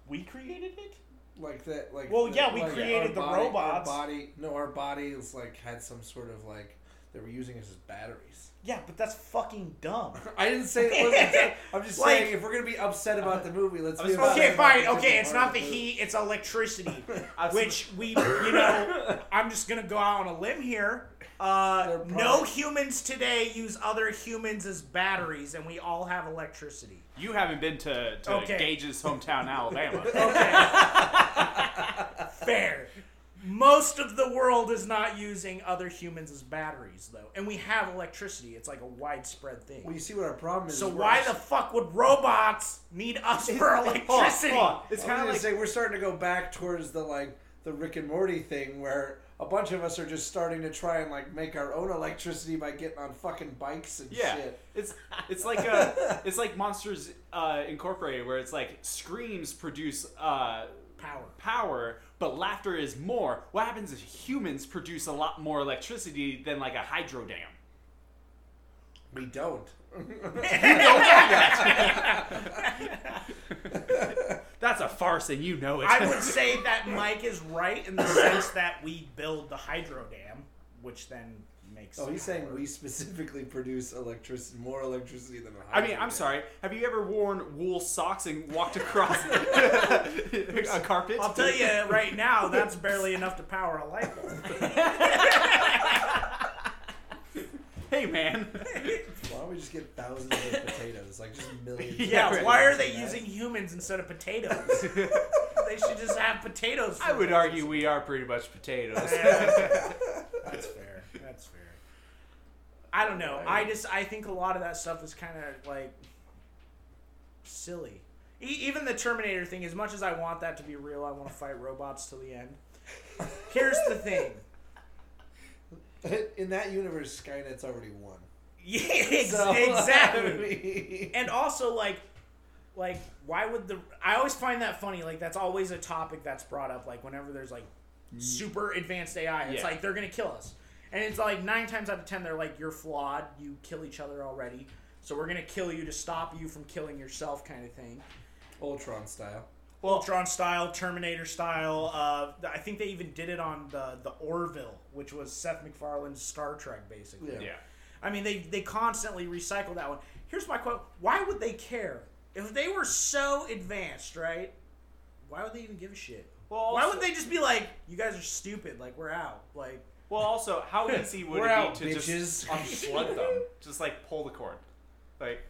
S4: We created it?
S3: Like that, like
S4: Well,
S3: that-
S4: yeah, we
S3: like,
S4: created
S3: our
S4: the
S3: body-
S4: robots.
S3: Our body, no, our bodies like had some sort of like they were using us as batteries.
S4: Yeah, but that's fucking (laughs) dumb.
S3: I didn't say it wasn't.
S4: (laughs)
S3: that- I'm just
S4: Like- uh,
S3: saying if we're gonna be upset about the movie, let's
S1: I
S3: be
S1: was
S3: upset
S4: Okay,
S3: about
S4: fine.
S3: the
S4: Okay,
S3: different
S4: it's
S3: part
S4: not
S3: of
S4: the
S3: movie.
S4: heat, it's (laughs) electricity.
S1: I've seen-
S4: Which we, you know, (laughs) I'm just going to go out on a limb here. Uh,
S3: They're
S4: no
S3: probably-
S4: humans today use other humans as batteries, and we all have electricity.
S1: You haven't been to, to
S4: Okay.
S1: Gage's (laughs) hometown, Alabama.
S4: Okay. Fair. Most of the world is not using other humans as batteries, though. And we have electricity. It's like a widespread thing.
S3: Well, you see what our problem is.
S4: so
S3: is we're
S4: why
S3: obs-
S4: the fuck would robots need us for electricity?
S1: Hold on, hold on. It's
S3: I was
S1: kind
S3: gonna
S1: of like
S3: say we're starting to go back towards the like the Rick and Morty thing where a bunch of us are just starting to try and like make our own electricity by getting on fucking bikes and
S1: Yeah,
S3: shit.
S1: it's it's like a it's like Monsters uh, Incorporated, where it's like screams produce uh,
S4: Power.
S1: power, but laughter is more. What happens if humans produce a lot more electricity than like a hydro dam?
S3: We don't.
S1: That's a farce, and you know it. (laughs)
S4: I would say that Mike is right in the sense that we build the hydro dam, which then makes.
S3: Oh, he's saying
S4: power.
S3: we specifically produce electricity, more electricity than. a
S1: I mean,
S3: hydrogen.
S1: I'm sorry. Have you ever worn wool socks and walked across (laughs)
S4: (laughs)
S1: a carpet?
S4: I'll tell you right now, that's barely enough to power a light
S1: (laughs)
S4: bulb.
S1: Hey,
S4: (laughs)
S1: man.
S3: Why don't we just get thousands of potatoes, like just millions? of
S4: Yeah,
S3: potatoes
S4: why are
S3: in
S4: they
S3: that?
S4: using humans instead of potatoes? they should just have potatoes. For
S1: I would
S4: those.
S1: argue we are pretty much potatoes.
S4: Yeah.
S3: (laughs)
S4: That's fair. That's fair. I don't know. I just I think a lot of that stuff is kind of like silly. E- even the Terminator thing. As much as I want that to be real, I want to fight robots till the end. Here's the thing. (laughs)
S3: (laughs) In that universe, Skynet's already won.
S4: Yeah, ex-
S3: So, (laughs)
S4: exactly.
S3: I mean-
S4: and also like like why would the i always find that funny like that's always a topic that's brought up like whenever there's like super advanced ai it's
S1: Yeah.
S4: like they're gonna kill us and it's like nine times out of ten they're like you're flawed you kill each other already so we're gonna kill you to stop you from killing yourself kind of thing
S3: Ultron style.
S4: Ultron style, Terminator style. Uh, I think they even did it on the the Orville, which was Seth MacFarlane's Star Trek, basically.
S3: Yeah.
S1: Yeah.
S4: I mean, they they constantly recycle that one. Here's my quote: Why would they care if they were so advanced, right? why would they even give a shit?
S1: Well, also,
S4: Why would they just be like, you guys are stupid, like we're out, like
S1: Well, also, how
S4: (laughs)
S1: easy would it
S3: We're
S1: be
S3: out,
S1: to just
S3: bitches.
S1: unplug them? Just like pull the cord. Like,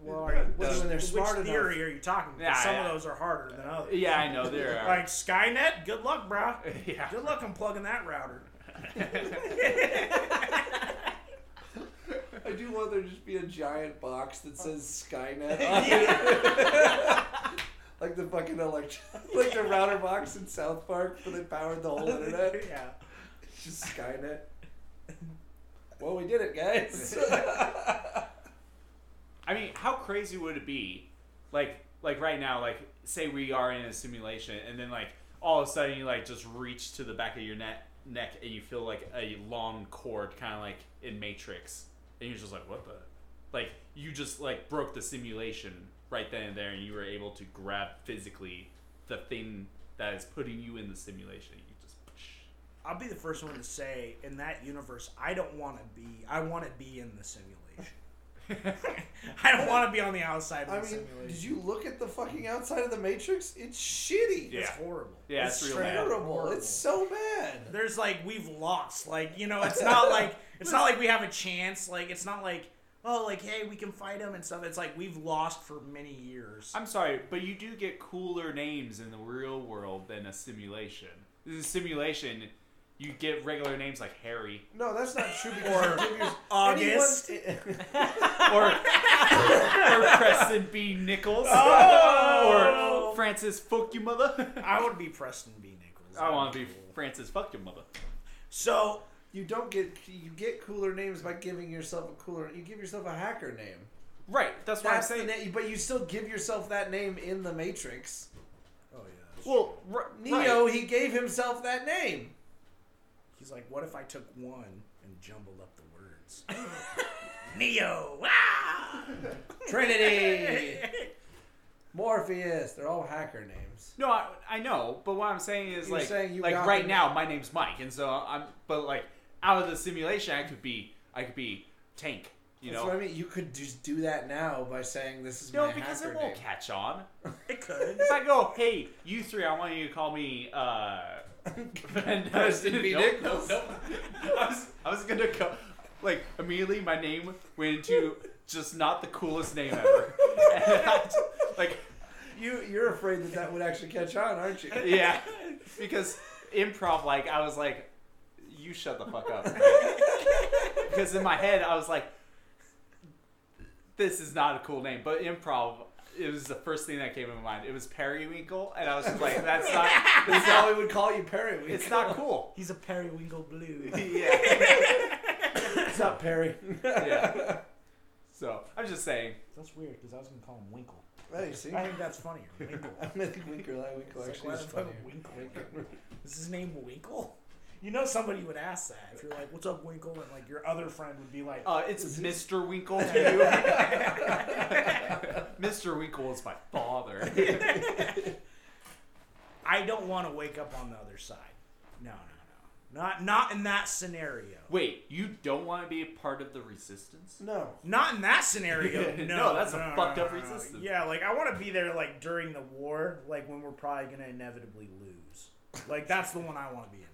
S4: well, are you,
S3: When
S4: which,
S3: they're
S4: which
S3: smart enough.
S4: theory are you talking? Because
S1: Yeah,
S4: some
S1: yeah.
S4: of those are harder than others.
S1: yeah, I know
S4: (laughs)
S1: there are.
S4: Like Skynet, good luck, bro.
S1: (laughs)
S4: (laughs)
S1: Yeah.
S4: Good luck unplugging
S1: (laughs)
S4: that router.
S3: I do want there to just be a giant box that says
S4: (laughs)
S3: Skynet. on it.
S4: Yeah.
S3: (laughs) like the fucking elect, (laughs) like the router box in South Park, but they powered the
S4: (laughs)
S3: whole internet.
S4: yeah.
S3: It's just Skynet. Well, we did it,
S1: (laughs)
S3: guys.
S1: I mean, how crazy would it be, like, like right now, like, say we are in a simulation, and then like all of a sudden you like just reach to the back of your net, neck, and you feel like a long cord, kind of like in Matrix, and you're just like, what the, like, you just like broke the simulation right then and there, and you were able to grab physically the thing that is putting you in the simulation. You just,
S4: I'll be the first one to say in that universe, I don't want to be. I want to be in the simulation. (laughs) I don't want to be on the outside of
S3: (laughs)
S4: the
S3: I mean,
S4: simulation.
S3: did you look at the fucking outside of the Matrix? It's shitty.
S1: Yeah.
S4: It's horrible.
S1: yeah,
S4: it's
S1: it's real
S4: straight
S1: bad.
S4: up.
S3: Horrible. It's so bad.
S4: There's like we've lost. Like you know, it's not like it's not like we have a chance. Like it's not like oh, like hey, we can fight them and stuff. It's like we've lost for many years.
S1: I'm sorry, but you do get cooler names in the real world than a simulation. In a simulation, you get regular names like Harry
S3: No, that's not true. Because you give your-
S4: August.
S3: anyone-
S1: or, or Preston B. Nichols
S4: Oh!
S1: or Francis Fuck Your Mother.
S4: I would be Preston B. Nichols.
S1: I want to be Francis Fuck Your Mother.
S4: So
S3: (laughs) you don't get you get cooler names by giving yourself a cooler. You give yourself a hacker name.
S1: Right, that's what
S3: That's
S1: I'm
S3: the
S1: saying.
S3: na- but you still give yourself that name in the Matrix.
S4: oh yeah.
S1: well, r-
S3: Neo,
S1: right.
S3: he gave himself that
S1: (laughs)
S3: name.
S4: He's like, what if I took one and jumbled up the (laughs) words? Neo. Ah!
S3: Trinity, Morpheus. They're all hacker names.
S1: No, I, I know, but what I'm saying is
S3: You're
S1: like,
S3: saying you
S1: like
S3: got
S1: right
S3: the-
S1: now, my name's Mike, and so I'm. But like out of the simulation, I could be, I could be Tank. You
S3: That's
S1: know,
S3: what I mean. You could just do that now by saying this is
S1: No,
S3: my
S1: because
S3: hacker
S1: it won't
S3: name.
S1: catch on.
S3: (laughs)
S4: it could.
S1: If I go, hey, you three, I want you to call me. uh... (laughs)
S3: Preston B.
S1: Nope, nope,
S3: Nichols.
S1: nope. I was, I was gonna go, like immediately my name went into just not the coolest name ever. (laughs) And I just-
S3: (laughs)
S1: (laughs) like,
S3: You you're afraid that that would actually catch on, aren't you? (laughs)
S1: yeah, because improv, like I was like, you shut the fuck up. because in my head I was like, this is not a cool name, but improv. It was the first thing that came to my mind. It was Periwinkle, and I was just like, "That's not,
S3: That's how we would call you Perry. We
S1: It's
S3: (laughs)
S1: not cool.
S4: He's a periwinkle blue. (laughs)
S1: yeah.
S3: it's not Perry.
S1: yeah. (laughs) So I'm just saying.
S4: That's weird because I was gonna call him Winkle.
S3: Hey, see,
S4: I
S3: I
S4: think that's funnier. (laughs) Winkle.
S3: think Winkler, I Winkler
S4: It's like,
S3: actually
S4: why
S3: is
S4: the fuck
S3: funnier.
S4: Winkle? Is his name Winkle? You know somebody would ask that if you're like, "What's up, Winkle?" and like your other friend would be like,
S1: Uh, it's Mr. Winkle to you. (laughs) Mr. Winkle is my
S3: (laughs)
S1: father.
S4: "I don't want to wake up on the other side." No, no, no, not not in that scenario.
S1: Wait, you don't want to be a part of the resistance?
S3: No,
S4: Not in that scenario. No,
S1: No, that's a
S4: no,
S1: fucked
S4: no,
S1: up
S4: no, no.
S1: resistance.
S4: Yeah, like I want to be there like during the war, like when we're probably gonna inevitably lose. Like that's the one I want to be in,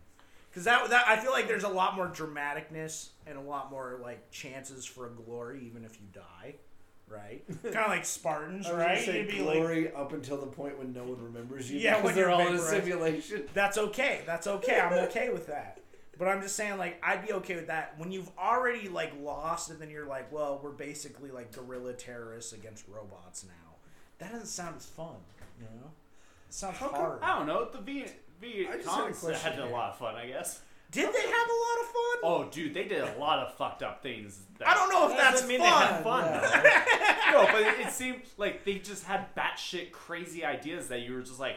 S4: because that that I feel like there's a lot more dramaticness and a lot more like chances for glory even if you die, right? kind of like Spartans,
S3: I was
S4: right?
S3: gonna say
S4: You'd be like,
S3: glory up until the point when no one remembers you.
S4: Yeah,
S3: because
S4: when
S3: they're
S4: you're
S3: all in a
S4: vaporized.
S3: simulation.
S4: that's okay. That's okay. I'm okay with that. But I'm just saying, like, I'd be okay with that when you've already like lost, and then you're like, well, we're basically like guerrilla terrorists against robots now. That doesn't sound as fun, you know? It sounds
S3: How come-
S4: hard.
S1: I don't know. The V V
S3: I just had a
S1: Cons
S3: question
S1: had a
S3: here.
S1: lot of fun, I guess.
S4: Did they have a lot of fun?
S1: Oh, dude, they did a lot of fucked up things. that-
S4: I don't know if
S5: That
S4: that's
S5: doesn't mean they
S4: fun.
S5: had fun.
S1: (laughs) No, but it, it seemed like they just had batshit crazy ideas that you were just like,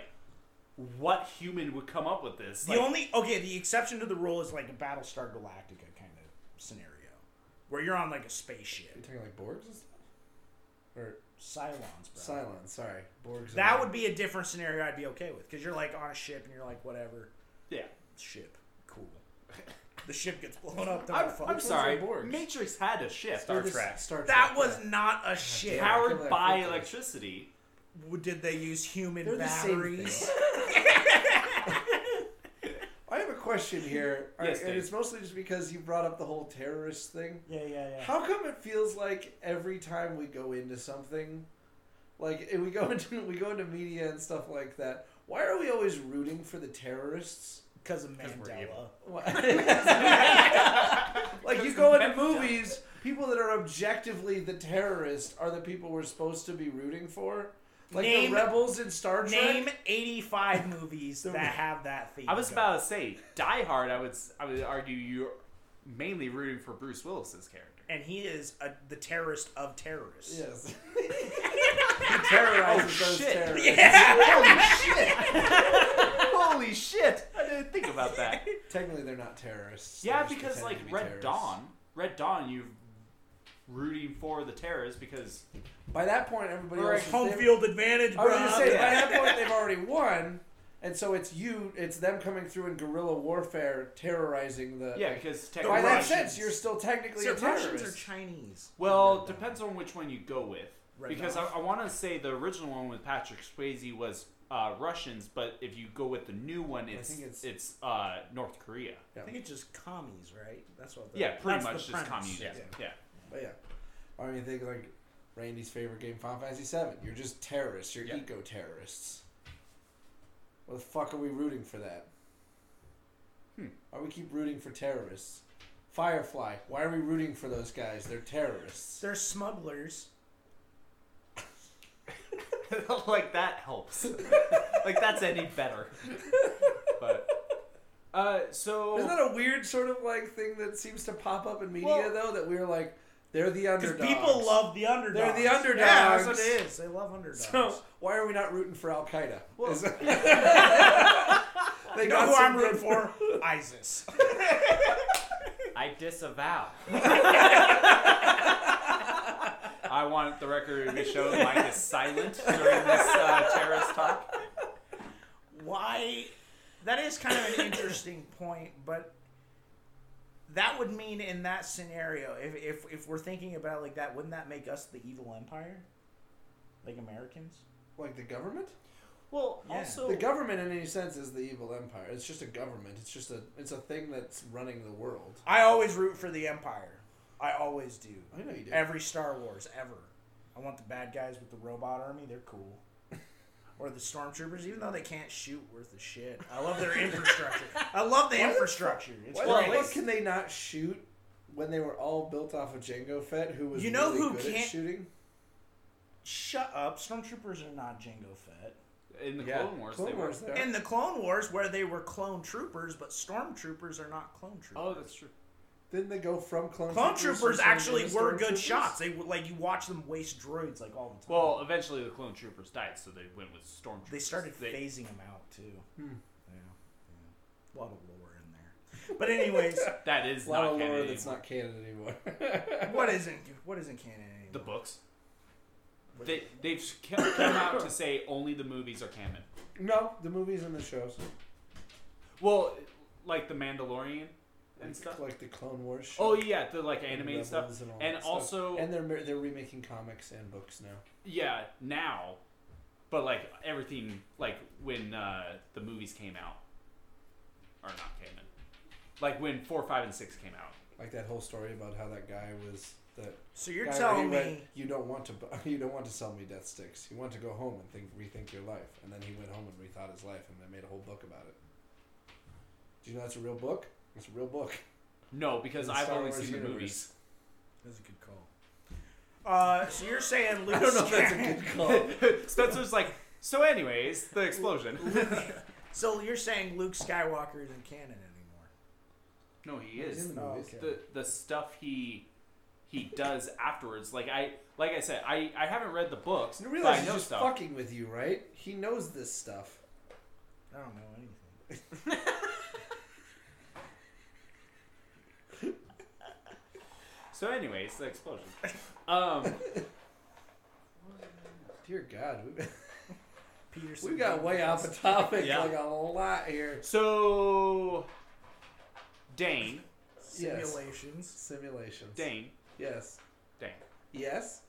S1: what human would come up with this?
S4: The
S1: Like,
S4: only okay, the exception to the rule is like a Battlestar Galactica kind of scenario, where you're on like a
S3: You're
S4: spaceship.
S3: talking like Borgs and stuff, or
S4: Cylons, bro.
S3: Cylon? Sorry, Borgs.
S4: That would be a different scenario I'd be okay with because you're like on a ship and you're like whatever.
S1: yeah.
S4: ship. Cool. The ship gets blown up.
S1: I'm,
S4: don't fuck
S1: I'm
S4: with
S1: sorry.
S4: it.
S3: Borgs?
S1: Matrix had a ship.
S5: Star Trek.
S3: Star Trek.
S4: That
S3: yeah.
S4: was not a ship.
S3: Yeah.
S1: powered by
S3: Yeah.
S1: electricity.
S4: w- did they use human
S3: They're the same (laughs)
S4: batteries? (laughs)
S3: I have a question here,
S1: Yes,
S3: and
S1: Dave.
S3: it's mostly just because you brought up the whole terrorist thing.
S4: yeah, yeah, yeah.
S3: How come it feels like every time we go into something, like if we go (laughs) into we go into media and stuff like that, why are we always rooting for the terrorists?
S4: Because of
S5: 'Cause we're
S4: Mandela.
S5: evil.
S3: Why- (laughs) like you go into movies, people that are objectively the terrorists are the people we're supposed to be rooting for. Like
S4: Name-
S3: the rebels in Star Trek.
S4: Name 85 movies that have that theme.
S1: I was
S4: going.
S1: about to say Die Hard. I would s- I would argue you're mainly rooting for Bruce Willis's character.
S4: And he is a, the terrorist of terrorists.
S3: Yes.
S1: (laughs)
S3: he terrorizes
S1: Oh,
S3: those
S1: shit.
S3: terrorists.
S4: (laughs)
S1: (laughs) Holy shit! I didn't think about that.
S3: Technically, they're not terrorists. They
S1: yeah,
S3: just
S1: because
S3: pretend
S1: like
S3: to be
S1: Red
S3: terrorists.
S1: Dawn, Red Dawn, you're rooting for the terrorists because
S3: By that point, everybody
S4: We're
S3: else
S4: at
S3: is
S4: home
S3: they've-
S4: field advantage,
S3: I
S4: bro.
S3: was gonna say by
S1: Yeah.
S3: that point they've already won, and so it's you, it's them coming through in guerrilla warfare, terrorizing the.
S1: yeah, because
S3: By
S1: technically,
S3: that
S4: Russians.
S3: sense, you're still technically
S4: So
S3: a terrorist.
S4: Russians or Chinese?
S1: well, depends on which one you go with.
S4: Red
S1: because I,
S4: Dawn.
S1: I want to say the original one with Patrick Swayze was uh, Russians, but if you go with the new one, it's
S3: think
S1: it's,
S3: it's-
S1: uh, North Korea.
S4: I think it's just commies, right? That's what. The,
S1: Yeah, pretty
S4: that's
S1: much
S4: the
S1: just
S4: premise.
S1: communism.
S3: yeah.
S1: yeah.
S3: But yeah, I mean, think like Randy's favorite game, Final Fantasy Seven. You're just terrorists. You're
S1: Yeah.
S3: eco terrorists. What the fuck are we rooting for that?
S1: Hmm.
S3: Why we keep rooting for terrorists? Firefly. Why are we rooting for those guys? They're terrorists.
S4: They're smugglers.
S1: (laughs) like that helps. like that's any better. But uh, so
S3: Isn't that a weird sort of like thing that seems to pop up in media
S1: Well-
S3: though? That we're like, they're the
S4: Because
S3: underdogs.
S4: people love the underdogs.
S3: They're the underdogs.
S4: Yeah, that's what it is. They love underdogs. (laughs)
S3: So why are we not rooting for Al Qaeda?
S1: Well-
S3: Is- (laughs) they
S4: you know
S3: got
S4: who
S3: some
S4: I'm
S3: good-
S4: rooting for? ISIS.
S5: I
S3: (laughs)
S5: disavow.
S1: I want the record to show Mike is silent during this uh, terrorist talk.
S4: Why? That is kind of an interesting point, but that would mean in that scenario, if, if if we're thinking about it like that, wouldn't that make us the evil empire, like Americans?
S3: (laughs) Like the government?
S1: Well,
S4: Yeah.
S1: also
S3: The government, in any sense, is the evil empire. It's just a government. It's just a. It's a thing that's running the world.
S4: I always root for the empire. I always do.
S3: I know you do.
S4: Every Star Wars ever. I want the bad guys with the robot army. They're cool. (laughs) Or the stormtroopers, even though they can't shoot worth a shit. I love their infrastructure. I love the infrastructure. It's
S3: Why
S1: Well,
S3: the
S1: at
S4: great.
S3: fuck
S1: least-
S3: can they not shoot when they were all built off of Django Fett, who was
S4: You know
S3: really
S4: who
S3: good at
S4: can't-
S3: shooting?
S4: Shut up. Stormtroopers are not Jango Fett.
S1: in the Clone Wars, they
S3: Clone Wars.
S1: were.
S3: There.
S4: In the Clone Wars, where they were clone troopers, but stormtroopers are not clone troopers.
S1: Oh, that's true.
S3: Didn't they go from clone?
S4: clone
S3: troopers to
S4: troopers
S3: turn
S4: actually
S3: into
S4: were
S3: stormtroopers?
S4: good shots. They were like you watch them waste droids like all the time.
S1: Well, eventually the clone troopers died, so they went with stormtroopers.
S4: They started
S1: They,
S4: phasing them out too. Yeah, yeah. A lot of lore in there. But anyways,
S1: that is
S3: A lot
S1: not
S3: of
S1: canon
S3: lore that's
S1: anymore.
S3: not canon anymore. (laughs)
S4: what isn't what isn't canon anymore?
S1: the books. They they've come come out to say only the movies are canon.
S3: no, the movies and the shows,
S1: Well, like the Mandalorian and stuff.
S3: like the Clone Wars. Show.
S1: Oh yeah, the like anime and
S3: Rebels
S1: stuff,
S3: and
S1: and,
S3: all that stuff.
S1: also
S3: and they're mer- they're remaking comics and books now.
S1: yeah now, but like everything like when uh, the movies came out, or not canon, like when four, five, and six came out.
S3: Like that whole story about how that guy was that
S4: So you're
S3: guy where
S4: telling
S3: he
S4: me
S3: went, you don't want to bu- (laughs) you don't want to sell me death sticks. You want to go home and think rethink your life. And then he went home and rethought his life, and they made a whole book about it. Do you know that's a real book? It's a real book.
S1: No, because
S3: In the
S1: I've
S3: Star
S1: only
S3: Wars
S1: seen the
S3: universe.
S1: movies.
S4: that's a good call. Uh, so
S3: (laughs)
S4: you're saying
S3: (laughs)
S4: Luke?
S3: I don't know if that's a (laughs)
S4: (laughs)
S1: (laughs)
S3: good call.
S1: Spencer's like, so anyways, the explosion.
S4: so you're saying Luke Skywalker isn't canon anymore?
S1: (laughs) no, (laughs) he
S3: It's
S1: is
S3: in the
S4: Oh,
S3: movies.
S1: the the stuff he he does (laughs) afterwards. Like I like I said, I I haven't read the books,
S3: You
S1: but I
S3: realize he's
S1: know
S3: just
S1: stuff.
S3: fucking with you, right? He knows this stuff.
S4: I don't know anything.
S1: So anyways, the
S3: (laughs)
S1: explosion. Um.
S3: Dear God, (laughs) we
S4: Peterson.
S3: we got way off the topic
S1: Yeah.
S3: like a lot here.
S1: So, Dane,
S4: simulations.
S3: Simulations.
S1: Dane,
S3: Yes.
S1: Dane,
S3: Yes.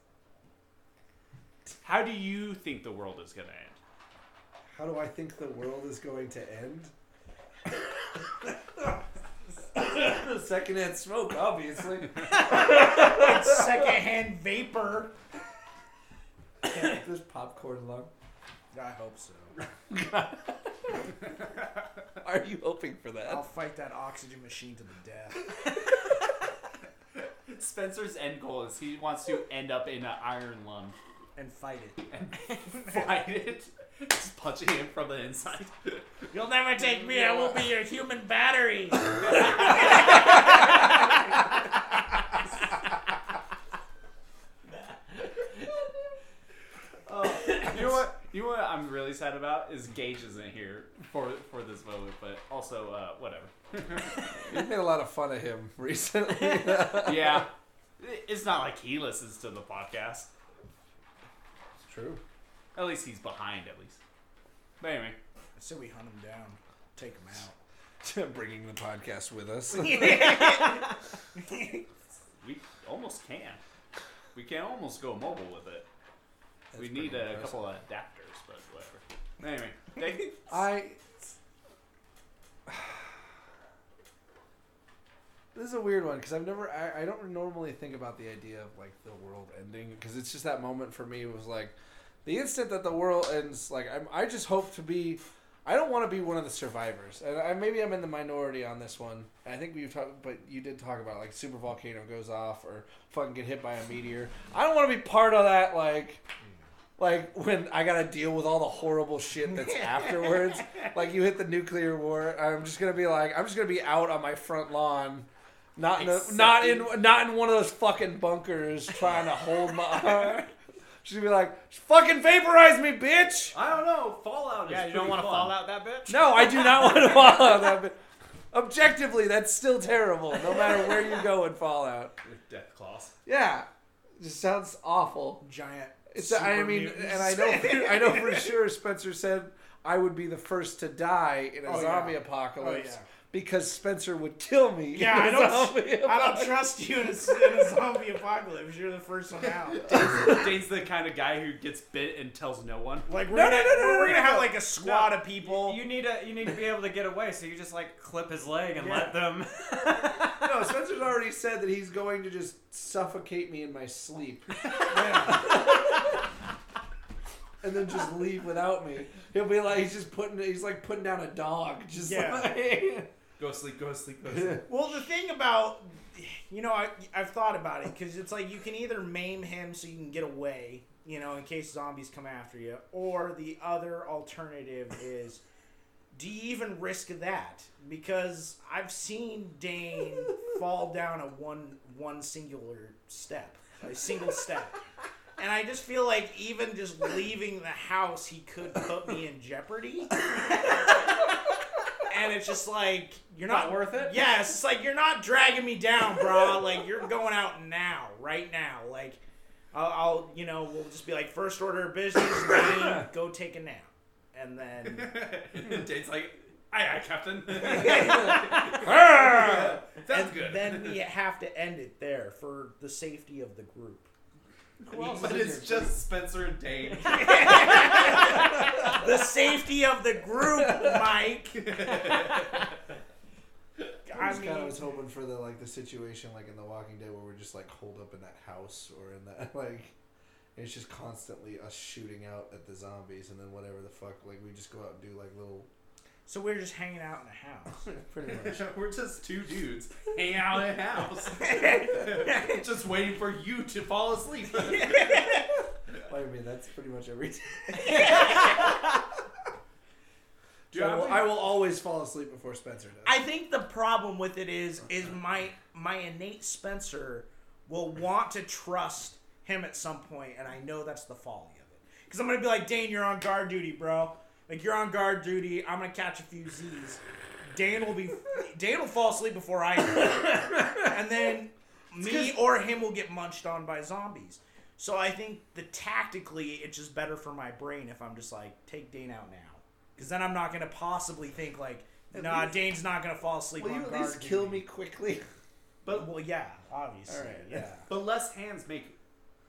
S1: How do you think the world is going to end?
S3: How do I think the world is going to end? (laughs) Secondhand smoke, obviously.
S4: Secondhand vapor.
S3: There's popcorn lung.
S4: I hope
S3: (laughs)
S4: so.
S6: Are you hoping for that?
S4: I'll fight that oxygen machine to the death.
S1: Spencer's end goal is he wants to end up in an iron lung.
S4: And fight it.
S1: (laughs) Fight it. Just punching him from the inside.
S4: You'll never take me. I will be your human
S1: (laughs)
S4: battery. All
S1: Oh, you know what? You know what I'm really sad about is Gage isn't here for for this moment, but also uh, whatever.
S3: We made a lot of fun of him (laughs) recently.
S1: Yeah, I- it's not like he listens to the podcast.
S3: True.
S1: At least he's behind. At least. But anyway,
S4: so we hunt him down, take him out.
S3: (laughs) Bringing the podcast with us.
S1: we almost can. We can almost go mobile with it. we
S3: That's
S1: need
S3: pretty
S1: a couple of adapters, but whatever. Anyway, Dave,
S3: I. (sighs) This is a weird one because I've never, I, I don't normally think about the idea of like the world ending because it's just that moment for me was like, the instant that the world ends, like I'm, I just hope to be, I don't want to be one of the survivors, and I, maybe I'm in the minority on this one. I think we've talked, but you did talk about like super volcano goes off or fucking get hit by a meteor. I don't want to be part of that like like when I gotta deal with all the horrible shit that's afterwards. Like you hit the nuclear war, I'm just gonna be like, I'm just gonna be out on my front lawn, not in a, not in not in one of those fucking bunkers trying to hold my. arm. She'd be like, "Fucking vaporize me, bitch!"
S1: I don't know. Fallout.
S5: Yeah,
S1: is
S5: you don't
S1: want to
S5: fall out that bitch?
S3: No, I do not want to follow that. But objectively, that's still terrible. No matter where you go in Fallout,
S1: Death claws.
S3: yeah, just sounds awful.
S4: Giant.
S3: It's, I
S4: super
S3: mean,
S4: mutants.
S3: and I know, for, I know for sure. Spencer said I would be the first to die in a
S4: Oh,
S3: zombie
S4: yeah.
S3: apocalypse
S4: Oh, yeah.
S3: because Spencer would kill me. in
S4: Yeah, I
S3: a
S4: don't-
S3: zombie
S4: (laughs) I
S3: apocalypse.
S4: don't trust you in a, in a zombie apocalypse. You're the first one out.
S3: (laughs)
S1: Dane's the kind of guy who gets bit and tells no one.
S4: Like we're
S3: No, no,
S4: gonna,
S3: no, no, no,
S4: we're gonna
S3: no.
S4: have like a squad of people.
S5: You need to you need to be able to get away, so you just like clip his leg and
S4: Yeah.
S5: let them.
S3: No, (laughs) Spencer's already said that he's going to just suffocate me in my sleep. (laughs) and then just leave without me. He'll be like he's just putting he's like putting down a dog. Just
S4: Yeah.
S3: like
S1: Go sleep. Go sleep. Go
S3: (laughs)
S1: sleep.
S4: Well, the thing about, you know, I, I've thought about it because it's like you can either maim him so you can get away, you know, in case zombies come after you, or the other alternative is do you even risk that? Because I've seen Dane fall down a one one singular step, a single step. And I just feel like even just leaving the house, he could put me in jeopardy. and it's just like you're not,
S1: Not worth it?
S4: Yeah, it's just like you're not dragging me down, bro. Like you're going out now, right now. Like I'll, I'll you know, we'll just be like first order of business,
S1: (coughs)
S4: Dane, go take a nap, and then.
S1: (laughs) Dane's like, aye aye,
S3: (laughs)
S1: Captain. That's
S4: and
S1: good.
S4: then we have to end it there for the safety of the group.
S1: (laughs)
S3: (laughs)
S1: but it's just Spencer and Dane.
S5: (laughs)
S4: The safety of the group, Mike.
S1: (laughs)
S3: I
S4: I
S3: just kinda
S4: mean,
S3: was hoping for the like the situation like in The Walking Dead where we're just like holed up in that house or in that (laughs) like it's just constantly us shooting out at the zombies and then whatever the fuck like we just go out and do like little (laughs)
S4: so we're just hanging out in a house.
S3: pretty much
S1: (laughs) We're just two dudes hanging out in a (laughs) house, just waiting for you to fall asleep.
S3: I mean, that's pretty much every day.
S1: Dude,
S3: I, will,
S1: I'm-
S3: I will always fall asleep before Spencer does.
S4: I think the problem with it is, is my my innate Spencer will want to trust him at some point, and I know that's the folly of it. Because I'm gonna be like, Dane, you're on guard duty, bro. Like you're on guard duty. I'm gonna catch a few Z's. Dane will be Dane will fall asleep before I do, and then me or him will get munched on by zombies. So I think the tactically, it's just better for my brain if I'm just like take Dane out now, because then I'm not gonna possibly think like, nah,
S3: least-
S4: Dane's not gonna fall asleep.
S3: will
S4: on
S3: you at
S4: guard
S3: least kill
S4: duty.
S3: me quickly?
S4: But well, yeah, obviously, (laughs)
S3: All right.
S4: yeah.
S1: But less hands make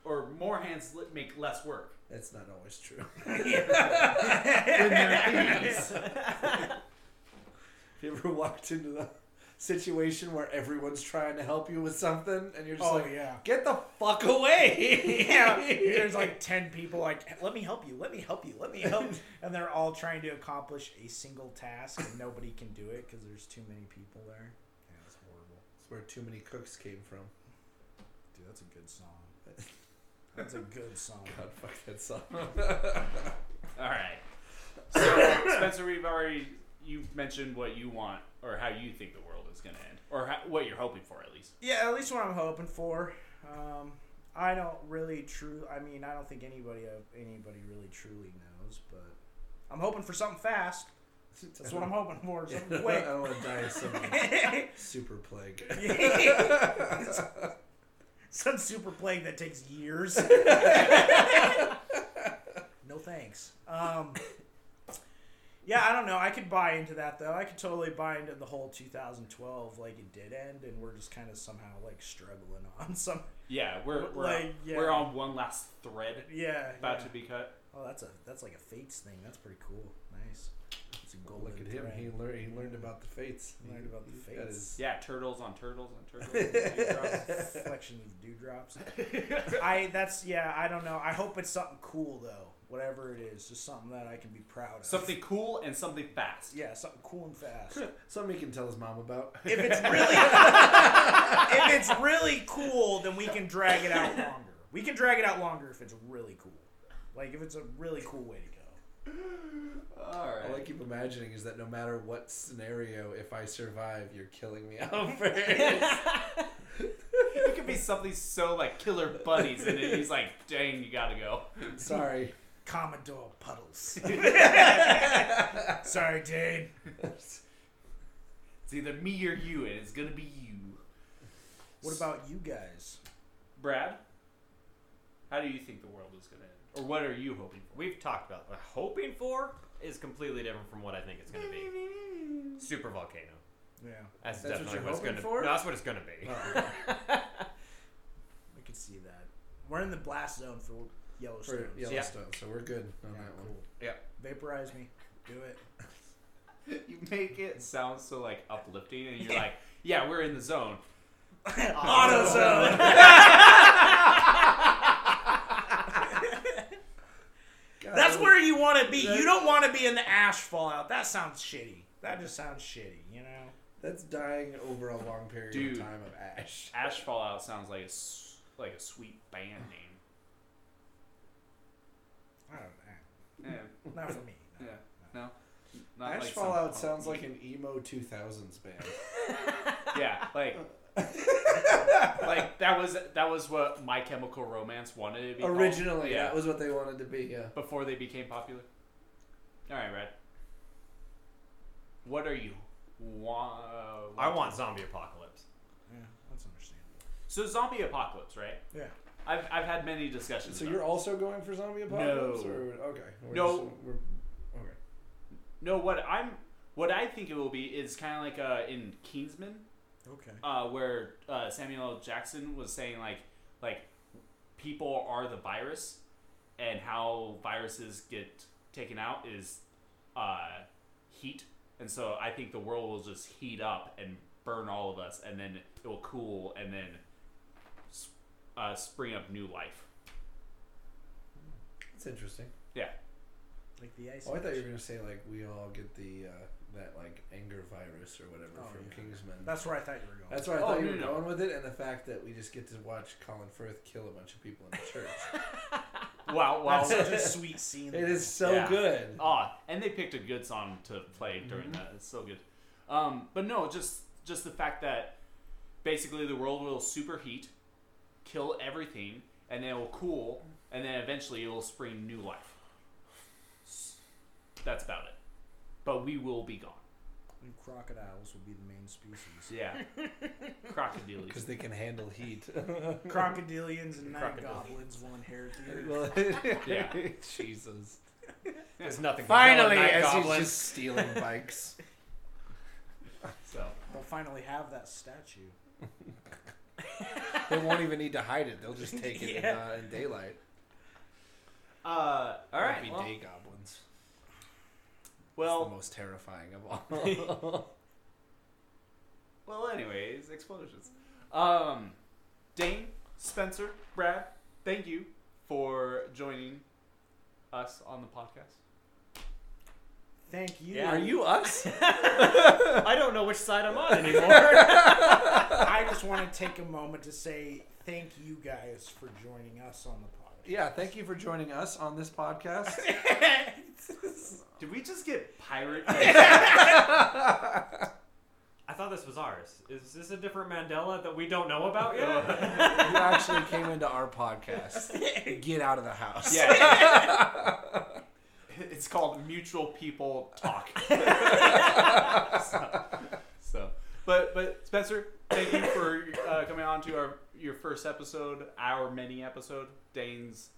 S1: or more hands li- make less work.
S3: That's not always true.
S4: (laughs)
S3: you ever (laughs) walked into the situation where everyone's trying to help you with something and you're just
S4: Oh,
S3: like,
S4: yeah.
S3: get the fuck away?
S4: (laughs) yeah, there's like ten people like, let me help you, let me help you, let
S3: (laughs)
S4: me help, and they're all trying to accomplish a single task, and nobody can do it because there's too many people there. Yeah, that's horrible.
S3: That's where too many cooks came from. (laughs)
S4: Dude, that's a good song. That's a good song.
S3: God, fuck that song. (laughs)
S1: All right. So Spencer, we've already you've mentioned what you want or how you think the world is going to end, or how, what you're hoping for at least.
S4: Yeah, at least what I'm hoping for. Um, I don't really true. I mean, I don't think anybody uh, anybody really truly knows, but I'm hoping for something fast. That's what I'm hoping for. Something
S3: Wait.
S4: quick.
S3: I want to die of some
S4: (laughs)
S3: super plague.
S4: (laughs) Some super plague that takes years. (laughs) no thanks. Um, yeah, I don't know. I could buy into that though. I could totally buy into the whole 2012, like it did end, and we're just kind of somehow like struggling (laughs) on some.
S1: Yeah, we're we're,
S4: Like, yeah.
S1: we're on one last thread
S4: Yeah.
S1: about
S4: yeah.
S1: to be cut.
S4: Oh, that's a that's like a fates thing. That's pretty cool. Nice. It's a golden
S3: Look at him.
S4: thread.
S3: He, lear- he learned about the fates.
S4: He learned about the
S3: That
S4: fates.
S3: is-
S1: Yeah, turtles on turtles on turtles. on
S4: (laughs)
S1: dewdrops.
S4: Reflection of dewdrops. I that's yeah. I don't know. I hope it's something cool though. Whatever it is, just something that I can be proud of.
S1: something cool and something fast.
S4: Yeah, something cool and fast.
S3: Something he can tell his mom about. (laughs)
S4: if it's really if it's really cool, then we can drag it out longer. We can drag it out longer if it's really cool. Like if it's a really cool way to go.
S1: All
S3: All I
S1: right.
S3: keep imagining is that no matter what scenario, if I survive, you're killing me (laughs) out
S4: (laughs)
S3: first.
S1: It could be something so like killer buddies, and then he's like, "Dang, you gotta go."
S3: Sorry.
S4: Commodore Puddles. Sorry, Dane.
S1: It's either me or you, and it's gonna be you.
S4: What about you guys?
S1: Brad, how do you think the world is gonna end, or what are you hoping for?
S5: We've talked about what I'm hoping for is completely different from what I think it's going to be. Super volcano.
S4: Yeah,
S5: That's,
S3: That's what
S5: definitely
S3: you're
S5: what it's
S3: hoping
S5: going to
S3: for?
S5: No, that's what it's going to be. (laughs)
S4: I can see that. We're in the blast zone for Yellowstone.
S3: For Yellowstone, so we're good on
S4: Yeah,
S3: that one.
S4: cool.
S5: Yeah.
S4: Vaporize me. Do
S1: (laughs) (laughs)
S4: it.
S1: You make it sound so like uplifting, and you're like, "Yeah, we're in the zone."
S4: AutoZone. (laughs) That's where you want to be. You don't want to be in the ash fallout. That sounds shitty. That just sounds shitty, you know?
S3: That's dying over a long period
S1: Dude.
S3: of time of ash.
S1: Ash Fallout sounds like a s- like a sweet band name.
S4: I
S1: (laughs)
S4: don't
S1: Yeah,
S4: know. Not for me.
S1: (laughs)
S4: no.
S1: yeah, no. Not
S3: Ash
S1: like some-
S3: Fallout sounds like an emo 2000s
S1: (laughs)
S3: band. (laughs)
S1: yeah, like like that was that was what My Chemical Romance wanted it to be called.
S3: Originally, that was what they wanted to be. Yeah.
S1: before they became popular. All right, Brad. What are you? Wa- uh,
S5: I want zombie apocalypse.
S4: Yeah, that's understandable.
S1: so zombie apocalypse, right?
S4: Yeah.
S1: I've I've had many discussions.
S3: So
S1: about
S3: you're
S1: it.
S3: also going for zombie apocalypse? Or, okay. We're
S1: No.
S3: just- we're, okay.
S1: no what I'm what I think it will be is kind of like uh, in Kingsman
S4: Okay.
S1: uh, where uh, Samuel L. Jackson was saying like like people are the virus, and how viruses get taken out is uh, heat, and so I think the world will just heat up and burn all of us, and then it will cool, and then s- uh, spring up new life.
S3: That's interesting.
S1: Yeah,
S4: Like the ice.
S3: Oh, I thought you
S4: Age.
S3: were gonna say like we all get the uh, that like anger virus or whatever
S4: Oh,
S3: from
S4: yeah.
S3: Kingsman.
S4: That's where I thought you were going.
S3: That's where I
S1: Oh,
S3: thought
S1: no,
S3: you were
S1: no, no.
S3: going with it, and the fact that we just get to watch Colin Firth kill a bunch of people in
S1: (laughs)
S3: the church.
S1: wow, wow.
S4: (laughs)
S3: (laughs)
S4: That's such a sweet scene.
S3: it is so
S1: Yeah.
S3: good.
S1: Ah, and they picked a good song to play during that. It's so good. Um, but no, just just the fact that basically the world will superheat, kill everything, and then it will cool, and then eventually it will spring new life. S- That's about it. But we will be gone.
S4: And crocodiles will be the main species.
S1: Yeah. Crocodilians.
S3: Because they can handle heat. (laughs)
S4: Crocodilians and nine
S1: Crocodilians.
S4: goblins will inherit the earth.
S3: Well,
S1: (laughs) Yeah.
S3: Jesus.
S5: There's nothing.
S3: Finally,
S5: compelling
S3: as
S5: about
S3: he's
S5: goblins.
S3: just
S1: (laughs)
S3: stealing bikes.
S1: So
S4: They'll finally have that statue.
S3: They won't even need to hide it. They'll just take it
S4: Yeah.
S3: in, uh, in daylight.
S1: Uh, all
S3: Might
S1: right.
S3: be
S1: Well,
S3: day goblins. the
S1: well,
S3: most terrifying of
S1: (laughs)
S3: all.
S1: well, anyways, explosions. Um, Dane, Spencer, Brad, thank you for joining us on the podcast.
S4: Thank you.
S5: Yeah.
S6: Are you
S1: (laughs)
S6: us?
S5: I don't know which side
S3: (laughs)
S5: I'm on anymore.
S4: I just want to take a moment to say thank you guys for joining us on the podcast.
S3: yeah, thank you for joining us on this podcast.
S1: (laughs) Did we just get pirate? (laughs)
S5: I thought this was ours. Is this a different Mandela that we don't know about
S1: (laughs)
S5: yet?
S3: you actually came into our podcast. Get out of the house.
S1: yeah. (laughs) it's called Mutual People (laughs) Talk. so, so, but but Spencer, thank you for uh, coming on to our your first episode, our mini episode, Dane's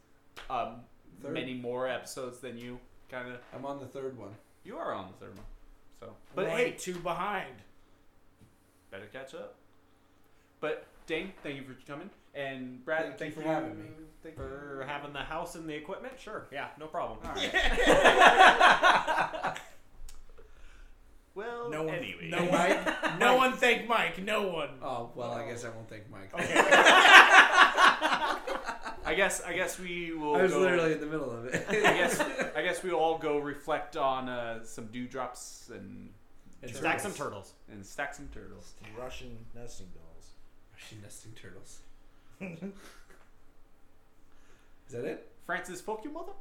S1: um,
S3: Third.
S1: many more episodes than you. Kind of,
S3: I'm on the third one.
S1: you are on the third one. So, but
S4: We're
S1: hey,
S4: only two behind.
S1: better catch up. But Dane, thank you for coming, and Brad,
S3: Thank
S1: thank,
S3: you for having me.
S1: Thank you.
S5: For having the house and the equipment? Sure. Yeah, no problem.
S1: All right. well,
S4: No one.
S1: anyway.
S4: No one.
S1: (laughs)
S4: no one thank Mike. No one.
S3: Oh well, I guess I won't thank Mike.
S1: Oh, I guess I guess we will.
S3: I was
S1: go,
S3: literally in the middle of it.
S1: I guess I guess we all go reflect on uh, some dewdrops and
S3: (laughs) And
S5: Stack some
S3: turtles.
S5: turtles.
S1: and stack some turtles.
S4: Russian nesting dolls.
S3: Russian nesting turtles. Is that it?
S1: Francis, fuck your mother.